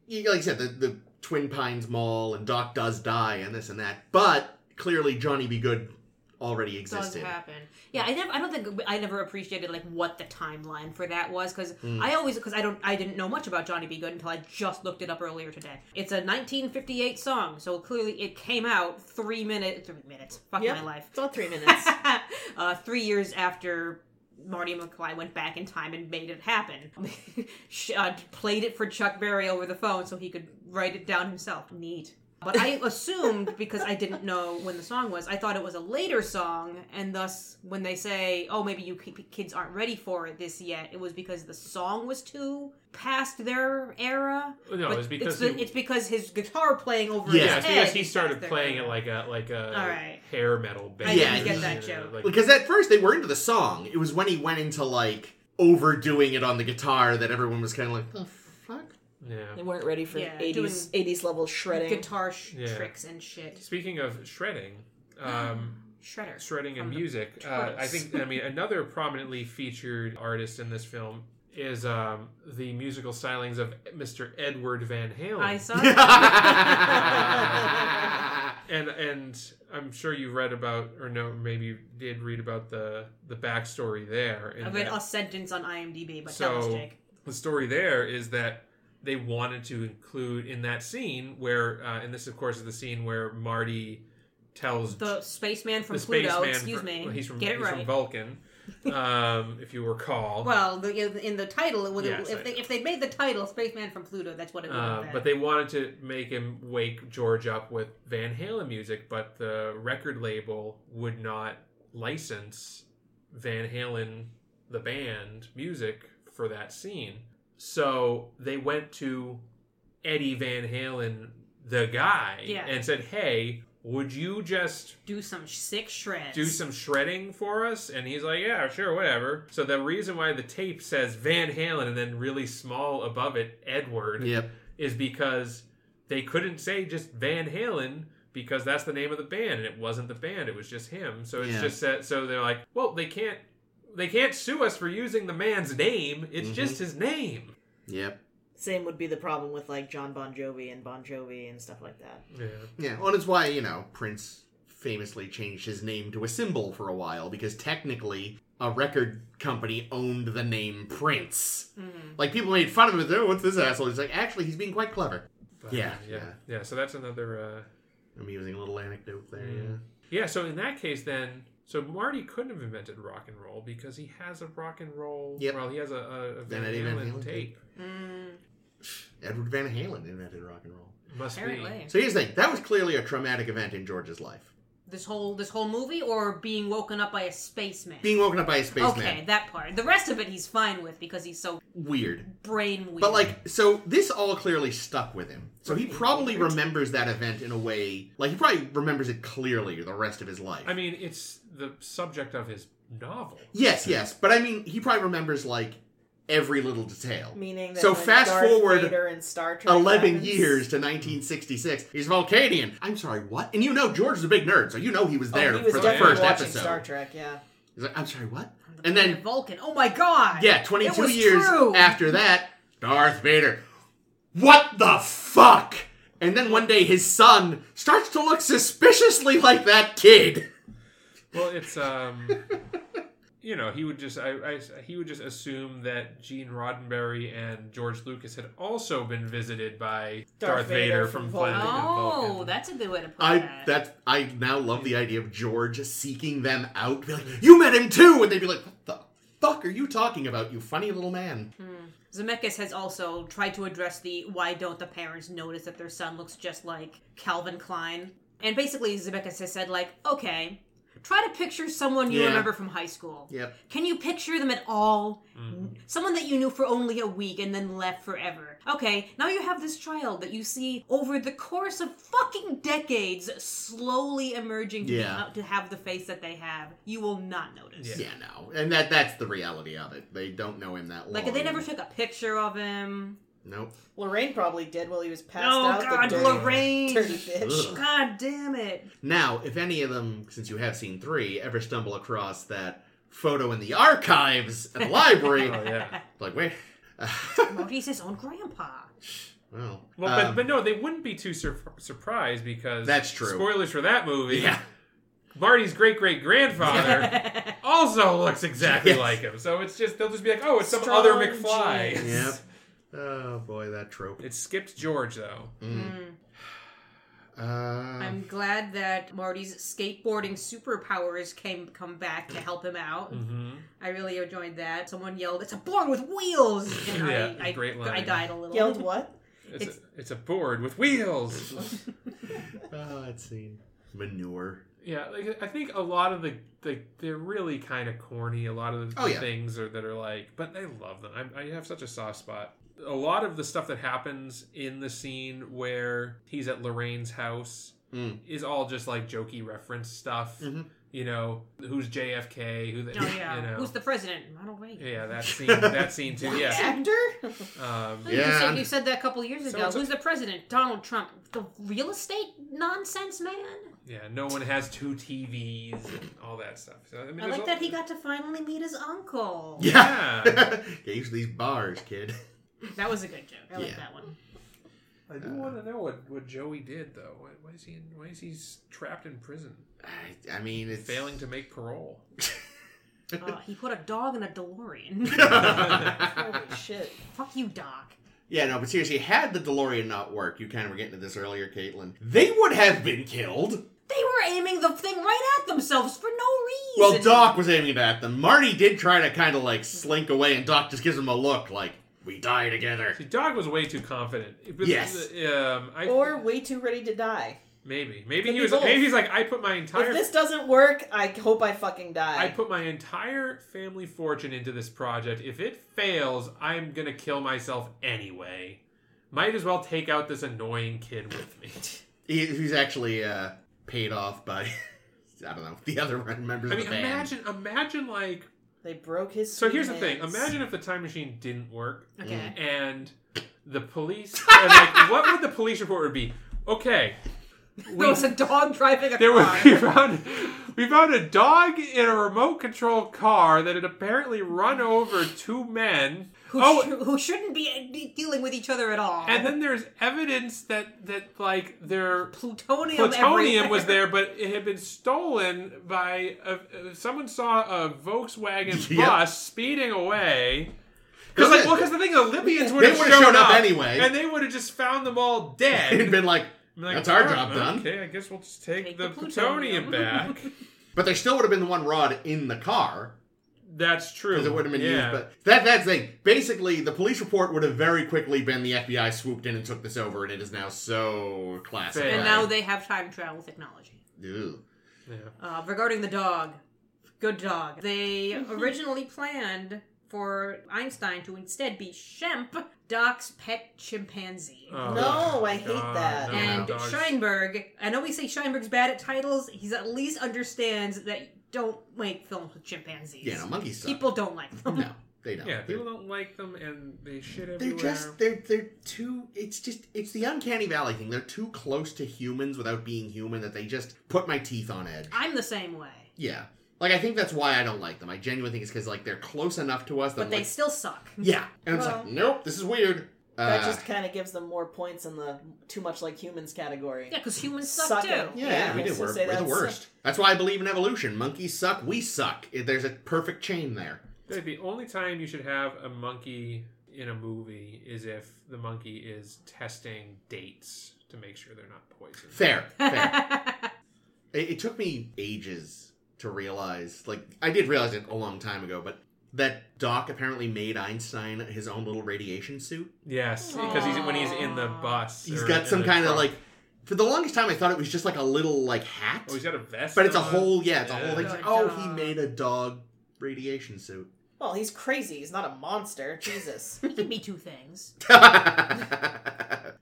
Speaker 1: you, like you said, the, the Twin Pines Mall and Doc Does Die and this and that, but clearly Johnny Be Good already
Speaker 2: does
Speaker 1: existed.
Speaker 2: happen. Yeah, I never. I don't think I never appreciated like what the timeline for that was because I always because I don't I didn't know much about Johnny B. Good until I just looked it up earlier today. It's a 1958 song, so clearly it came out three minutes three minutes. Fuck
Speaker 3: Yep.
Speaker 2: my life.
Speaker 3: It's all three [LAUGHS] minutes.
Speaker 2: [LAUGHS] uh, three years after Marty McFly went back in time and made it happen. [LAUGHS] Sh- uh, played it for Chuck Berry over the phone so he could write it down himself. Neat. But I assumed because I didn't know when the song was, I thought it was a later song, and thus when they say, "Oh, maybe you ki- kids aren't ready for it this yet," it was because the song was too past their era.
Speaker 4: No,
Speaker 2: But
Speaker 4: it's because
Speaker 2: the-
Speaker 4: he-
Speaker 2: it's because his guitar playing over
Speaker 1: Yeah,
Speaker 2: his
Speaker 4: Yeah, it's
Speaker 2: head
Speaker 4: because he
Speaker 2: is
Speaker 4: started
Speaker 2: past their
Speaker 4: playing
Speaker 2: era.
Speaker 4: it like a like a
Speaker 2: All right.
Speaker 4: hair metal
Speaker 1: didn't
Speaker 4: band.
Speaker 1: Yeah, get
Speaker 2: that
Speaker 4: you know,
Speaker 2: joke.
Speaker 4: like-
Speaker 1: Because at first they were into the song. It was when he went into like overdoing it on the guitar that everyone was kind of like, the fuck? [LAUGHS]
Speaker 4: yeah.
Speaker 3: They weren't ready for
Speaker 2: Yeah,
Speaker 3: 80s 80s level shredding.
Speaker 2: guitar sh-
Speaker 4: Yeah.
Speaker 2: tricks and shit.
Speaker 4: Speaking of shredding, um,
Speaker 2: [GASPS] Shredder.
Speaker 4: shredding and
Speaker 2: From the
Speaker 4: music, uh, I
Speaker 2: Turtles.
Speaker 4: think I mean another prominently featured artist in this film is um, the musical stylings of Mr. Edward Van Halen.
Speaker 2: I
Speaker 4: [LAUGHS]
Speaker 2: saw.
Speaker 4: and and I'm sure you read about or no maybe you did read about the the backstory there. in
Speaker 2: I read
Speaker 4: that-
Speaker 2: a sentence on IMDb, but that was
Speaker 4: So-
Speaker 2: Jake.
Speaker 4: the story there is that they wanted to include in that scene where, uh, and this of course is the scene where Marty tells
Speaker 2: The spaceman from
Speaker 4: the
Speaker 2: Pluto.
Speaker 4: spaceman
Speaker 2: excuse
Speaker 4: fr-
Speaker 2: me.
Speaker 4: well, he's from
Speaker 2: Get it
Speaker 4: he's
Speaker 2: right.
Speaker 4: from Vulcan, um, if you
Speaker 2: [LAUGHS]
Speaker 4: recall.
Speaker 2: well, the, in- in the title, it would,
Speaker 4: Yes, I
Speaker 2: if, they, if they made the title "Spaceman from Pluto," that's what it would have
Speaker 4: Uh,
Speaker 2: been.
Speaker 4: but they wanted to make him wake George up with Van Halen music, but the record label would not license Van Halen, the band, music for that scene. So they went to Eddie Van Halen, the guy,
Speaker 2: Yeah.
Speaker 4: and said, Hey, would you just
Speaker 2: do some sick shreds.
Speaker 4: do some shredding for us? And he's like, Yeah, sure, whatever. So the reason why the tape says Van Halen and then really small above it, Edward
Speaker 1: yep.
Speaker 4: is because they couldn't say just Van Halen because that's the name of the band and it wasn't the band it was just him so it's
Speaker 1: Yeah.
Speaker 4: just that so they're like well they can't they can't sue us for using the man's name it's
Speaker 1: Mhm.
Speaker 4: just his name
Speaker 1: Yep.
Speaker 3: Same would be the problem with like John Bon Jovi and Bon Jovi and stuff like that.
Speaker 4: yeah
Speaker 1: Yeah. Well, and it's why, you know, Prince famously changed his name to a symbol for a while because technically a record company owned the name Prince.
Speaker 2: Mhm.
Speaker 1: Like people made fun of him. Oh, what's this asshole? He's like, actually, he's being quite clever.
Speaker 4: But, uh,
Speaker 1: Yeah,
Speaker 4: yeah
Speaker 1: yeah.
Speaker 4: yeah so that's another uh
Speaker 1: I'm using a little anecdote there.
Speaker 2: Mm-hmm.
Speaker 4: Mm.
Speaker 1: Yeah.
Speaker 4: yeah so in that case then so Marty couldn't have invented rock and roll because he has a rock and roll
Speaker 1: Yep.
Speaker 4: well he has a, a, a Van,
Speaker 1: Eddie
Speaker 4: Halen
Speaker 1: Van Halen
Speaker 4: tape
Speaker 2: Mm,
Speaker 1: Edward Van Halen invented rock and roll.
Speaker 4: must
Speaker 2: apparently,
Speaker 1: So here's the thing that was clearly a traumatic event in George's life.
Speaker 2: this whole this whole movie, or being woken up by a spaceman.
Speaker 1: Being woken up by a spaceman.
Speaker 2: okay, that part. The rest of it, he's fine with because he's so
Speaker 1: Weird.
Speaker 2: brain weird.
Speaker 1: But like, so this all clearly stuck with him. So he probably
Speaker 2: Weird.
Speaker 1: remembers that event in a way, like he probably remembers it clearly the rest of his life.
Speaker 4: be I mean it's the subject of his novel
Speaker 1: yes, yes, but I mean, he probably remembers like every little detail.
Speaker 3: Meaning that
Speaker 1: So
Speaker 3: when
Speaker 1: fast
Speaker 3: Darth
Speaker 1: forward
Speaker 3: Vader in Star Trek
Speaker 1: Eleven
Speaker 3: happens-
Speaker 1: years to 1966. He's Vulcanian. I'm sorry, what? And you know, George is a big nerd, so you know he was
Speaker 3: Oh,
Speaker 1: there
Speaker 3: he was
Speaker 1: for the
Speaker 3: definitely
Speaker 1: first
Speaker 3: watching
Speaker 1: episode.
Speaker 3: Star Trek, yeah.
Speaker 1: He's like, I'm sorry, what?
Speaker 2: The
Speaker 1: And
Speaker 2: planet
Speaker 1: then,
Speaker 2: Vulcan. Oh my god.
Speaker 1: yeah,
Speaker 2: It
Speaker 1: 22
Speaker 2: was
Speaker 1: years
Speaker 2: true.
Speaker 1: after that, Darth Vader. What the fuck? And then one day his son starts to look suspiciously like that kid.
Speaker 4: Well, it's um, you know, he would just I, I he would just assume that Gene Roddenberry and George Lucas had also been visited by Darth,
Speaker 3: Darth
Speaker 4: Vader,
Speaker 3: Vader
Speaker 4: from
Speaker 3: from
Speaker 4: Planet
Speaker 2: Oh,
Speaker 4: Vulcan.
Speaker 2: that's a good way to put
Speaker 1: I
Speaker 2: that.
Speaker 1: that I now love the idea of George seeking them out. Be like, you met him too, and they'd be like, what the fuck are you talking about, you funny little man?
Speaker 2: Hmm. Zemeckis has also tried to address the why don't the parents notice that their son looks just like Calvin Klein. And basically, Zemeckis has said, like, okay, try to picture someone you
Speaker 1: Yeah.
Speaker 2: remember from high school.
Speaker 1: Yep.
Speaker 2: Can you picture them at all?
Speaker 4: Mhm.
Speaker 1: Mm-hmm.
Speaker 2: Someone that you knew for only a week and then left forever. Okay, now you have this child that you see over the course of fucking decades slowly emerging to, be-
Speaker 1: Yeah.
Speaker 2: uh, to have the face that they have. You will not notice.
Speaker 4: Yeah.
Speaker 1: Yeah, no, and that that's the reality of it. They don't know him that long.
Speaker 2: Like, if they never took a picture of him.
Speaker 1: Nope.
Speaker 3: Lorraine probably did while he was passed
Speaker 2: Oh,
Speaker 3: out. the
Speaker 2: God,
Speaker 3: dirty-
Speaker 2: Lorraine!
Speaker 3: dirty bitch.
Speaker 1: Ugh.
Speaker 2: God damn it.
Speaker 1: Now, if any of them, since you have seen three, ever stumble across that photo in the archives
Speaker 2: [LAUGHS]
Speaker 1: at the library,
Speaker 4: Oh yeah.
Speaker 1: like wait, [LAUGHS]
Speaker 2: Marty's his own grandpa. [LAUGHS]
Speaker 1: well,
Speaker 4: Well,
Speaker 1: um,
Speaker 4: but, but no, they wouldn't be too sur- surprised because
Speaker 1: That's true.
Speaker 4: Spoilers for that
Speaker 1: [LAUGHS]
Speaker 4: movie.
Speaker 1: yeah,
Speaker 4: Marty's great
Speaker 2: [LAUGHS]
Speaker 4: great grandfather
Speaker 2: Mm,
Speaker 4: also looks exactly
Speaker 1: Yes.
Speaker 4: like him. So it's just they'll just be like, oh, it's some
Speaker 3: Strong
Speaker 4: other McFly.
Speaker 3: genes.
Speaker 1: yep.
Speaker 4: [LAUGHS]
Speaker 1: Oh boy, that trope.
Speaker 4: It skipped George though.
Speaker 1: Mm.
Speaker 2: Mm.
Speaker 1: Uh,
Speaker 2: I'm glad that Marty's skateboarding superpowers came come back to help him out.
Speaker 4: Mm-hmm.
Speaker 2: I really enjoyed that. Someone yelled, "It's a board with wheels!" And
Speaker 4: Yeah,
Speaker 2: I, I,
Speaker 4: great
Speaker 2: I
Speaker 4: line.
Speaker 2: died a little. Oh,
Speaker 3: Yelled what?
Speaker 4: It's, a, it's a board with wheels.
Speaker 1: Oh, that scene. Manure.
Speaker 4: Yeah, like I think a lot of the like they're really kind of corny. A lot of the
Speaker 1: Oh, yeah.
Speaker 4: things are that are like, but I love them. I, I have such a soft spot. A lot of the stuff that happens in the scene where he's at Lorraine's house
Speaker 1: Mm.
Speaker 4: is all just like jokey reference stuff.
Speaker 1: Mhm.
Speaker 4: You know, who's JFK? Who? The,
Speaker 2: Oh yeah.
Speaker 4: [LAUGHS] [LAUGHS] You know,
Speaker 2: Who's the president? Ronald Reagan. [LAUGHS]
Speaker 4: yeah, that scene. That scene too. Yeah.
Speaker 2: Actor?
Speaker 4: [LAUGHS] Um,
Speaker 2: You
Speaker 1: Yeah,
Speaker 2: said-
Speaker 1: I'm-
Speaker 2: you said that a couple years ago.
Speaker 4: Someone's-
Speaker 2: Who's the president? Donald Trump. The real estate nonsense man.
Speaker 4: yeah. No one has two TVs and all that stuff. So, I, mean,
Speaker 2: I
Speaker 4: there's
Speaker 2: like
Speaker 4: a-
Speaker 1: [LAUGHS]
Speaker 2: that he got to finally meet his uncle.
Speaker 4: Yeah.
Speaker 1: Get used to these bars, kid.
Speaker 2: That was a good joke. I
Speaker 1: Yeah.
Speaker 2: like that one.
Speaker 4: I do want to know what, what Joey did though. Why, why is he in, why is he s- trapped in prison,
Speaker 1: I, I mean, it's [LAUGHS]
Speaker 4: failing to make parole?
Speaker 2: Uh, he put a dog in a DeLorean. [LAUGHS]
Speaker 1: yeah,
Speaker 3: Holy shit.
Speaker 2: Fuck you, Doc.
Speaker 1: no, but seriously, had the DeLorean not worked, you kind of were getting to this earlier, Caitlin. They would have been killed.
Speaker 2: They were aiming the thing right at themselves for no reason.
Speaker 1: Well, Doc was aiming it at them. Marty did try to kind of like slink away, and Doc just gives him a look like, "We die together."
Speaker 4: See, Dog was way too confident. It was-
Speaker 1: Yes.
Speaker 4: Um, I,
Speaker 3: Or way too ready to die.
Speaker 4: maybe maybe
Speaker 3: Could
Speaker 4: he
Speaker 3: be
Speaker 4: was
Speaker 3: both.
Speaker 4: maybe he's like I put my
Speaker 3: If
Speaker 4: entire
Speaker 3: this doesn't work, I hope I fucking
Speaker 4: I
Speaker 3: die.
Speaker 4: put my entire family fortune into this project. If it fails, I'm gonna kill myself anyway. Might as well take out this annoying kid with me.
Speaker 1: He, he's actually uh, paid off by [LAUGHS] I don't know the other members
Speaker 4: I
Speaker 1: of
Speaker 4: mean,
Speaker 1: the band.
Speaker 4: imagine, imagine like.
Speaker 3: They broke his.
Speaker 4: So here's the
Speaker 3: sweet
Speaker 4: thing.
Speaker 3: hands.
Speaker 4: Imagine if the time machine didn't work.
Speaker 2: Okay.
Speaker 4: and the police
Speaker 2: [LAUGHS]
Speaker 4: and like what would the police report would be okay
Speaker 2: There was a dog driving a
Speaker 4: there was [LAUGHS]
Speaker 2: car.
Speaker 4: we found we found a dog in a remote control car that had apparently run over two men
Speaker 2: Who,
Speaker 4: oh
Speaker 2: sh- who shouldn't be dealing with each other at all.
Speaker 4: and then there's evidence that that like their
Speaker 2: plutonium.
Speaker 4: plutonium
Speaker 2: everywhere. [LAUGHS]
Speaker 4: was there but it had been stolen by a, uh, someone saw a
Speaker 1: [LAUGHS]
Speaker 4: volkswagen
Speaker 1: Yep.
Speaker 4: bus speeding away because like, well, 'cause the thing, the Libyans would
Speaker 1: They
Speaker 4: have
Speaker 1: would've
Speaker 4: shown,
Speaker 1: shown up
Speaker 4: up,
Speaker 1: anyway.
Speaker 4: and they would have just found them all
Speaker 1: it'd
Speaker 4: dead.
Speaker 1: [LAUGHS] been like,
Speaker 4: I'm like,
Speaker 1: that's our
Speaker 4: "All right,
Speaker 1: job done.
Speaker 4: Okay, I guess we'll just take,
Speaker 2: Take
Speaker 4: the,
Speaker 2: the
Speaker 4: plutonium,
Speaker 2: plutonium."
Speaker 4: back.
Speaker 1: but there still would have been the one rod in the car
Speaker 4: That's true.
Speaker 1: because it would have been used.
Speaker 4: yeah.
Speaker 1: But that that's the thing. Basically, the police report would have very quickly been the FBI swooped in and took this over, and it is now so classic.
Speaker 4: Fair.
Speaker 2: And now they have time travel technology.
Speaker 1: Ew.
Speaker 4: Yeah.
Speaker 2: Uh, regarding the dog, good dog. They
Speaker 4: Mm-hmm.
Speaker 2: originally planned for Einstein to instead be Shemp, Doc's pet chimpanzee.
Speaker 4: Oh,
Speaker 3: No, I hate
Speaker 4: God,
Speaker 3: that.
Speaker 4: no,
Speaker 2: and
Speaker 4: dogs.
Speaker 2: Scheinberg, I know we say Scheinberg's bad at titles. He's at least understands that you don't make films with chimpanzees.
Speaker 1: Yeah, no, monkeys suck.
Speaker 2: People don't like them. [LAUGHS]
Speaker 1: no, they don't.
Speaker 4: Yeah,
Speaker 1: They're-
Speaker 4: people don't like them, and they shit
Speaker 1: They're
Speaker 4: everywhere.
Speaker 1: just they're they're too. It's just it's the uncanny valley thing. They're too close to humans without being human that they just put my teeth on edge.
Speaker 2: I'm the same way,
Speaker 1: Yeah, like I think that's why I don't like them. I genuinely think it's because like they're close enough to us that
Speaker 2: but
Speaker 1: I'm
Speaker 2: they
Speaker 1: like,
Speaker 2: still suck.
Speaker 1: yeah, and it's like
Speaker 3: Well-
Speaker 1: nope, this is weird.
Speaker 3: That
Speaker 1: Uh,
Speaker 3: just kind of gives them more points in the too much like humans category.
Speaker 2: Yeah, because humans suck,
Speaker 3: Suck
Speaker 2: too.
Speaker 3: it.
Speaker 1: yeah,
Speaker 2: [LAUGHS]
Speaker 3: yeah,
Speaker 1: we
Speaker 3: I
Speaker 1: did.
Speaker 3: also
Speaker 1: We're,
Speaker 3: say
Speaker 1: we're the
Speaker 3: that's-
Speaker 1: worst. [LAUGHS] That's why I believe in evolution. Monkeys suck. We suck. There's a perfect chain there.
Speaker 4: Like, the only time you should have a monkey in a movie is if the monkey is testing dates to make sure they're not poisoned.
Speaker 1: Fair, fair. [LAUGHS] It, it took me ages to realize. Like, I did realize it a long time ago, but that Doc apparently made Einstein his own little radiation suit.
Speaker 4: Yes, because he's when he's in the
Speaker 2: Aww.
Speaker 4: bus,
Speaker 1: He's
Speaker 4: or
Speaker 1: got
Speaker 4: in
Speaker 1: some
Speaker 4: the
Speaker 1: kind of
Speaker 4: truck.
Speaker 1: like. For the longest time, I thought it was just like a little like hat,
Speaker 4: Oh, he's got a vest,
Speaker 1: but it's a
Speaker 4: on.
Speaker 1: whole yeah, it's a
Speaker 4: Yeah.
Speaker 1: whole thing. It's like,
Speaker 2: Like
Speaker 1: oh,
Speaker 2: dog.
Speaker 1: he made a dog radiation
Speaker 4: [LAUGHS]
Speaker 1: suit. [LAUGHS]
Speaker 3: Well, he's crazy. He's not a monster. Jesus.
Speaker 2: he can be two things.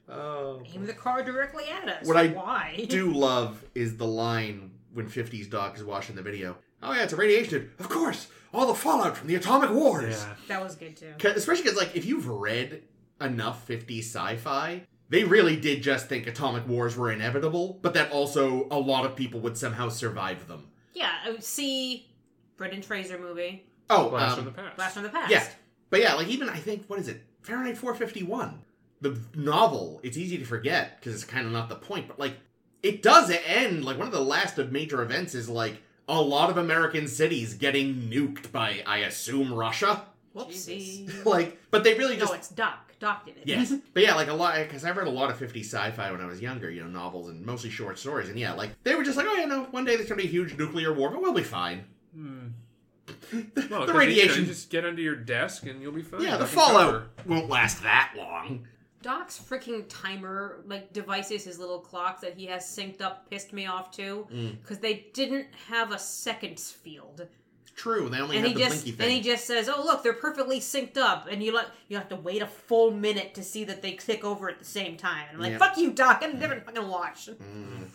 Speaker 1: oh,
Speaker 2: Aim the car directly at us.
Speaker 1: What I
Speaker 2: Why?
Speaker 1: do love is the line when 50s Doc is watching the video. Oh yeah, it's a radiation dude. Of course, all the fallout from the atomic wars.
Speaker 4: Yeah.
Speaker 2: [LAUGHS] That was good too.
Speaker 1: 'Cause- especially because like if you've read enough 50s sci-fi they really did just think atomic wars were inevitable but that also a lot of people would somehow survive them
Speaker 2: Yeah, I would see Brendan Fraser movie
Speaker 1: oh
Speaker 4: Blast from
Speaker 1: um,
Speaker 4: the past.
Speaker 2: Blast from the Past.
Speaker 1: yeah but yeah like even i think what is it fahrenheit 451 the novel it's easy to forget because it's kind of not the point but like it does end like one of the last of major events is like a lot of american cities getting nuked by i assume russia [LAUGHS]
Speaker 2: Whoopsie.
Speaker 1: like but they really just
Speaker 2: no, it's Doc. Doc did it.
Speaker 1: Yes, but yeah, like a lot because I read a lot of 50 sci-fi when I was younger, you know, novels and mostly short stories, and yeah, like they were just like, oh, you know, one day there's gonna be a huge nuclear war, but we'll be fine.
Speaker 4: Hmm. Well,
Speaker 1: the
Speaker 4: 'cause, you know, you
Speaker 1: radiation,
Speaker 4: just get under your desk and you'll be fine.
Speaker 1: yeah, the
Speaker 4: Nothing to cover.
Speaker 1: fallout won't last that long.
Speaker 2: Doc's freaking timer, like devices, his little clock that he has synced up, pissed me off too,
Speaker 1: Mm.
Speaker 2: because they didn't have a seconds field,
Speaker 1: True, they only
Speaker 2: and
Speaker 1: had
Speaker 2: he
Speaker 1: the
Speaker 2: just
Speaker 1: blinky thing.
Speaker 2: and he just says, "Oh look, they're perfectly synced up," and you let you have to wait a full minute to see that they click over at the same time. And I'm like,
Speaker 1: Yeah.
Speaker 2: "Fuck you, Doc! I'm never fucking watch."
Speaker 1: Mm,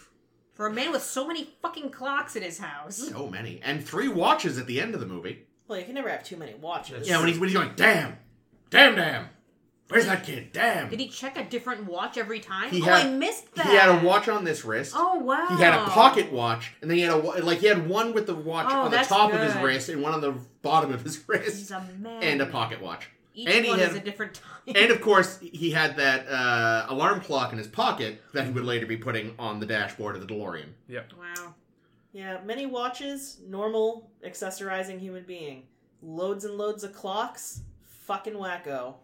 Speaker 2: For a man with so many fucking clocks in his house,
Speaker 1: so many. And three watches at the end of the movie.
Speaker 3: Well, you can never have too many watches.
Speaker 1: Yeah, when he's, when he's going, damn, damn, damn. Where's that kid? Damn.
Speaker 2: did he check a different watch every time?
Speaker 1: He
Speaker 2: oh,
Speaker 1: had-
Speaker 2: I missed that.
Speaker 1: He had a watch on this wrist.
Speaker 2: Oh wow.
Speaker 1: He had a pocket watch, and then he had a wa- like he had one with the watch
Speaker 2: Oh,
Speaker 1: on the
Speaker 2: that's
Speaker 1: top of his
Speaker 2: good.
Speaker 1: wrist and one on the bottom of his
Speaker 2: He's
Speaker 1: wrist,
Speaker 2: a man.
Speaker 1: and a pocket watch.
Speaker 2: Each
Speaker 1: and he
Speaker 2: one
Speaker 1: had-
Speaker 2: is a different time.
Speaker 1: And of course, he had that uh, alarm clock in his pocket that he would later be putting on the dashboard of the DeLorean.
Speaker 4: Yep.
Speaker 2: [LAUGHS] wow.
Speaker 3: Yeah, many watches, normal accessorizing human being. Loads and loads of clocks, fucking wacko,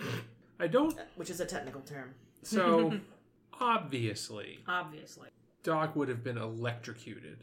Speaker 4: I don't.
Speaker 3: which is a technical term.
Speaker 1: [LAUGHS]
Speaker 4: So obviously,
Speaker 2: Obviously.
Speaker 4: Doc would have been electrocuted,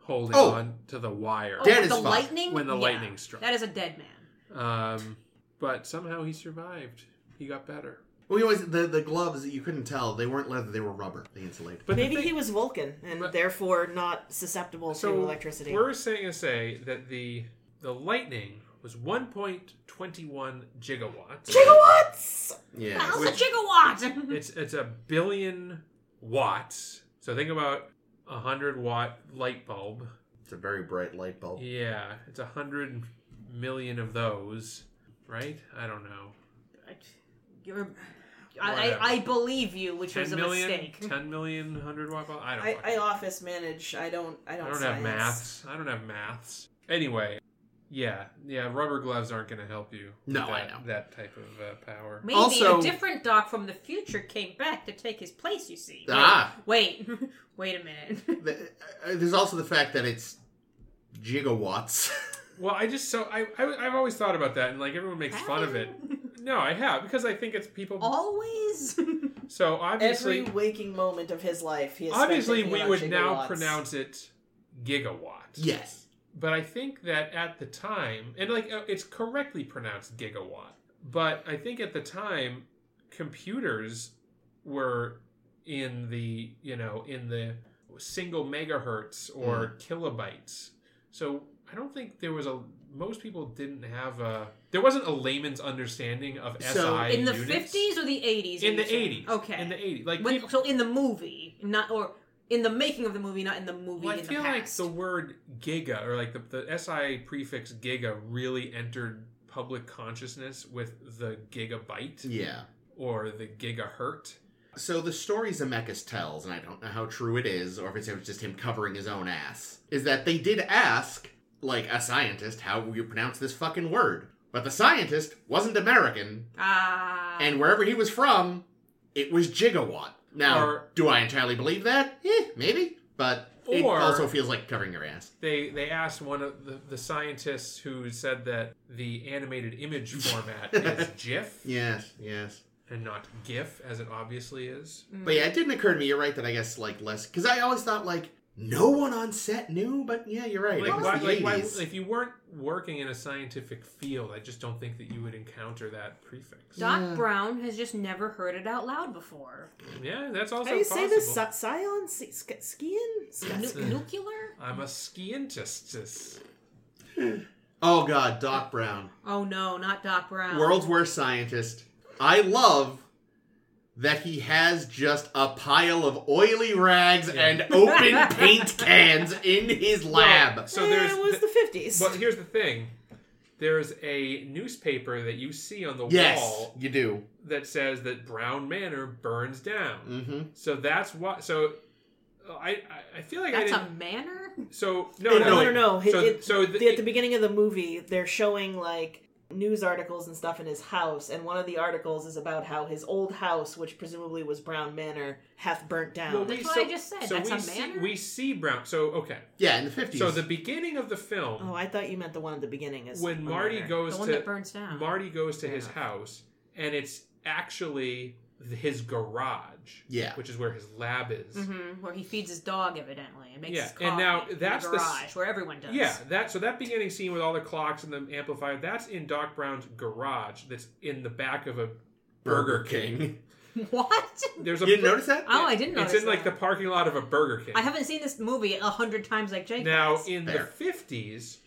Speaker 4: holding
Speaker 1: Oh.
Speaker 4: on to the wire.
Speaker 1: Dead
Speaker 2: Oh, with
Speaker 1: as
Speaker 2: the
Speaker 1: fuck.
Speaker 2: lightning.
Speaker 4: When the
Speaker 2: Yeah.
Speaker 4: lightning struck.
Speaker 2: That is a dead man.
Speaker 4: Um, but somehow he survived. He got better.
Speaker 1: Well, he always the the gloves you couldn't tell they weren't leather; they were rubber. They insulated.
Speaker 4: But the
Speaker 3: Maybe
Speaker 4: thing-
Speaker 3: he was Vulcan and
Speaker 4: But-
Speaker 3: therefore not susceptible to electricity.
Speaker 4: We're saying to say that the the lightning was 1.21 gigawatts.
Speaker 3: Gigawatts!
Speaker 1: Yeah.
Speaker 2: How's a
Speaker 4: Which-
Speaker 2: gigawatt?
Speaker 4: It's it's a billion watts. So think about a hundred watt light bulb.
Speaker 1: It's a very bright light bulb.
Speaker 4: Yeah, it's a hundred million of those, right? I don't know.
Speaker 2: [LAUGHS] You're, I, I, I believe you, which was
Speaker 4: Ten
Speaker 2: a
Speaker 4: million,
Speaker 2: mistake.
Speaker 4: ten million, hundred watt bulb. I don't.
Speaker 3: I,
Speaker 4: fucking
Speaker 3: I office manage. I don't. I don't.
Speaker 4: I don't
Speaker 3: science.
Speaker 4: have maths. I don't have maths. Anyway, yeah, yeah. Rubber gloves aren't going to help you. with
Speaker 1: No, I
Speaker 4: that,
Speaker 1: know.
Speaker 4: that type of uh, power.
Speaker 2: Maybe
Speaker 1: Also-
Speaker 2: a different doc from the future came back to take his place. You see?
Speaker 1: Ah.
Speaker 2: Wait, [LAUGHS] wait a minute.
Speaker 1: The, uh, there's also the fact that it's gigawatts. [LAUGHS]
Speaker 4: Well, I just so I, I have always thought about that, and like everyone makes fun of it. No, I have because I think it's people.
Speaker 2: [LAUGHS] Always.
Speaker 4: so obviously,
Speaker 3: Every waking moment of his life, he is
Speaker 4: obviously, we would now pronounce it gigawatt.
Speaker 1: yes.
Speaker 4: But I think that at the time, and like uh, it's correctly pronounced gigawatt, but I think at the time, computers were in the, you know, in the single megahertz or
Speaker 2: Mm.
Speaker 4: kilobytes. So I don't think there was a, most people didn't have a, there wasn't a layman's understanding of SI
Speaker 1: So-
Speaker 2: in the
Speaker 4: units.
Speaker 2: fifties or the eighties?
Speaker 4: In the 80s.
Speaker 2: Okay.
Speaker 4: In the 80s. Like,
Speaker 2: When-
Speaker 4: people-
Speaker 2: so in the movie, not or in the making of the movie, not in the movie.
Speaker 4: Well, I
Speaker 2: in
Speaker 4: feel
Speaker 2: the
Speaker 4: like
Speaker 2: past.
Speaker 4: the word giga or like the, the SI prefix giga really entered public consciousness with the gigabyte
Speaker 1: Yeah.
Speaker 4: or the gigahertz.
Speaker 1: So the story Zemeckis tells, and I don't know how true it is, or if it's just him covering his own ass, is that they did ask, like a scientist, how you pronounce this fucking word. But the scientist wasn't American,
Speaker 2: Ah.
Speaker 1: and wherever he was from, it was gigawatt. Now,
Speaker 4: Or-
Speaker 1: do I entirely believe that? Eh, maybe. But it
Speaker 4: Or-
Speaker 1: also feels like covering your ass.
Speaker 4: They they asked one of the, the scientists who said that the animated image
Speaker 1: [LAUGHS]
Speaker 4: format is GIF
Speaker 1: Yes, yes.
Speaker 4: and not GIF as it obviously is.
Speaker 1: But yeah, it didn't occur to me. You're right that I guess like less because I always thought like no one on set knew. But yeah, you're right. it
Speaker 4: Like,
Speaker 1: was
Speaker 4: why,
Speaker 1: the
Speaker 4: like why,
Speaker 1: 80s.
Speaker 4: if you weren't working in a scientific field, I just don't think that you would encounter that prefix.
Speaker 2: Doc
Speaker 1: Yeah.
Speaker 2: Brown has just never heard it out loud before.
Speaker 4: Yeah, that's also
Speaker 3: How do you
Speaker 4: possible.
Speaker 3: say this? Sci- Scion? Sci- Sci- Scion?
Speaker 2: Nu-
Speaker 3: Sci-
Speaker 4: That's-
Speaker 2: nuclear?
Speaker 4: I'm a scientist.
Speaker 1: oh god, Doc Brown.
Speaker 2: Oh no, not Doc Brown.
Speaker 1: World's worst scientist. I love that he has just a pile of oily rags and open
Speaker 4: [LAUGHS]
Speaker 1: paint cans in his lab.
Speaker 3: [LAUGHS]
Speaker 4: So there's.
Speaker 3: Eh, it was the fifties.
Speaker 4: but here's the thing. There's a newspaper that you see on the
Speaker 1: Yes,
Speaker 4: wall
Speaker 1: you do.
Speaker 4: that says that Brown Manor burns down.
Speaker 1: Mm-hmm.
Speaker 4: So that's why. So I I- I feel like
Speaker 2: That's
Speaker 4: I
Speaker 2: a
Speaker 4: didn't.
Speaker 2: manor?
Speaker 4: So
Speaker 1: No,
Speaker 4: no
Speaker 3: No,
Speaker 4: no
Speaker 3: no, no. It-
Speaker 4: So
Speaker 3: it-
Speaker 4: so the,
Speaker 3: the- at the beginning of the movie, they're showing like news articles and stuff in his house, and one of the articles is about how his old house, which presumably was Brown Manor, hath burnt down.
Speaker 4: well,
Speaker 2: That's
Speaker 4: we-
Speaker 2: what
Speaker 4: so-
Speaker 2: I just said.
Speaker 4: So
Speaker 2: That's
Speaker 4: we
Speaker 2: a
Speaker 4: see
Speaker 2: manor?
Speaker 4: we see Brown. So okay.
Speaker 1: Yeah, in the fifties.
Speaker 4: So the beginning of the film
Speaker 3: oh, I thought you meant the one at the beginning. Is
Speaker 4: when Marty
Speaker 3: Manor.
Speaker 4: goes
Speaker 2: The one
Speaker 4: to
Speaker 2: that burns down.
Speaker 4: Marty goes to his
Speaker 3: Yeah.
Speaker 4: house, and it's actually th- his garage,
Speaker 1: Yeah.
Speaker 4: which is where his lab is.
Speaker 2: hmm where he feeds his dog, evidently, and makes
Speaker 4: Yeah,
Speaker 2: his
Speaker 4: and
Speaker 2: coffee
Speaker 4: now
Speaker 2: in
Speaker 4: that's
Speaker 2: the
Speaker 4: the
Speaker 2: garage
Speaker 4: s-
Speaker 2: where everyone does.
Speaker 4: Yeah, that so that beginning scene with all the clocks and the amplifier, that's in Doc Brown's garage. That's in the back of a
Speaker 1: Burger King.
Speaker 2: [LAUGHS] What?
Speaker 4: There's a
Speaker 1: You didn't
Speaker 4: bur-
Speaker 1: notice that?
Speaker 2: Oh, I didn't notice
Speaker 4: It's in like the
Speaker 2: that.
Speaker 4: parking lot of a Burger King.
Speaker 2: I haven't seen this movie a hundred times like Jake.
Speaker 4: Now,
Speaker 2: has.
Speaker 4: in the
Speaker 1: Fair.
Speaker 4: 50s,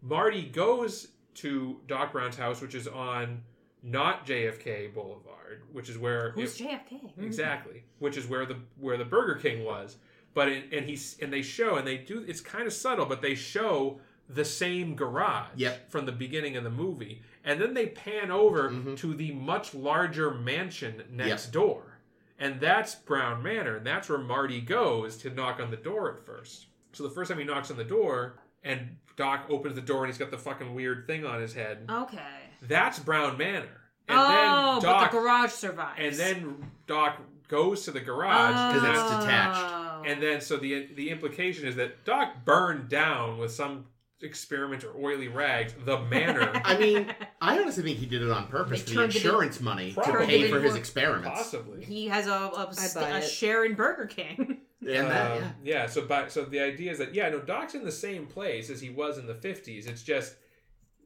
Speaker 4: Marty goes to Doc Brown's house, which is on not JFK Boulevard, which is where
Speaker 2: who's
Speaker 4: if-
Speaker 2: JFK? Hmm.
Speaker 4: exactly, which is where the where the Burger King was. But in, and he's and they show and they do it's kind of subtle, but they show the same garage
Speaker 1: Yep.
Speaker 4: from the beginning of the movie, and then they pan over
Speaker 1: Mhm.
Speaker 4: to the much larger mansion next door. And that's Brown Manor, and that's where Marty goes to knock on the door at first. So the first time he knocks on the door, and Doc opens the door, and he's got the fucking weird thing on his head.
Speaker 2: Okay.
Speaker 4: That's Brown Manor. And
Speaker 2: oh,
Speaker 4: then Doc,
Speaker 2: but the garage survives.
Speaker 4: and then Doc goes to the garage,
Speaker 1: 'Cause it's
Speaker 4: and-
Speaker 1: detached.
Speaker 2: Oh. [LAUGHS]
Speaker 4: and then so the the implication is that Doc burned down with some experiment or oily rags the
Speaker 2: [LAUGHS]
Speaker 4: manor,
Speaker 1: I mean, I honestly think he did it on purpose
Speaker 2: He
Speaker 1: for the
Speaker 2: turned it in-
Speaker 1: insurance money to
Speaker 4: Probably.
Speaker 1: pay for his
Speaker 2: Possibly.
Speaker 1: experiments.
Speaker 4: possibly.
Speaker 2: he has a a, st-
Speaker 3: buy
Speaker 2: a
Speaker 3: it.
Speaker 2: share in Burger King.
Speaker 1: And that,
Speaker 4: Um,
Speaker 1: yeah.
Speaker 4: So, by, so the idea is that yeah, no, Doc's in the same place as he was in the fifties. It's just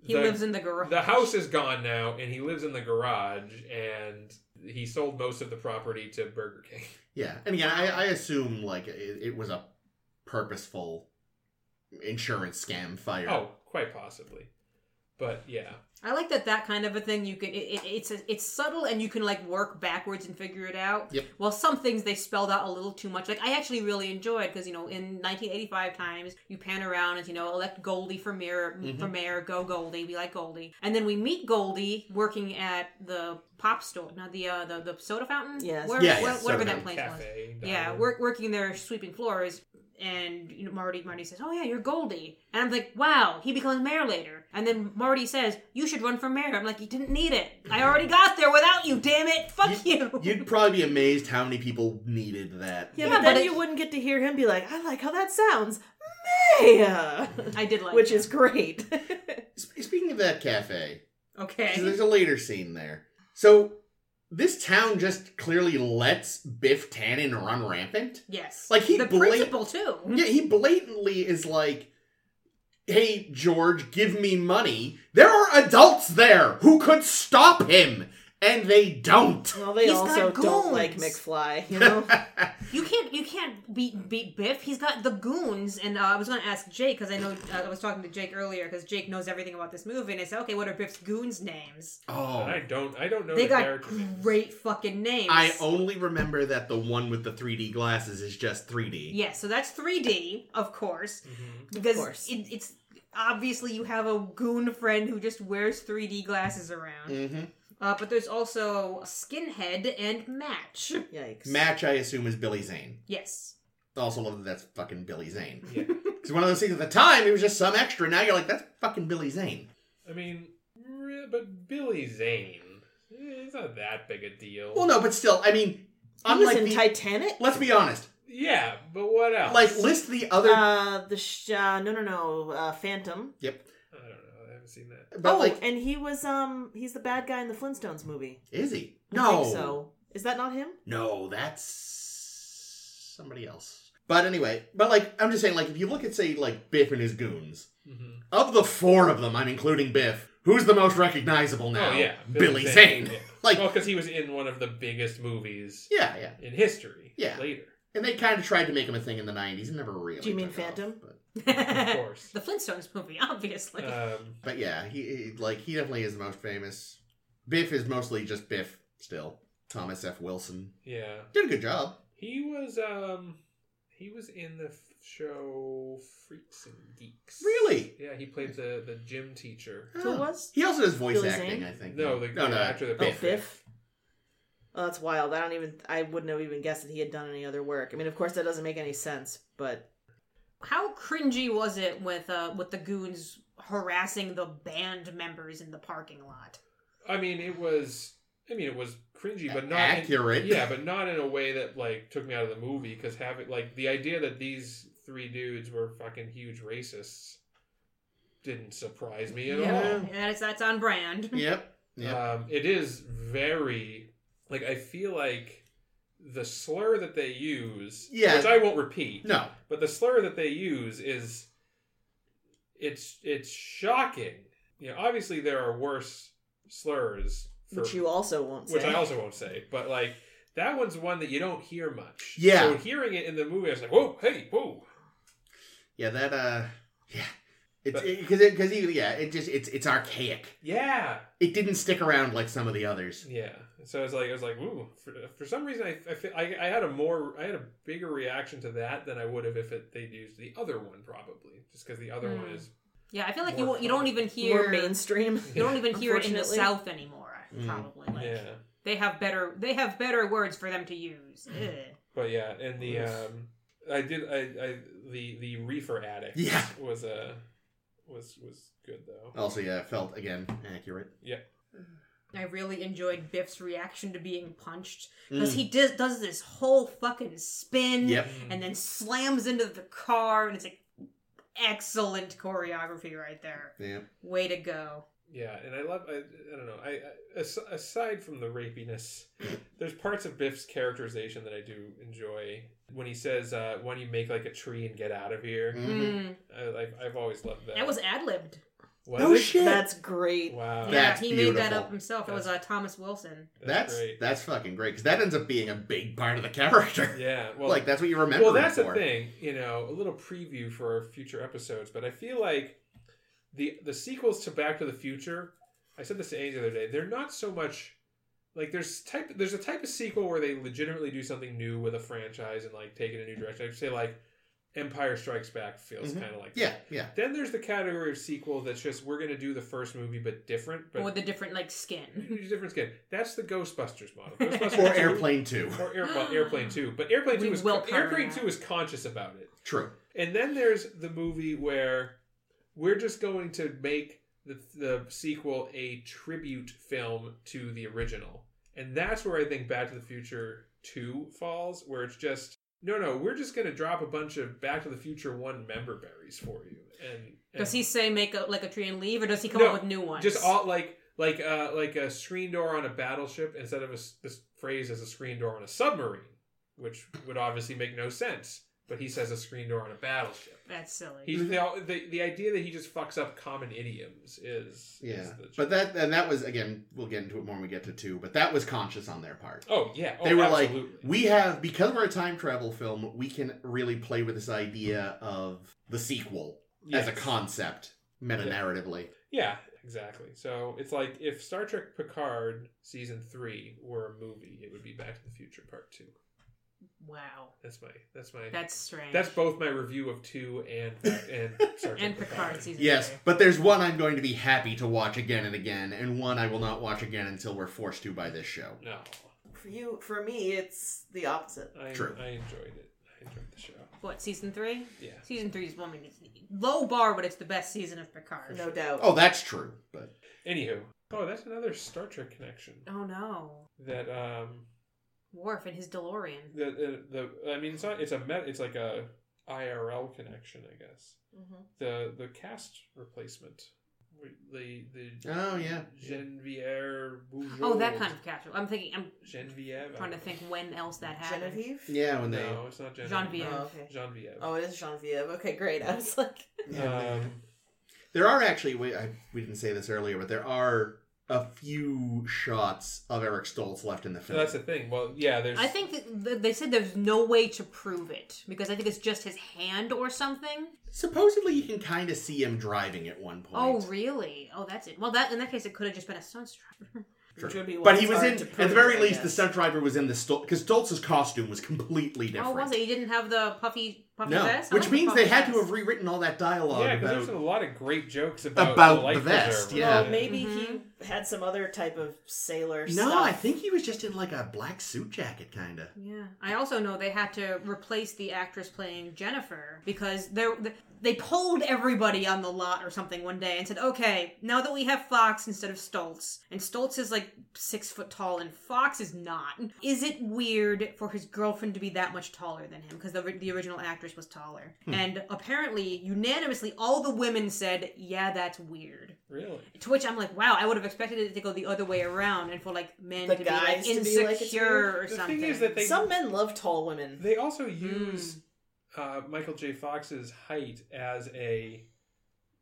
Speaker 2: he lives in the garage.
Speaker 4: the house is gone now, and he lives in the garage, and he sold most of the property to Burger King.
Speaker 1: Yeah, and again, I, I assume like it, it was a purposeful insurance scam fire.
Speaker 4: Oh, quite possibly, but yeah,
Speaker 2: I like that that kind of a thing you can it, it, it's it's subtle and you can like work backwards and figure it out.
Speaker 1: Yep.
Speaker 2: Well, some things they spelled out a little too much. Like I actually really enjoyed because you know in 1985 times you pan around and you know elect Goldie for mayor for
Speaker 1: Mhm.
Speaker 2: mayor go Goldie we like Goldie and then we meet Goldie working at the pop store now the uh, the the soda fountain
Speaker 3: Yes.
Speaker 2: where,
Speaker 1: Yeah,
Speaker 2: where-
Speaker 1: yeah,
Speaker 2: whatever
Speaker 1: soda
Speaker 2: that
Speaker 1: fountain
Speaker 2: place was
Speaker 4: cafe.
Speaker 2: yeah
Speaker 4: diner.
Speaker 2: work, working there sweeping floors and you know marty marty says oh yeah you're goldie and i'm like wow he becomes mayor later and then marty says you should run for mayor i'm like you didn't need it i already got there without you damn it fuck you,
Speaker 1: You'd probably be amazed how many people needed that.
Speaker 3: Yeah,
Speaker 2: Yeah,
Speaker 3: but then
Speaker 2: but it-
Speaker 3: you wouldn't get to hear him be like, "I like how that sounds, [LAUGHS] Maya,"
Speaker 2: i did like
Speaker 3: which
Speaker 2: that.
Speaker 3: is great.
Speaker 1: Sp- Speaking of that cafe, So
Speaker 2: okay
Speaker 1: there's a later scene there. So this town just clearly lets Biff Tannen run rampant.
Speaker 2: yes
Speaker 1: Like, he
Speaker 2: the
Speaker 1: blat-
Speaker 2: principal too
Speaker 1: Yeah, he blatantly is like, "Hey George, give me money." There are adults there who could stop him, and they don't.
Speaker 3: well, they
Speaker 2: He's
Speaker 3: also
Speaker 2: got
Speaker 3: don't like
Speaker 2: goons.
Speaker 3: McFly, [LAUGHS] you know.
Speaker 2: You can't you can't beat beat Biff. He's got the goons, and uh, I was going to ask Jake because I know uh, I was talking to Jake earlier because Jake knows everything about this movie, and I said, okay, what are Biff's goons' names?
Speaker 1: Oh,
Speaker 4: I don't. I don't know.
Speaker 2: they
Speaker 4: the
Speaker 2: got
Speaker 4: character names. [LAUGHS]
Speaker 2: great fucking names.
Speaker 1: I only remember that the one with the 3D glasses is just 3D.
Speaker 2: Yeah, so that's 3D, of course,
Speaker 4: Mhm.
Speaker 2: because
Speaker 3: course.
Speaker 2: It, it's obviously you have a goon friend who just wears 3D glasses
Speaker 3: Mm.
Speaker 2: around.
Speaker 1: Mm-hmm.
Speaker 2: Uh, but there's also Skinhead and Match.
Speaker 3: Yikes!
Speaker 1: Match, I assume, is Billy Zane.
Speaker 2: Yes.
Speaker 1: Also love that that's fucking Billy Zane.
Speaker 4: Yeah.
Speaker 1: It's one of those things at the time, it was just some extra. Now you're like, that's fucking Billy Zane.
Speaker 4: I mean, re- but Billy Zane, eh, it's not that big a deal.
Speaker 1: Well, no, but still, I mean,
Speaker 3: he was
Speaker 1: unlike
Speaker 3: in
Speaker 1: the,
Speaker 3: Titanic.
Speaker 1: let's be honest,
Speaker 4: Yeah, but what else?
Speaker 1: like list the other.
Speaker 3: Uh, the sh- uh, no, no, no, uh, Phantom.
Speaker 4: I don't know. I haven't seen that.
Speaker 1: but
Speaker 3: oh,
Speaker 1: like,
Speaker 3: and he was um, he's the bad guy in the Flintstones movie.
Speaker 1: is he?
Speaker 3: I
Speaker 1: No,
Speaker 3: think so is that not him?
Speaker 1: no, that's somebody else. But anyway, but like, I'm just saying, like, if you look at say like Biff and his goons,
Speaker 4: Mm-hmm.
Speaker 1: of the four of them, I'm including Biff. Who's the most recognizable now?
Speaker 4: oh yeah,
Speaker 1: Billy, Zane.
Speaker 4: Yeah.
Speaker 1: Like,
Speaker 4: well, because he was in one of the biggest movies
Speaker 1: yeah, yeah.
Speaker 4: in history.
Speaker 1: Yeah. [LAUGHS]
Speaker 4: Later,
Speaker 1: And they kind of tried to make him a thing in the '90s, and never really.
Speaker 3: Do you mean
Speaker 1: took off,
Speaker 3: Phantom?
Speaker 1: but,
Speaker 4: of
Speaker 2: [LAUGHS] the
Speaker 4: course.
Speaker 2: Flintstones movie, obviously.
Speaker 4: um,
Speaker 1: but yeah, he, he- like he definitely is the most famous. Biff is mostly just Biff still. Thomas F. Wilson
Speaker 4: yeah,
Speaker 1: did a good job.
Speaker 4: he was. Um, he was in the f- show Freaks and Geeks.
Speaker 1: Really?
Speaker 4: Yeah, he played the the gym teacher.
Speaker 3: Who
Speaker 1: Huh.
Speaker 3: was?
Speaker 1: Ah. He also does voice
Speaker 3: Billy
Speaker 1: acting,
Speaker 3: Zane?
Speaker 1: I think.
Speaker 4: No, the
Speaker 1: no, no.
Speaker 4: after the
Speaker 3: Oh,
Speaker 4: Biff.
Speaker 3: Biff. Oh, that's wild. I don't even. I wouldn't have even guessed that he had done any other work. I mean, of course, that doesn't make any sense, but
Speaker 2: How cringy was it with uh with the goons harassing the band members in the parking lot?
Speaker 4: I mean, it was. I mean, it was cringy, but not in-
Speaker 1: accurate.
Speaker 4: yeah, but not in a way that like took me out of the movie because having like the idea that these three dudes were fucking huge racists didn't surprise me at
Speaker 1: Yeah.
Speaker 4: all.
Speaker 2: That's that's on brand.
Speaker 1: Yep. Yep.
Speaker 4: Um, it is very like I feel like the slur that they use,
Speaker 1: Yeah.
Speaker 4: which I won't repeat,
Speaker 1: no.
Speaker 4: but the slur that they use is it's it's shocking. You know, obviously there are worse slurs
Speaker 3: which you also won't say.
Speaker 4: which I also won't say, but like that one's one that you don't hear much.
Speaker 1: Yeah.
Speaker 4: So hearing it in the movie, I was like, whoa, hey, whoa.
Speaker 1: Yeah, that uh, yeah, it's
Speaker 4: But-
Speaker 1: because it, because even yeah, it just it's it's archaic.
Speaker 4: Yeah.
Speaker 1: It didn't stick around like some of the others.
Speaker 4: Yeah. So I was like, I was like, ooh. For, for some reason, I, I, fe- I I had a more, I had a bigger reaction to that than I would have if it, they'd used the other one, probably, just because the other
Speaker 2: Hmm.
Speaker 4: one is.
Speaker 2: Yeah, I feel like
Speaker 4: More
Speaker 2: you you don't
Speaker 4: fun.
Speaker 2: even
Speaker 3: More
Speaker 2: hear
Speaker 3: mainstream.
Speaker 1: [LAUGHS]
Speaker 2: you
Speaker 3: [LAUGHS]
Speaker 2: don't even hear it in the
Speaker 3: Unfortunately.
Speaker 2: South anymore.
Speaker 1: Mm.
Speaker 2: Probably like
Speaker 4: Yeah.
Speaker 2: they have better they have better words for them to use. Ugh.
Speaker 4: But yeah, and the
Speaker 1: Oof.
Speaker 4: um, I did I, I the the reefer addict
Speaker 1: Yeah. Oh,
Speaker 4: was uh, was was good though.
Speaker 1: Also, yeah, felt again accurate.
Speaker 2: I really enjoyed Biff's reaction to being punched
Speaker 1: Mm.
Speaker 2: because he does does this whole fucking spin
Speaker 1: Yep.
Speaker 4: Hmm.
Speaker 2: and then slams into the car and it's like excellent choreography right there.
Speaker 1: Yeah.
Speaker 2: Way to go.
Speaker 4: Yeah, and I love. I, I don't know. I, I as- aside from the rapiness, there's parts of Biff's characterization that I do enjoy. When he says, uh, "Why don't you make like a tree and get out of here?"
Speaker 1: Mhm.
Speaker 2: Mm.
Speaker 4: I, like, I've always loved that.
Speaker 2: That was ad libbed.
Speaker 4: Was
Speaker 1: Oh,
Speaker 4: it?
Speaker 1: shit.
Speaker 3: That's great.
Speaker 4: Wow,
Speaker 1: That-
Speaker 2: Yeah,
Speaker 1: That's
Speaker 2: he made that
Speaker 1: beautiful.
Speaker 2: up himself. It was uh, Thomas Wilson.
Speaker 1: That's that's, fucking great because that ends up being a big part of the character. [LAUGHS]
Speaker 4: yeah. Well,
Speaker 1: like that's what you remember.
Speaker 4: well,
Speaker 1: him
Speaker 4: that's
Speaker 1: for.
Speaker 4: the thing. You know, a little preview for our future episodes, but I feel like the the sequels to Back to the Future. I said this to Angie the other day. They're not so much like there's type there's a type of sequel where they legitimately do something new with a franchise and like take it in a new direction. I'd say like Empire Strikes Back feels
Speaker 1: Mhm.
Speaker 4: kind of like
Speaker 1: Yeah,
Speaker 4: that.
Speaker 1: yeah.
Speaker 4: Then there's the category of sequel that's just we're gonna do the first movie but different, but
Speaker 2: Or
Speaker 4: [LAUGHS]
Speaker 2: with a different like skin.
Speaker 4: different skin. That's the Ghostbusters model.
Speaker 1: Or
Speaker 4: Ghostbusters
Speaker 1: Airplane Two. [LAUGHS]
Speaker 4: or
Speaker 2: [GASPS]
Speaker 4: Air, well, airplane two, but airplane
Speaker 2: We
Speaker 4: two was
Speaker 2: will
Speaker 4: con-
Speaker 2: cover
Speaker 4: airplane
Speaker 2: that.
Speaker 4: two is conscious about it.
Speaker 1: True.
Speaker 4: And then there's the movie where we're just going to make the, the sequel a tribute film to the original. And that's where I think Back to the Future 2 falls, where it's just, no, no, we're just going to drop a bunch of Back to the Future 1 member berries for you. And, and
Speaker 2: Does he say make a, like a tree and leave, or does he come
Speaker 4: No,
Speaker 2: up with new ones?
Speaker 4: just all like like uh like a screen door on a battleship instead of a s- this phrase as a screen door on a submarine, which would obviously make no sense. But he says a screen door on a battleship.
Speaker 2: That's silly.
Speaker 1: Mm-hmm.
Speaker 4: He's the, the the idea that he just fucks up common idioms is
Speaker 1: Yeah.
Speaker 4: Is the,
Speaker 1: But that and that was again. We'll get into it more when we get to two. But that was conscious on their part.
Speaker 4: oh yeah oh,
Speaker 1: they were
Speaker 4: absolutely.
Speaker 1: like, we have because we're a time travel film, we can really play with this idea of the sequel as a
Speaker 4: Yes.
Speaker 1: concept, meta narratively.
Speaker 4: yeah exactly. So it's like if Star Trek Picard season three were a movie, it would be Back to the Future Part Two.
Speaker 2: wow,
Speaker 4: That's my that's my
Speaker 2: that's strange.
Speaker 4: that's both my review of two and
Speaker 2: [LAUGHS]
Speaker 4: and Star Trek
Speaker 2: and Picard season.
Speaker 1: Yes,
Speaker 2: three.
Speaker 1: but there's one I'm going to be happy to watch again and again, and one I will not watch again until we're forced to by this show.
Speaker 4: No,
Speaker 3: For you, for me, it's the opposite.
Speaker 4: I,
Speaker 1: True.
Speaker 4: I enjoyed it. I enjoyed the show.
Speaker 2: What season three?
Speaker 4: Yeah.
Speaker 2: Season three is well, I mean, it's low bar, but it's the best season of Picard.
Speaker 3: No doubt.
Speaker 1: Oh, that's true. But
Speaker 4: Anywho, oh, that's another Star Trek connection
Speaker 2: Oh no,
Speaker 4: that um
Speaker 2: Worf and his DeLorean.
Speaker 4: the the, the I mean it's not it's a met it's like a IRL connection I guess
Speaker 3: Mhm.
Speaker 4: the the cast replacement the the
Speaker 1: oh yeah,
Speaker 4: Genevieve Bujold.
Speaker 2: Oh, that kind of casual. I'm thinking. I'm
Speaker 4: Genevieve.
Speaker 2: trying to think when else that happened.
Speaker 3: Genevieve?
Speaker 1: yeah. When they
Speaker 4: No, it's not Genevieve. Um,
Speaker 2: Genevieve.
Speaker 3: Oh, okay.
Speaker 4: Genevieve.
Speaker 3: Oh, it is Genevieve. Okay, great. I was like,
Speaker 4: Um,
Speaker 1: there are actually we, I, we didn't say this earlier, but there are a few shots of Eric Stoltz left in the
Speaker 4: so
Speaker 1: film.
Speaker 4: that's the thing. Well, yeah, there's.
Speaker 2: I think that th- they said there's no way to prove it because I think it's just his hand or something.
Speaker 1: Supposedly, you can kind of see him driving at one point.
Speaker 2: Oh, really? Oh, that's it. Well, that in that case, it could have just been a stunt [LAUGHS] driver.
Speaker 1: Sure.
Speaker 3: Which would be why
Speaker 1: But he
Speaker 3: it's
Speaker 1: was
Speaker 3: hard
Speaker 1: in,
Speaker 3: to
Speaker 1: at
Speaker 3: prove,
Speaker 1: the very
Speaker 3: I
Speaker 1: least, the
Speaker 3: guess.
Speaker 1: stunt driver was in the Stoltz because Stoltz's costume was completely different.
Speaker 2: Oh, was it? He didn't have the puffy puffy
Speaker 1: No,
Speaker 2: vest. I
Speaker 1: which
Speaker 2: like the
Speaker 1: means
Speaker 2: puffy
Speaker 1: they had
Speaker 2: vest.
Speaker 1: to have rewritten all that dialogue
Speaker 4: Yeah, because
Speaker 1: about
Speaker 4: there's a lot of great jokes about,
Speaker 1: About
Speaker 4: the, life
Speaker 1: the vest,
Speaker 4: preserver.
Speaker 1: yeah.
Speaker 3: Well, Mm-hmm. maybe
Speaker 2: Mhm.
Speaker 3: he had some other type of sailor
Speaker 1: No,
Speaker 3: stuff.
Speaker 1: I think he was just in like a black suit jacket, kind of.
Speaker 2: Yeah, I also know they had to replace the actress playing Jennifer because they they polled everybody on the lot or something one day and said, "Okay, now that we have Fox instead of Stoltz, and Stoltz is like six foot tall and Fox is not, is it weird for his girlfriend to be that much taller than him? Because the ri- the original actress was taller."
Speaker 4: Hmm.
Speaker 2: And apparently, unanimously, all the women said, "Yeah, that's weird."
Speaker 4: Really?
Speaker 2: To which I'm like, "Wow, I would have expected it to go the other way around and for like men
Speaker 3: The
Speaker 2: to be like
Speaker 3: guys to be
Speaker 2: insecure
Speaker 3: like, it's
Speaker 2: or
Speaker 3: weird.
Speaker 4: The
Speaker 2: something."
Speaker 4: thing is that they
Speaker 3: Some men love tall women.
Speaker 4: they
Speaker 2: Hmm.
Speaker 4: also use uh, Michael J. Fox's height as a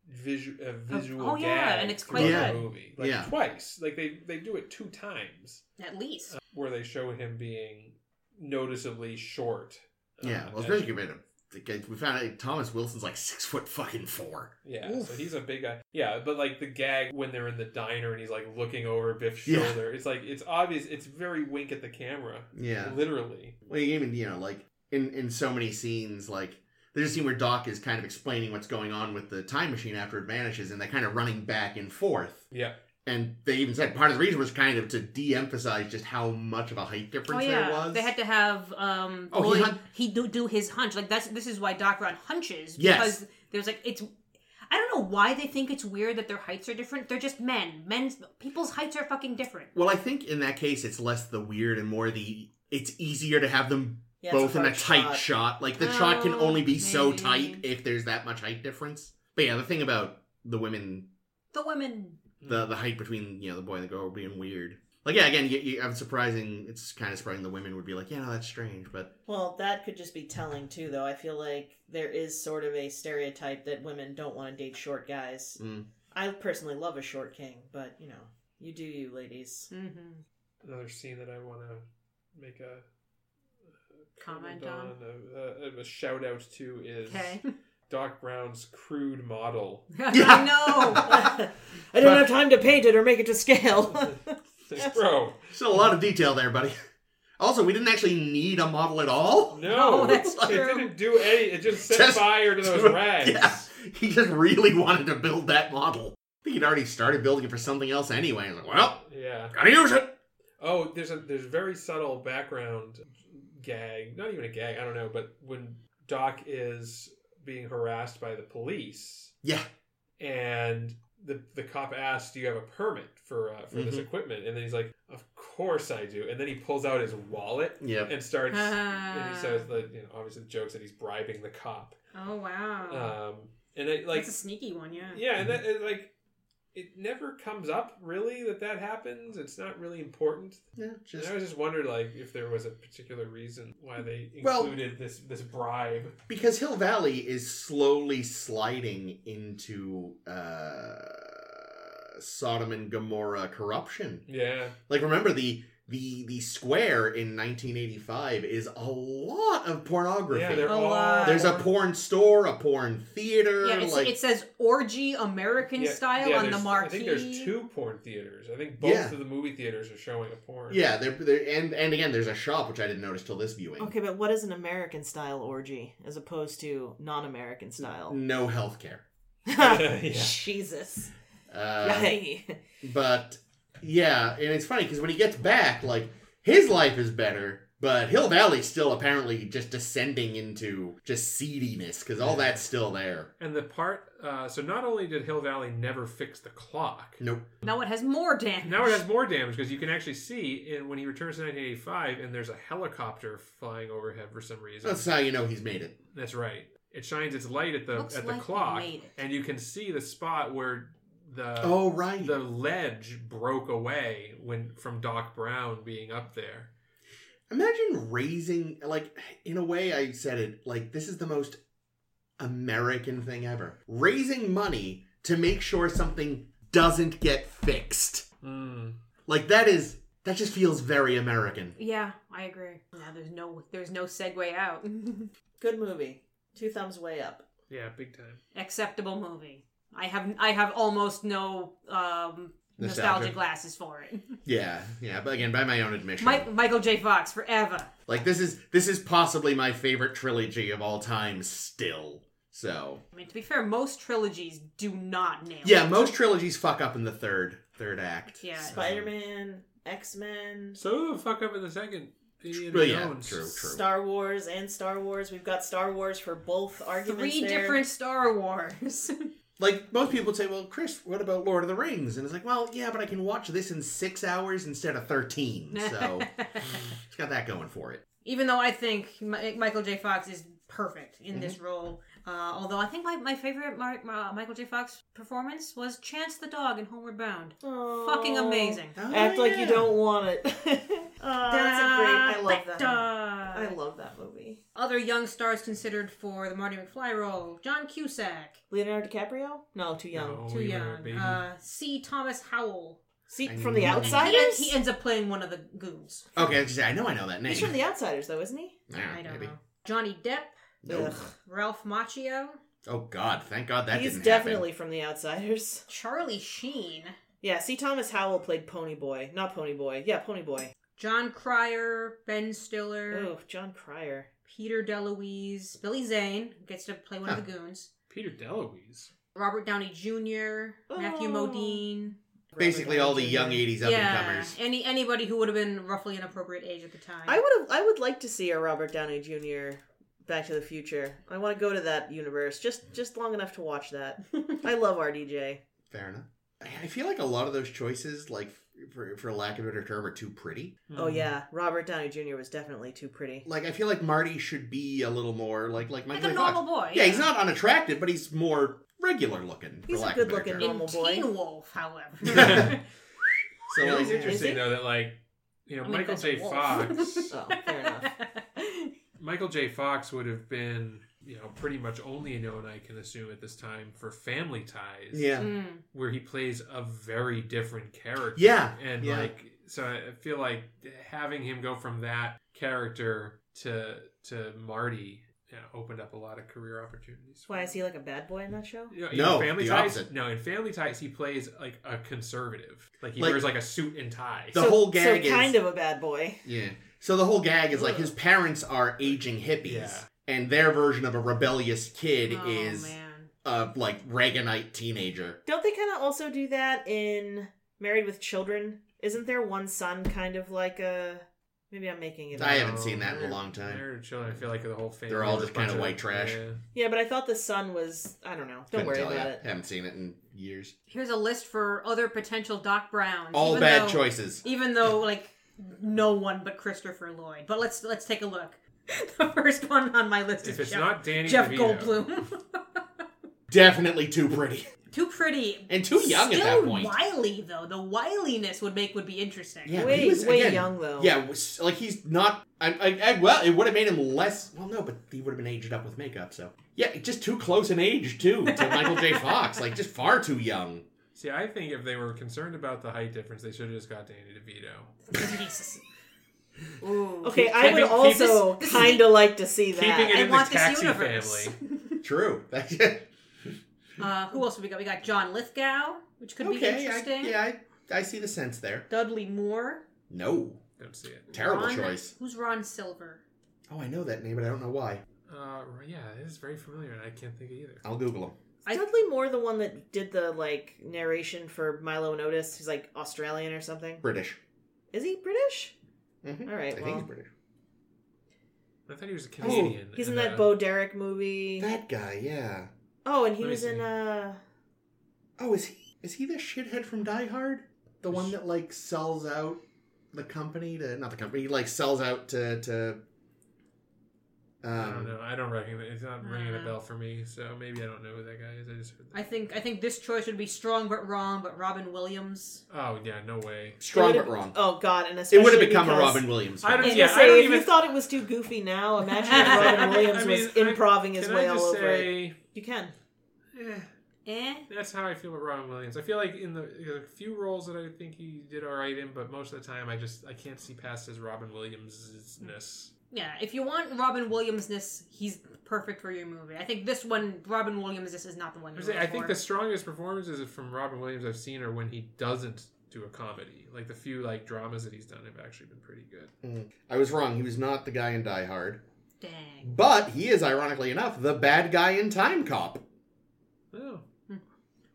Speaker 4: visu- a visual
Speaker 2: oh, yeah,
Speaker 4: gag
Speaker 2: and it's
Speaker 4: throughout
Speaker 1: quite
Speaker 4: the
Speaker 1: good.
Speaker 4: movie like
Speaker 1: Yeah.
Speaker 4: twice like they they do it two times
Speaker 2: At least.
Speaker 4: uh, where they show him being noticeably short uh,
Speaker 1: Yeah, well,
Speaker 4: and-
Speaker 1: especially given him. We found out Thomas Wilson's like six foot fucking four.
Speaker 4: Yeah, so
Speaker 2: Oof.
Speaker 4: he's a big guy. Yeah, but like the gag when they're in the diner and he's like looking over Biff's
Speaker 1: Yeah.
Speaker 4: shoulder, it's like it's obvious. It's very wink at the camera,
Speaker 1: Yeah.
Speaker 4: literally.
Speaker 1: Well, even you know, like in in so many scenes, like there's a scene where Doc is kind of explaining what's going on with the time machine after it vanishes, and they're kind of running back and forth.
Speaker 4: Yeah,
Speaker 1: And they even said part of the reason was kind of to de-emphasize just how much of a height difference there was.
Speaker 2: Oh, they had to have um.
Speaker 1: Oh, he
Speaker 2: Lloyd-
Speaker 1: hun-
Speaker 2: he do do his hunch. Like that's this is why Doc Ron hunches
Speaker 1: Yes.
Speaker 2: because there's like it's. I don't know why they think it's weird that their heights are different. They're just men. Men's people's heights are fucking different.
Speaker 1: Well, I think in that case, it's less the weird and more the. It's easier to have them
Speaker 3: Yeah, it's
Speaker 1: both in a
Speaker 3: hard
Speaker 1: tight shot.
Speaker 3: shot.
Speaker 1: Like the shot can
Speaker 2: Oh,
Speaker 1: only be so
Speaker 2: maybe.
Speaker 1: tight if there's that much height difference. But yeah, the thing about the women
Speaker 2: The women.
Speaker 1: the the height between you know the boy and the girl being weird. Like yeah, again, you, you, I'm surprising. It's kind of surprising the women would be like, yeah, no, that's strange, but
Speaker 3: Well, that could just be telling too, though. I feel like there is sort of a stereotype that women don't want to date short guys.
Speaker 1: Mm.
Speaker 3: I personally love a short king, but you know, you do you, ladies.
Speaker 2: hmm
Speaker 4: another scene that I want to make a a
Speaker 2: Comment
Speaker 4: Uh, a, a, a shout out to is [LAUGHS]
Speaker 2: Okay. [LAUGHS]
Speaker 4: Doc Brown's crude model.
Speaker 2: I know.
Speaker 3: I didn't have time to paint it or make it to scale.
Speaker 4: Like, Bro,
Speaker 1: still a lot of detail there, buddy. [LAUGHS] Also, we didn't actually need a model at all. [LAUGHS]
Speaker 4: no,
Speaker 2: No, that's
Speaker 4: it
Speaker 2: true.
Speaker 4: didn't do any. It just set
Speaker 1: Just
Speaker 4: fire to those rags.
Speaker 1: [LAUGHS] Yeah, he just really wanted to build that model. I think he'd already started building it for something else anyway. He's like, well,
Speaker 4: yeah.
Speaker 1: gotta use it.
Speaker 4: Oh, there's a there's very subtle background gag, not even a gag, I don't know, but when Doc is being harassed by the police
Speaker 1: Yeah,
Speaker 4: and the the cop asks, "Do you have a permit for uh, for this
Speaker 1: Mhm.
Speaker 4: equipment?" And then he's like, "Of course I do." And then he pulls out his wallet
Speaker 1: yeah.
Speaker 4: and starts and
Speaker 2: Ah.
Speaker 4: he
Speaker 2: [LAUGHS]
Speaker 4: says that you know, obviously the joke's that he's bribing the cop.
Speaker 2: [LAUGHS] oh wow.
Speaker 4: Um and it like
Speaker 2: that's a sneaky one, yeah.
Speaker 4: yeah, and that it, like it never comes up really that that happens. It's not really important.
Speaker 1: Yeah,
Speaker 4: And
Speaker 1: just
Speaker 4: I was just wondered, like, if there was a particular reason why they
Speaker 1: Well-
Speaker 4: included this this bribe.
Speaker 1: because Hill Valley is slowly sliding into uh, Sodom and Gomorrah corruption.
Speaker 4: Yeah,
Speaker 1: Like remember the the the square in 1985 is a lot of pornography.
Speaker 4: yeah, they're
Speaker 2: A
Speaker 4: all
Speaker 2: lot.
Speaker 1: There's a porn store, a porn theater,
Speaker 2: Uh, Yeah, it's,
Speaker 1: like
Speaker 2: it says orgy American
Speaker 4: Yeah,
Speaker 2: style
Speaker 4: yeah,
Speaker 2: on the
Speaker 4: there's-
Speaker 2: marquee.
Speaker 4: I think there's two porn theaters. I think both
Speaker 1: Yeah.
Speaker 4: of the movie theaters are showing a porn.
Speaker 1: yeah, they're, they're and and again there's a shop which I didn't notice till this viewing.
Speaker 3: okay, but what is an American style orgy as opposed to non
Speaker 1: [LAUGHS]
Speaker 3: American [LAUGHS] style?
Speaker 1: No healthcare.
Speaker 4: Yeah.
Speaker 3: Jesus.
Speaker 1: Uh,
Speaker 3: Yay.
Speaker 1: but yeah, and it's funny because when he gets back, like his life is better, but Hill Valley's still apparently just descending into just seediness because all that's still there.
Speaker 4: And the part, uh, so not only did Hill Valley never fix the clock,
Speaker 1: Nope.
Speaker 2: Now it has more damage.
Speaker 4: now it has more damage because you can actually see in, when he returns to 1985, and there's a helicopter flying overhead for some reason.
Speaker 1: That's how you know he's made it.
Speaker 4: That's right. It shines its light at the
Speaker 2: Looks
Speaker 4: at the
Speaker 2: like they
Speaker 4: clock,
Speaker 2: made it.
Speaker 4: and you can see the spot where the
Speaker 1: oh right.
Speaker 4: Uh, the ledge broke away when from Doc Brown being up there.
Speaker 1: Imagine raising, like, in a way, I said it, like, this is the most American thing ever. Raising money to make sure something doesn't get fixed.
Speaker 4: Mm.
Speaker 1: Like, that is, that just feels very American.
Speaker 2: Yeah, I agree. Now there's no there's no segue [LAUGHS] out.
Speaker 3: Good movie. Two thumbs way up.
Speaker 4: Yeah, big time.
Speaker 2: Acceptable movie. I have I have almost no um nostalgia
Speaker 1: Nostalgia.
Speaker 2: glasses for [LAUGHS] it.
Speaker 1: Yeah, yeah, but again, by my own admission.
Speaker 2: Mi- Michael J. Fox forever.
Speaker 1: like, this is, this is possibly my favorite trilogy of all time still. So,
Speaker 2: I mean, to be fair, most trilogies do not nail.
Speaker 1: yeah,
Speaker 2: it.
Speaker 1: most trilogies fuck up in the third, third act.
Speaker 2: Yeah.
Speaker 1: So-
Speaker 3: Spider Man, X Men,
Speaker 4: So fuck up in the second. Indiana
Speaker 1: Well, yeah,
Speaker 4: Jones.
Speaker 1: true, true.
Speaker 3: Star Wars, and Star Wars. We've got Star Wars for both arguments.
Speaker 2: three
Speaker 3: there.
Speaker 2: different Star Wars. [LAUGHS]
Speaker 1: like most people would say, well, Chris, what about Lord of the Rings? And it's like, well, yeah, but I can watch this in six hours instead of thirteen.
Speaker 2: [LAUGHS]
Speaker 1: So it's got that going for it.
Speaker 2: even though I think Mi- Michael J. Fox is perfect
Speaker 1: Mm-hmm.
Speaker 2: in this role. Uh, although I think my, my favorite Mar- Ma- Michael J. Fox performance was Chance the Dog in Homeward Bound.
Speaker 3: Aw.
Speaker 2: Fucking amazing.
Speaker 3: Act like you
Speaker 1: Oh, yeah.
Speaker 3: don't want it. Aw, that's a great. [LAUGHS] I love that.
Speaker 2: Dog.
Speaker 3: I love that movie.
Speaker 2: Other young stars considered for the Marty McFly role? John Cusack,
Speaker 3: Leonardo DiCaprio? No, too young.
Speaker 1: Oh,
Speaker 4: No,
Speaker 2: too
Speaker 4: you were a
Speaker 2: young.
Speaker 4: Oh, baby.
Speaker 2: Uh, C. Thomas Howell.
Speaker 3: See,
Speaker 1: I
Speaker 3: from the
Speaker 1: know.
Speaker 2: And he,
Speaker 3: Outsiders?
Speaker 2: he ends up playing one of the goons.
Speaker 1: Okay, I was gonna say, I know I know that name.
Speaker 3: He's from the Outsiders, though, isn't he?
Speaker 1: Yeah,
Speaker 2: I don't
Speaker 1: maybe.
Speaker 2: know. Johnny Depp,
Speaker 1: Nope.
Speaker 3: Ugh.
Speaker 2: Ralph Macchio,
Speaker 1: Oh God! Thank God that
Speaker 3: He's
Speaker 1: didn't
Speaker 3: definitely from the Outsiders.
Speaker 2: Charlie Sheen,
Speaker 3: Yeah, see, Thomas Howell played Pony Boy. Not Pony Boy. Yeah, Pony Boy.
Speaker 2: John Cryer, Ben Stiller,
Speaker 3: Oh, John Cryer.
Speaker 2: Peter DeLuise, Billy Zane gets to play one of the goons.
Speaker 4: Peter DeLuise.
Speaker 2: Robert Downey Jr., Matthew
Speaker 3: Oh.
Speaker 2: Modine,
Speaker 1: happen. Basically, all the young
Speaker 3: Jr.
Speaker 1: '80s up and
Speaker 2: yeah,
Speaker 1: comers.
Speaker 2: any anybody who would have been roughly an appropriate age at the time.
Speaker 3: I would have. I would like to see a Robert Downey Jr. Back to the Future. I want to go to that universe just just long enough to watch that.
Speaker 2: [LAUGHS]
Speaker 3: I love RDJ.
Speaker 1: Fair enough. I- I feel like a lot of those choices, like for, for lack of a better term, are too pretty.
Speaker 3: Oh
Speaker 4: Hmm. [LAUGHS]
Speaker 3: yeah, Robert Downey Jr. was definitely too [LAUGHS] pretty.
Speaker 1: Like I feel like Marty should be a little more like like
Speaker 2: like
Speaker 1: Michael
Speaker 2: a
Speaker 1: J. Fox.
Speaker 2: normal boy.
Speaker 1: Yeah, he's not unattractive, but he's more regular looking.
Speaker 3: He's a
Speaker 1: for lack of a better
Speaker 3: good-looking
Speaker 1: term.
Speaker 2: in
Speaker 3: normal boy.
Speaker 2: Teen Wolf,
Speaker 1: [LAUGHS]
Speaker 2: however.
Speaker 1: So
Speaker 4: You know,
Speaker 1: like,
Speaker 4: it's interesting
Speaker 3: it?
Speaker 4: though that like you know
Speaker 2: I mean,
Speaker 4: Michael
Speaker 2: that's
Speaker 4: J.
Speaker 2: a wolf.
Speaker 4: Fox.
Speaker 3: [LAUGHS]
Speaker 4: [LAUGHS]
Speaker 3: Oh,
Speaker 2: [LAUGHS]
Speaker 3: fair enough.
Speaker 4: Michael J. Fox would have been you know pretty much only known I can assume at this time for Family Ties.
Speaker 1: yeah,
Speaker 2: Mm.
Speaker 4: where he plays a very different character.
Speaker 1: Yeah,
Speaker 4: and
Speaker 1: yeah.
Speaker 4: like so, I feel like having him go from that character to to Marty you know, opened up a lot of career opportunities.
Speaker 3: Why is he like a bad boy in that show?
Speaker 4: You know, in
Speaker 1: No,
Speaker 4: family
Speaker 1: the
Speaker 4: ties.
Speaker 1: opposite.
Speaker 4: No, in family ties, he plays like a conservative. Like he
Speaker 1: Like-
Speaker 4: wears like a suit and tie.
Speaker 1: The whole gag
Speaker 3: so
Speaker 1: is-
Speaker 3: kind of a bad boy.
Speaker 1: yeah. So the whole gag is like his parents are aging hippies,
Speaker 4: Yeah.
Speaker 1: and their version of a rebellious kid
Speaker 2: Oh,
Speaker 1: is
Speaker 2: man.
Speaker 1: a like Reaganite teenager.
Speaker 3: Don't they kind of also do that in Married with Children? Isn't there one son kind of like a? Maybe I'm making it.
Speaker 1: I
Speaker 3: up.
Speaker 1: haven't seen that in a long time.
Speaker 4: They're children. I feel like the whole family.
Speaker 1: They're all
Speaker 4: was
Speaker 1: just
Speaker 4: a bunch
Speaker 1: kinda white trash.
Speaker 4: yeah.
Speaker 3: Yeah, but I thought the son was. I don't know. Don't
Speaker 1: Couldn't
Speaker 3: worry
Speaker 1: tell
Speaker 3: about
Speaker 1: ya.
Speaker 3: it.
Speaker 1: Haven't seen it in years.
Speaker 2: Here's a list for other potential Doc Browns.
Speaker 1: All
Speaker 2: even
Speaker 1: bad
Speaker 2: though-
Speaker 1: choices.
Speaker 2: Even though, like, no one but Christopher Lloyd. But let's let's take a look. [LAUGHS] The first one on my list
Speaker 4: If
Speaker 2: is
Speaker 4: it's
Speaker 2: Jeff,
Speaker 4: not Danny
Speaker 2: Jeff
Speaker 4: DeVito,
Speaker 2: Goldblum. [LAUGHS]
Speaker 1: Definitely too pretty [LAUGHS]
Speaker 2: too pretty.
Speaker 1: and too young
Speaker 2: Still
Speaker 1: at that point.
Speaker 2: wily though. The wiliness would make would be interesting.
Speaker 1: Yeah,
Speaker 3: way
Speaker 1: he was,
Speaker 3: way
Speaker 1: again,
Speaker 3: young though.
Speaker 1: Yeah, was- like he's not. I, I, I well, it would have made him less. Well, no, but he would have been aged up with makeup. So yeah, just too close in age too to Michael J. Fox. Like just far too young.
Speaker 4: See, I think if they were concerned about the height difference, they should have just got Danny
Speaker 2: [LAUGHS]
Speaker 4: DeVito.
Speaker 2: Jesus. Ooh.
Speaker 3: Okay, I
Speaker 4: Keeping-
Speaker 3: would
Speaker 4: keep-
Speaker 3: also
Speaker 2: this-
Speaker 3: [LAUGHS]
Speaker 2: this is-
Speaker 3: kind of like to see that.
Speaker 4: Keeping it
Speaker 2: I
Speaker 4: in
Speaker 2: want
Speaker 4: the
Speaker 2: this
Speaker 4: taxi
Speaker 2: universe.
Speaker 4: family.
Speaker 1: True. [LAUGHS] okay.
Speaker 2: Uh, who else have we got? We got John Lithgow, which could be
Speaker 1: I,
Speaker 2: interesting.
Speaker 1: yeah, I, I see the sense there.
Speaker 2: Dudley Moore.
Speaker 1: No,
Speaker 4: Don't see it.
Speaker 1: terrible
Speaker 2: Ron-
Speaker 1: choice.
Speaker 2: Who's Ron Silver?
Speaker 1: Oh, I know that name, but I don't know why.
Speaker 4: Uh, yeah, it is very familiar, and I can't think of either.
Speaker 1: I'll Google him.
Speaker 2: I-
Speaker 3: Is Dudley Moore the one that did the like narration for Milo and Otis? He's like Australian or something.
Speaker 1: British.
Speaker 3: Is he British?
Speaker 1: Mhm.
Speaker 3: All right,
Speaker 1: I think
Speaker 3: well.
Speaker 1: he's British.
Speaker 4: I thought he was a Canadian.
Speaker 3: He's in
Speaker 4: and,
Speaker 3: that
Speaker 4: uh,
Speaker 3: Bo Derek movie.
Speaker 1: That guy, yeah.
Speaker 3: Oh, and he
Speaker 4: Let me
Speaker 3: was in
Speaker 4: see.
Speaker 3: uh
Speaker 1: Oh, is he is he the shithead from Die Hard? The one that like sells out the company to not the company, he, like sells out to to. Um,
Speaker 4: I don't know. I don't recognize. It's not ringing a
Speaker 2: Uh.
Speaker 4: bell for me. So maybe I don't know who that guy is. I just heard that.
Speaker 2: I think I think this choice would be strong but wrong, but Robin Williams.
Speaker 4: Oh yeah, no way.
Speaker 1: Strong
Speaker 3: it
Speaker 1: but
Speaker 3: would've-
Speaker 1: wrong.
Speaker 3: Oh God, and especially
Speaker 1: it would have become a
Speaker 3: because-
Speaker 1: Robin Williams.
Speaker 4: I
Speaker 1: film.
Speaker 4: don't-
Speaker 3: And
Speaker 4: Yeah,
Speaker 3: to
Speaker 4: I
Speaker 3: say,
Speaker 4: don't
Speaker 3: if you
Speaker 4: even-
Speaker 3: thought it was too goofy
Speaker 4: [LAUGHS]
Speaker 3: now, imagine if Robin Williams
Speaker 4: I
Speaker 3: was
Speaker 4: mean, I-
Speaker 3: improving his
Speaker 4: Can
Speaker 3: way
Speaker 4: I
Speaker 3: all
Speaker 4: just
Speaker 3: over it.
Speaker 4: say,
Speaker 3: You can.
Speaker 4: eh,
Speaker 2: Eh?
Speaker 4: that's how I feel about Robin Williams. I feel like in the there's a few roles that I think he did all right in, but most of the time I just I can't see past his Robin Williamsness.
Speaker 2: Yeah. If you want Robin Williamsness, he's perfect for your movie. I think this one, Robin Williamsness, is not the one.
Speaker 4: I
Speaker 2: You're
Speaker 4: was saying, I
Speaker 2: looking
Speaker 4: think
Speaker 2: for.
Speaker 4: the strongest performances from Robin Williams I've seen are when he doesn't do a comedy. Like the few like dramas that he's done have actually been pretty good.
Speaker 1: I was wrong. He was not the guy in Die Hard,
Speaker 2: Dang.
Speaker 1: but he is, ironically enough, the bad guy in Time Cop.
Speaker 4: Oh,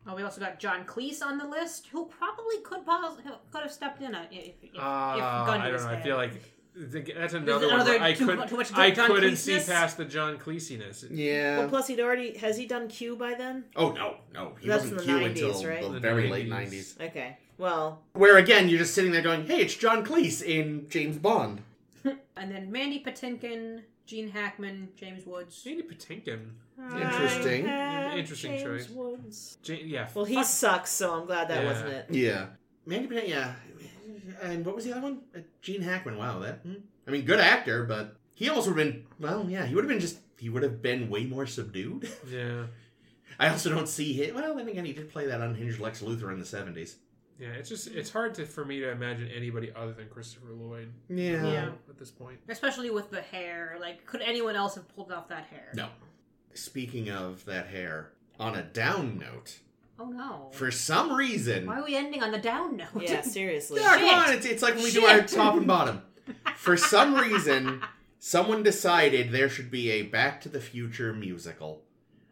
Speaker 2: Oh, we also got John Cleese on the list, who probably could pos- could have stepped in uh, if, if,
Speaker 4: Uh,
Speaker 2: if Gundy
Speaker 4: I don't
Speaker 2: was
Speaker 4: know. I
Speaker 2: there.
Speaker 4: feel like th- that's
Speaker 2: another
Speaker 4: another, one where I
Speaker 2: too-
Speaker 4: couldn't.
Speaker 2: too much
Speaker 4: I
Speaker 2: John
Speaker 4: couldn't see
Speaker 2: Cleese-ness?
Speaker 4: past the John Cleesiness.
Speaker 1: Yeah.
Speaker 3: Well, plus he'd already has he done Q by then?
Speaker 1: Oh no, no, he
Speaker 3: That's
Speaker 1: wasn't
Speaker 3: the
Speaker 1: Q
Speaker 3: 90s,
Speaker 1: until
Speaker 3: right?
Speaker 1: the,
Speaker 4: The
Speaker 1: very late
Speaker 4: 90s.
Speaker 1: nineties.
Speaker 3: Okay. Well,
Speaker 1: Where again, you're just sitting there going, "Hey, it's John Cleese in James Bond."
Speaker 2: And then Mandy Patinkin, Gene Hackman, James Woods.
Speaker 4: Sandy Patinkin.
Speaker 1: Interesting.
Speaker 3: I have
Speaker 4: Interesting
Speaker 3: James
Speaker 4: choice.
Speaker 3: Woods.
Speaker 4: Ja- yeah.
Speaker 3: Well, he
Speaker 4: fuck-
Speaker 3: sucks, so I'm glad that
Speaker 4: Yeah.
Speaker 3: wasn't it.
Speaker 1: Yeah. Mandy Patinkin, yeah. And what was the other one? Uh, Gene Hackman. Wow, that. hmm. I mean, good actor, but He almost would have been. Well, yeah, he would have been just. He would have been way more subdued.
Speaker 4: [LAUGHS]
Speaker 1: [LAUGHS]
Speaker 4: Yeah.
Speaker 1: I also don't see him. Well, then again, he did play that unhinged Lex Luthor in the seventies.
Speaker 4: Yeah, it's just it's hard to for me to imagine anybody other than Christopher Lloyd
Speaker 1: Yeah.
Speaker 2: Yeah.
Speaker 4: at this point.
Speaker 2: Especially with the hair. Like, could anyone else have pulled off that hair?
Speaker 1: No. Speaking of that hair, on a down note,
Speaker 2: Oh no.
Speaker 1: for some reason,
Speaker 2: Why are we ending on the down note? [LAUGHS]
Speaker 3: Yeah, seriously.
Speaker 1: Yeah,
Speaker 2: Shit.
Speaker 1: come on. It's, it's like when we do our
Speaker 2: Shit.
Speaker 1: top and
Speaker 2: [LAUGHS]
Speaker 1: bottom. For some reason, someone decided there should be a Back to the Future musical.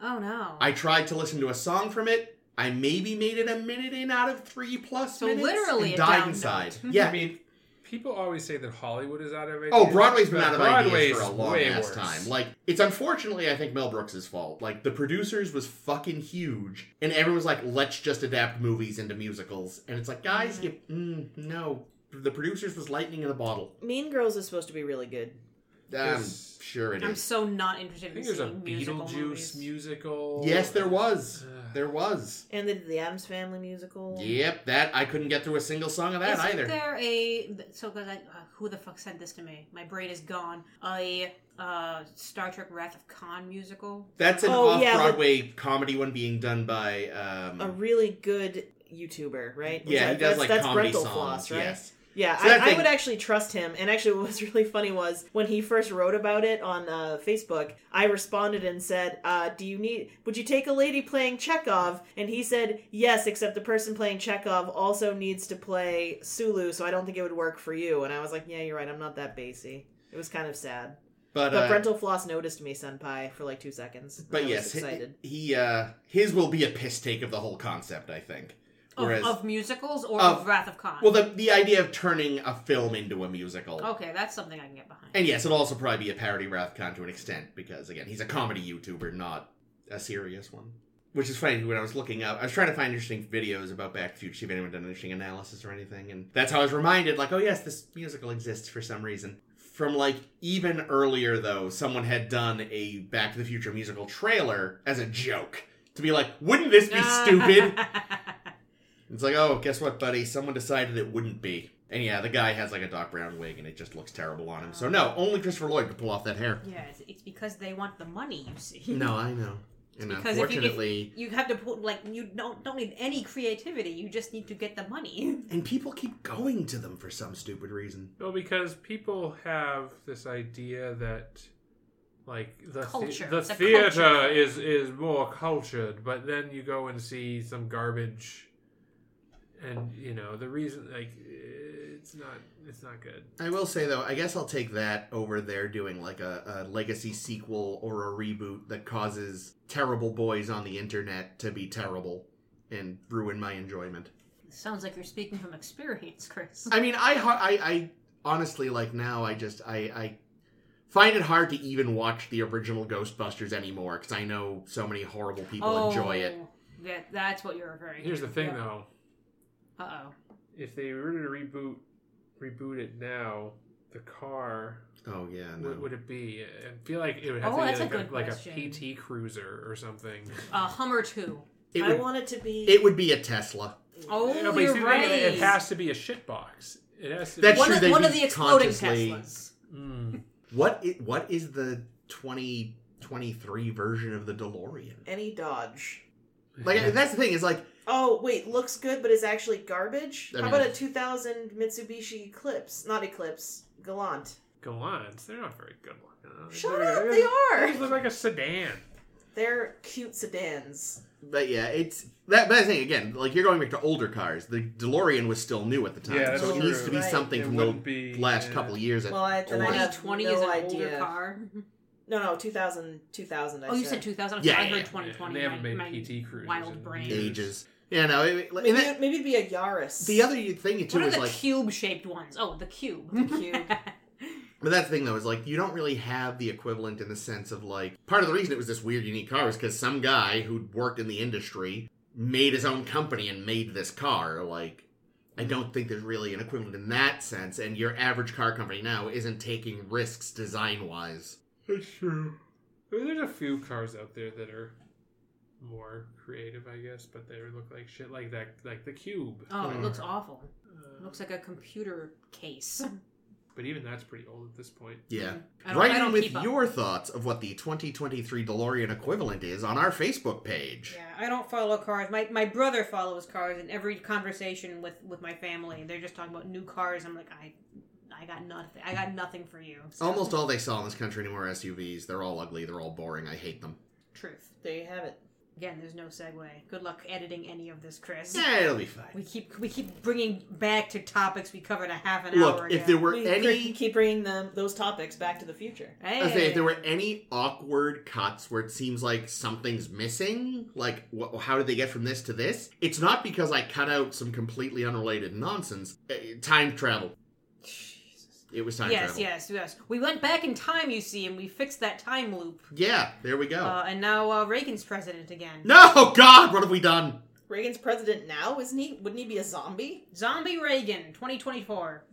Speaker 2: oh no.
Speaker 1: I tried to listen to a song from it. I maybe made it a minute in out of three plus
Speaker 2: So
Speaker 1: minutes and
Speaker 2: literally a
Speaker 1: died
Speaker 2: down [LAUGHS]
Speaker 1: inside.
Speaker 2: note.
Speaker 1: Yeah.
Speaker 4: I mean, people always say that Hollywood is out of ideas.
Speaker 1: Oh, Broadway's been
Speaker 4: but
Speaker 1: out of
Speaker 4: Broadway's
Speaker 1: ideas for a long
Speaker 4: way
Speaker 1: ass
Speaker 4: worse.
Speaker 1: time. Like, it's unfortunately, I think Mel Brooks' fault. Like, the producers was fucking huge, and everyone's like, "Let's just adapt movies into musicals," and it's like, guys, you,
Speaker 2: Mm-hmm.
Speaker 1: mm, no. The producers was lightning in a bottle.
Speaker 3: Mean Girls is supposed to be really good.
Speaker 1: I'm
Speaker 4: There's-
Speaker 1: sure it is.
Speaker 2: I'm so not
Speaker 4: I
Speaker 2: interested in
Speaker 4: think there's a
Speaker 2: seeing musical
Speaker 4: Beetlejuice
Speaker 2: movies.
Speaker 4: musical.
Speaker 1: Yes, there was.
Speaker 4: Ugh.
Speaker 1: There was.
Speaker 3: And the, the Adams Family musical.
Speaker 1: Yep, that I couldn't get through a single song of that
Speaker 2: Isn't
Speaker 1: either.
Speaker 2: there a so because I uh, who the fuck sent this to me? My brain is gone. A uh, Star Trek Wrath of Khan musical.
Speaker 1: That's an
Speaker 3: Oh, yeah, but-
Speaker 1: off-Broadway comedy one being done by. Um,
Speaker 3: A really good YouTuber, right?
Speaker 1: yeah, he
Speaker 3: That-
Speaker 1: does like comedy
Speaker 3: Brental
Speaker 1: songs.
Speaker 3: Floss, right?
Speaker 1: Yes.
Speaker 3: Yeah,
Speaker 1: So that
Speaker 3: I, I
Speaker 1: thing-
Speaker 3: would actually trust him. And actually, [LAUGHS] what was really funny was when he first wrote about it on uh, Facebook, I responded and said, uh, "Do you need? Would you take a lady playing Chekhov?" And he said, "Yes, except the person playing Chekhov also needs to play Sulu, so I don't think it would work for you." And I was like, "Yeah, you're right. I'm not that bassy." It was kind of sad,
Speaker 1: But
Speaker 3: but
Speaker 1: uh,
Speaker 3: Brental Floss noticed me, senpai, for like two seconds. I
Speaker 1: but
Speaker 3: was
Speaker 1: yes, he,
Speaker 3: excited.
Speaker 1: he uh, his will be a piss take of the whole concept. I think.
Speaker 3: Oh,
Speaker 2: Of,
Speaker 1: Whereas,
Speaker 2: of musicals or
Speaker 1: of-
Speaker 2: of Wrath of Khan?
Speaker 1: well, the the idea of turning a film into a musical.
Speaker 3: Oh,
Speaker 2: okay, that's something I can get [LAUGHS] behind.
Speaker 1: And yes, it'll also probably be a parody Rathcon to an extent because again, he's a comedy YouTuber, not a serious one. Which is funny. When I was looking up, I was trying to find interesting videos about Back to the Future, see if anyone done interesting analysis or anything, and that's how I was reminded, like, oh yes, this musical exists for some reason. From like even earlier though, someone had done a Back to the Future musical trailer as a joke to be like, wouldn't this be
Speaker 2: Ah.
Speaker 1: stupid? It's like, oh, guess what, buddy? Someone decided it wouldn't be. And yeah, the guy has like a Doc Brown wig and it just looks terrible on him. So no, only Christopher Lloyd could pull off that hair.
Speaker 2: [LAUGHS] yeah, it's, it's because they want the money. You see.
Speaker 1: [LAUGHS] No, I know. And uh,
Speaker 2: Because if you- if-
Speaker 1: unfortunately,
Speaker 2: [LAUGHS] You have to put like you don't don't need any creativity. You just need to get the money. [LAUGHS]
Speaker 1: and people keep going to them for some stupid reason.
Speaker 4: Well, because people have this idea that like the the-
Speaker 2: Culture.
Speaker 4: the
Speaker 2: It's a
Speaker 4: theater
Speaker 2: culture.
Speaker 4: is is more cultured, but then you go and see some garbage, and you know the reason like it's not it's not good.
Speaker 1: I will say though, I guess I'll take that over there doing like a, a legacy sequel or a reboot that causes terrible boys on the internet to be terrible and ruin my enjoyment.
Speaker 2: Sounds like you're speaking from experience, Chris.
Speaker 1: I mean, I, ha- I, I honestly like now. I just I, I find it hard to even watch the original Ghostbusters anymore because I know so many horrible people
Speaker 3: Oh.
Speaker 1: enjoy it.
Speaker 2: Oh, That that's what you're referring
Speaker 4: Here's
Speaker 2: to.
Speaker 4: the thing though,
Speaker 2: Uh oh.
Speaker 4: if they were to reboot reboot it now, the car
Speaker 1: Oh yeah, no.
Speaker 4: what would it be? I feel like it would have
Speaker 2: Oh,
Speaker 4: to be
Speaker 2: that's a
Speaker 4: like a,
Speaker 2: good
Speaker 4: like
Speaker 2: question.
Speaker 4: a PT Cruiser or
Speaker 2: [LAUGHS]
Speaker 4: something.
Speaker 2: Uh, Hummer two.
Speaker 1: it
Speaker 3: I
Speaker 1: would
Speaker 3: want it to be.
Speaker 1: it would be a Tesla.
Speaker 2: Oh,
Speaker 4: No, but you
Speaker 2: you're
Speaker 4: see,
Speaker 2: right.
Speaker 4: It has to be a shit box. It has to.
Speaker 1: That's
Speaker 2: one
Speaker 1: true,
Speaker 2: of,
Speaker 1: they'd
Speaker 2: one of
Speaker 1: be
Speaker 2: the exploding
Speaker 1: consciously-
Speaker 2: Teslas.
Speaker 4: be. Mm.
Speaker 1: What i- what is the twenty twenty three version of the DeLorean?
Speaker 3: Any Dodge.
Speaker 1: Like that's the thing is like
Speaker 3: Oh wait, looks good, but is actually garbage.
Speaker 1: I
Speaker 3: How
Speaker 1: mean-
Speaker 3: about a 2000 Mitsubishi Eclipse? Not Eclipse, Galant.
Speaker 4: Galants. They're not very good looking.
Speaker 3: Shut
Speaker 4: They're-
Speaker 3: up,
Speaker 4: they're-
Speaker 3: they
Speaker 4: They
Speaker 3: are.
Speaker 4: look like a sedan.
Speaker 3: They're cute sedans.
Speaker 1: But yeah, it's that. But I think again, like you're going back to older cars. The DeLorean was still new at the time,
Speaker 4: Yeah, that's
Speaker 1: so it needs
Speaker 4: true.
Speaker 1: to be
Speaker 3: Right.
Speaker 1: something
Speaker 4: It
Speaker 1: from the
Speaker 4: wouldn't be-
Speaker 1: last
Speaker 4: yeah.
Speaker 1: couple of years.
Speaker 3: Well, I, then
Speaker 1: Or-
Speaker 3: I have
Speaker 2: 2020
Speaker 3: no
Speaker 2: is an
Speaker 3: idea.
Speaker 1: [LAUGHS]
Speaker 2: older car.
Speaker 3: No, no, 2000, 2000. I
Speaker 2: Oh, you said
Speaker 3: said
Speaker 2: 2000.
Speaker 1: Yeah,
Speaker 2: I
Speaker 1: yeah, yeah.
Speaker 2: heard 2020.
Speaker 4: They haven't
Speaker 2: My-
Speaker 4: made
Speaker 2: my
Speaker 4: PT Cruisers in
Speaker 2: Wild brain.
Speaker 4: years.
Speaker 1: ages. Yeah, no. It, and
Speaker 3: Maybe,
Speaker 1: that-
Speaker 3: it, maybe it'd be a Yaris.
Speaker 1: The other thing too
Speaker 2: What are
Speaker 1: is
Speaker 2: the
Speaker 1: like,
Speaker 2: cube-shaped ones? Oh,
Speaker 1: [LAUGHS]
Speaker 2: the cube.
Speaker 3: The cube.
Speaker 1: but that's the thing though is like you don't really have the equivalent in the sense of like part of the reason it was this weird unique car was because some guy who'd worked in the industry made his own company and made this car. Like, I don't think there's really an equivalent in that sense. And your average car company now isn't taking risks design wise.
Speaker 4: That's true. I mean, there's a few cars out there that are more creative, I guess, but they look like shit, like that, like the cube.
Speaker 1: Hmm.
Speaker 2: oh, it looks awful.
Speaker 4: Uh,
Speaker 2: It looks like a computer case.
Speaker 4: But even that's pretty old at this point.
Speaker 1: Yeah.
Speaker 2: I don't- I
Speaker 1: Write
Speaker 2: don't
Speaker 1: in with
Speaker 2: keep up.
Speaker 1: your thoughts of what the 2023 DeLorean equivalent is on our Facebook page.
Speaker 2: Yeah, I don't follow cars. My my brother follows cars, and every conversation with with my family, they're just talking about new cars. I'm like, I, I got nothing. I got nothing for you. So,
Speaker 1: Almost all they sell in this country anymore are SUVs. They're all ugly. They're all boring. I hate them.
Speaker 2: truth.
Speaker 3: There you have it.
Speaker 2: Again, there's no segue. Good luck editing any of this, Chris.
Speaker 1: Yeah, it'll be
Speaker 2: We
Speaker 1: fine.
Speaker 2: keep we keep bringing back to topics we covered a half an hour
Speaker 1: Look,
Speaker 2: ago.
Speaker 1: if there were
Speaker 3: We
Speaker 1: any
Speaker 3: keep bringing them those topics back to the future.
Speaker 2: hey,
Speaker 1: I say, if there were any awkward cuts where it seems like something's missing, like wh- how did they get from this to this? It's not because I cut out some completely unrelated nonsense. Uh, time travel. It was time
Speaker 2: yes,
Speaker 1: travel.
Speaker 2: yes, yes. We went back in time, you see, and we fixed that time loop.
Speaker 1: Yeah, there we go.
Speaker 2: Uh, and now uh, Reagan's president again.
Speaker 1: no, God, what have we done?
Speaker 3: Reagan's president now, isn't he? Wouldn't he be a zombie?
Speaker 2: Zombie Reagan 2024.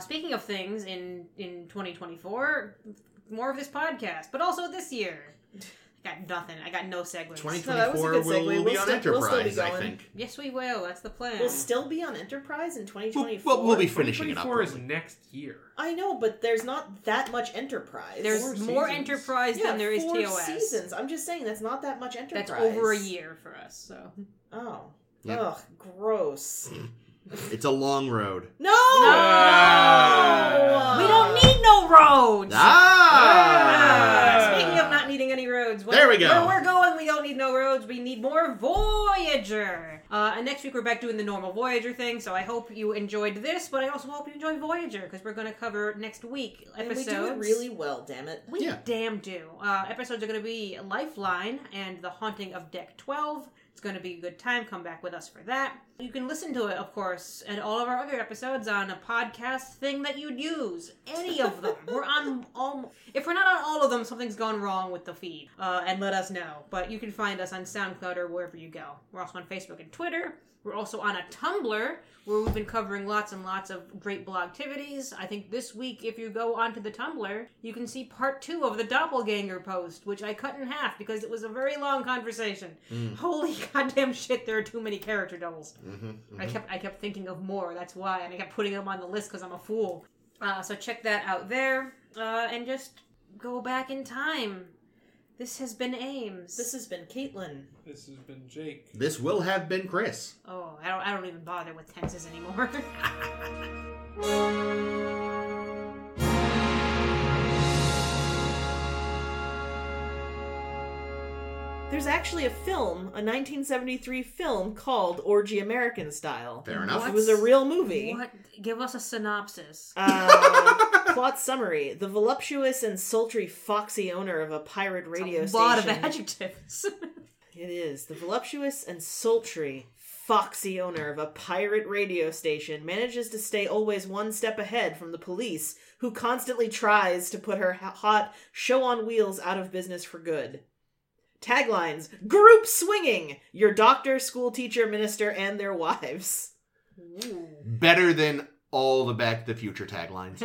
Speaker 2: Speaking of things in in 2024, more of this podcast, but also this year. I got nothing. I got no segues.
Speaker 3: that was a
Speaker 1: 2024
Speaker 3: good
Speaker 1: will
Speaker 3: segue.
Speaker 1: be
Speaker 3: We'll
Speaker 1: on
Speaker 3: still- we'll still be
Speaker 1: Enterprise, I
Speaker 3: going.
Speaker 1: think.
Speaker 2: Yes, we will. That's the plan.
Speaker 3: We'll still be on Enterprise in
Speaker 1: We'll,
Speaker 3: 2024.
Speaker 1: we'll, we'll be finishing it up.
Speaker 4: 2024 is
Speaker 1: early.
Speaker 4: next year.
Speaker 3: I know, but there's not that much Enterprise.
Speaker 2: There's
Speaker 4: Four
Speaker 2: more
Speaker 4: seasons.
Speaker 2: enterprise
Speaker 3: yeah,
Speaker 2: than there is
Speaker 3: four
Speaker 2: TOS.
Speaker 3: seasons. I'm just saying that's not that much Enterprise.
Speaker 2: That's over a year for us. So
Speaker 3: Oh.
Speaker 1: Yeah.
Speaker 3: Ugh, gross.
Speaker 1: It's a long road.
Speaker 3: No! Uh,
Speaker 4: No!
Speaker 2: we don't need no roads.
Speaker 1: Ah!
Speaker 2: Ah, Speaking of not needing any roads,
Speaker 1: There we go.
Speaker 2: Where we're going, we don't need no roads. We need more Voyager. Uh, and next week we're back doing the normal Voyager thing. So I hope you enjoyed this, but I also hope you enjoyed Voyager because we're going to cover next week
Speaker 3: And
Speaker 2: episodes.
Speaker 3: we do it really well, damn it.
Speaker 2: We
Speaker 1: Yeah.
Speaker 2: damn do. Uh, episodes are going to be Lifeline and The Haunting of Deck 12. It's going to be a good time. Come back with us for that. You can listen to it, of course, and all of our other episodes on a podcast thing that you'd use. Any of them. we're on all. If we're not on all of them, something's gone wrong with the feed. Uh, and let us know. But you can find us on SoundCloud or wherever you go. We're also on Facebook and Twitter. We're also on a Tumblr where we've been covering lots and lots of great blogtivities. I think this week, if you go onto the Tumblr, you can see part two of the doppelganger post, which I cut in half because it was a very long conversation.
Speaker 1: Mm.
Speaker 2: Holy [LAUGHS] goddamn shit! There are too many character doubles.
Speaker 1: Mm-hmm.
Speaker 2: I kept I kept thinking of more. That's why, and I kept putting them on the list because I'm a fool. Uh, so check that out there, uh, and just go back in time. This has been Ames.
Speaker 3: This has been Caitlin.
Speaker 4: This has been Jake.
Speaker 1: This will have been Chris.
Speaker 2: oh, I don't I don't even bother with tenses anymore.
Speaker 3: There's actually a film, a 1973 film called Orgy American Style.
Speaker 1: Fair enough.
Speaker 2: What?
Speaker 3: It was a real movie.
Speaker 2: What? Give us a synopsis.
Speaker 3: [LAUGHS] Uh, plot summary: The voluptuous and sultry foxy owner of a pirate radio
Speaker 2: a lot
Speaker 3: station.
Speaker 2: of adjectives. [LAUGHS]
Speaker 3: It is the voluptuous and sultry foxy owner of a pirate radio station manages to stay always one step ahead from the police, who constantly tries to put her ho- hot show on wheels out of business for good. Taglines: Group swinging. Your doctor, school teacher, minister, and their wives.
Speaker 1: Better than all the Back to the Future taglines.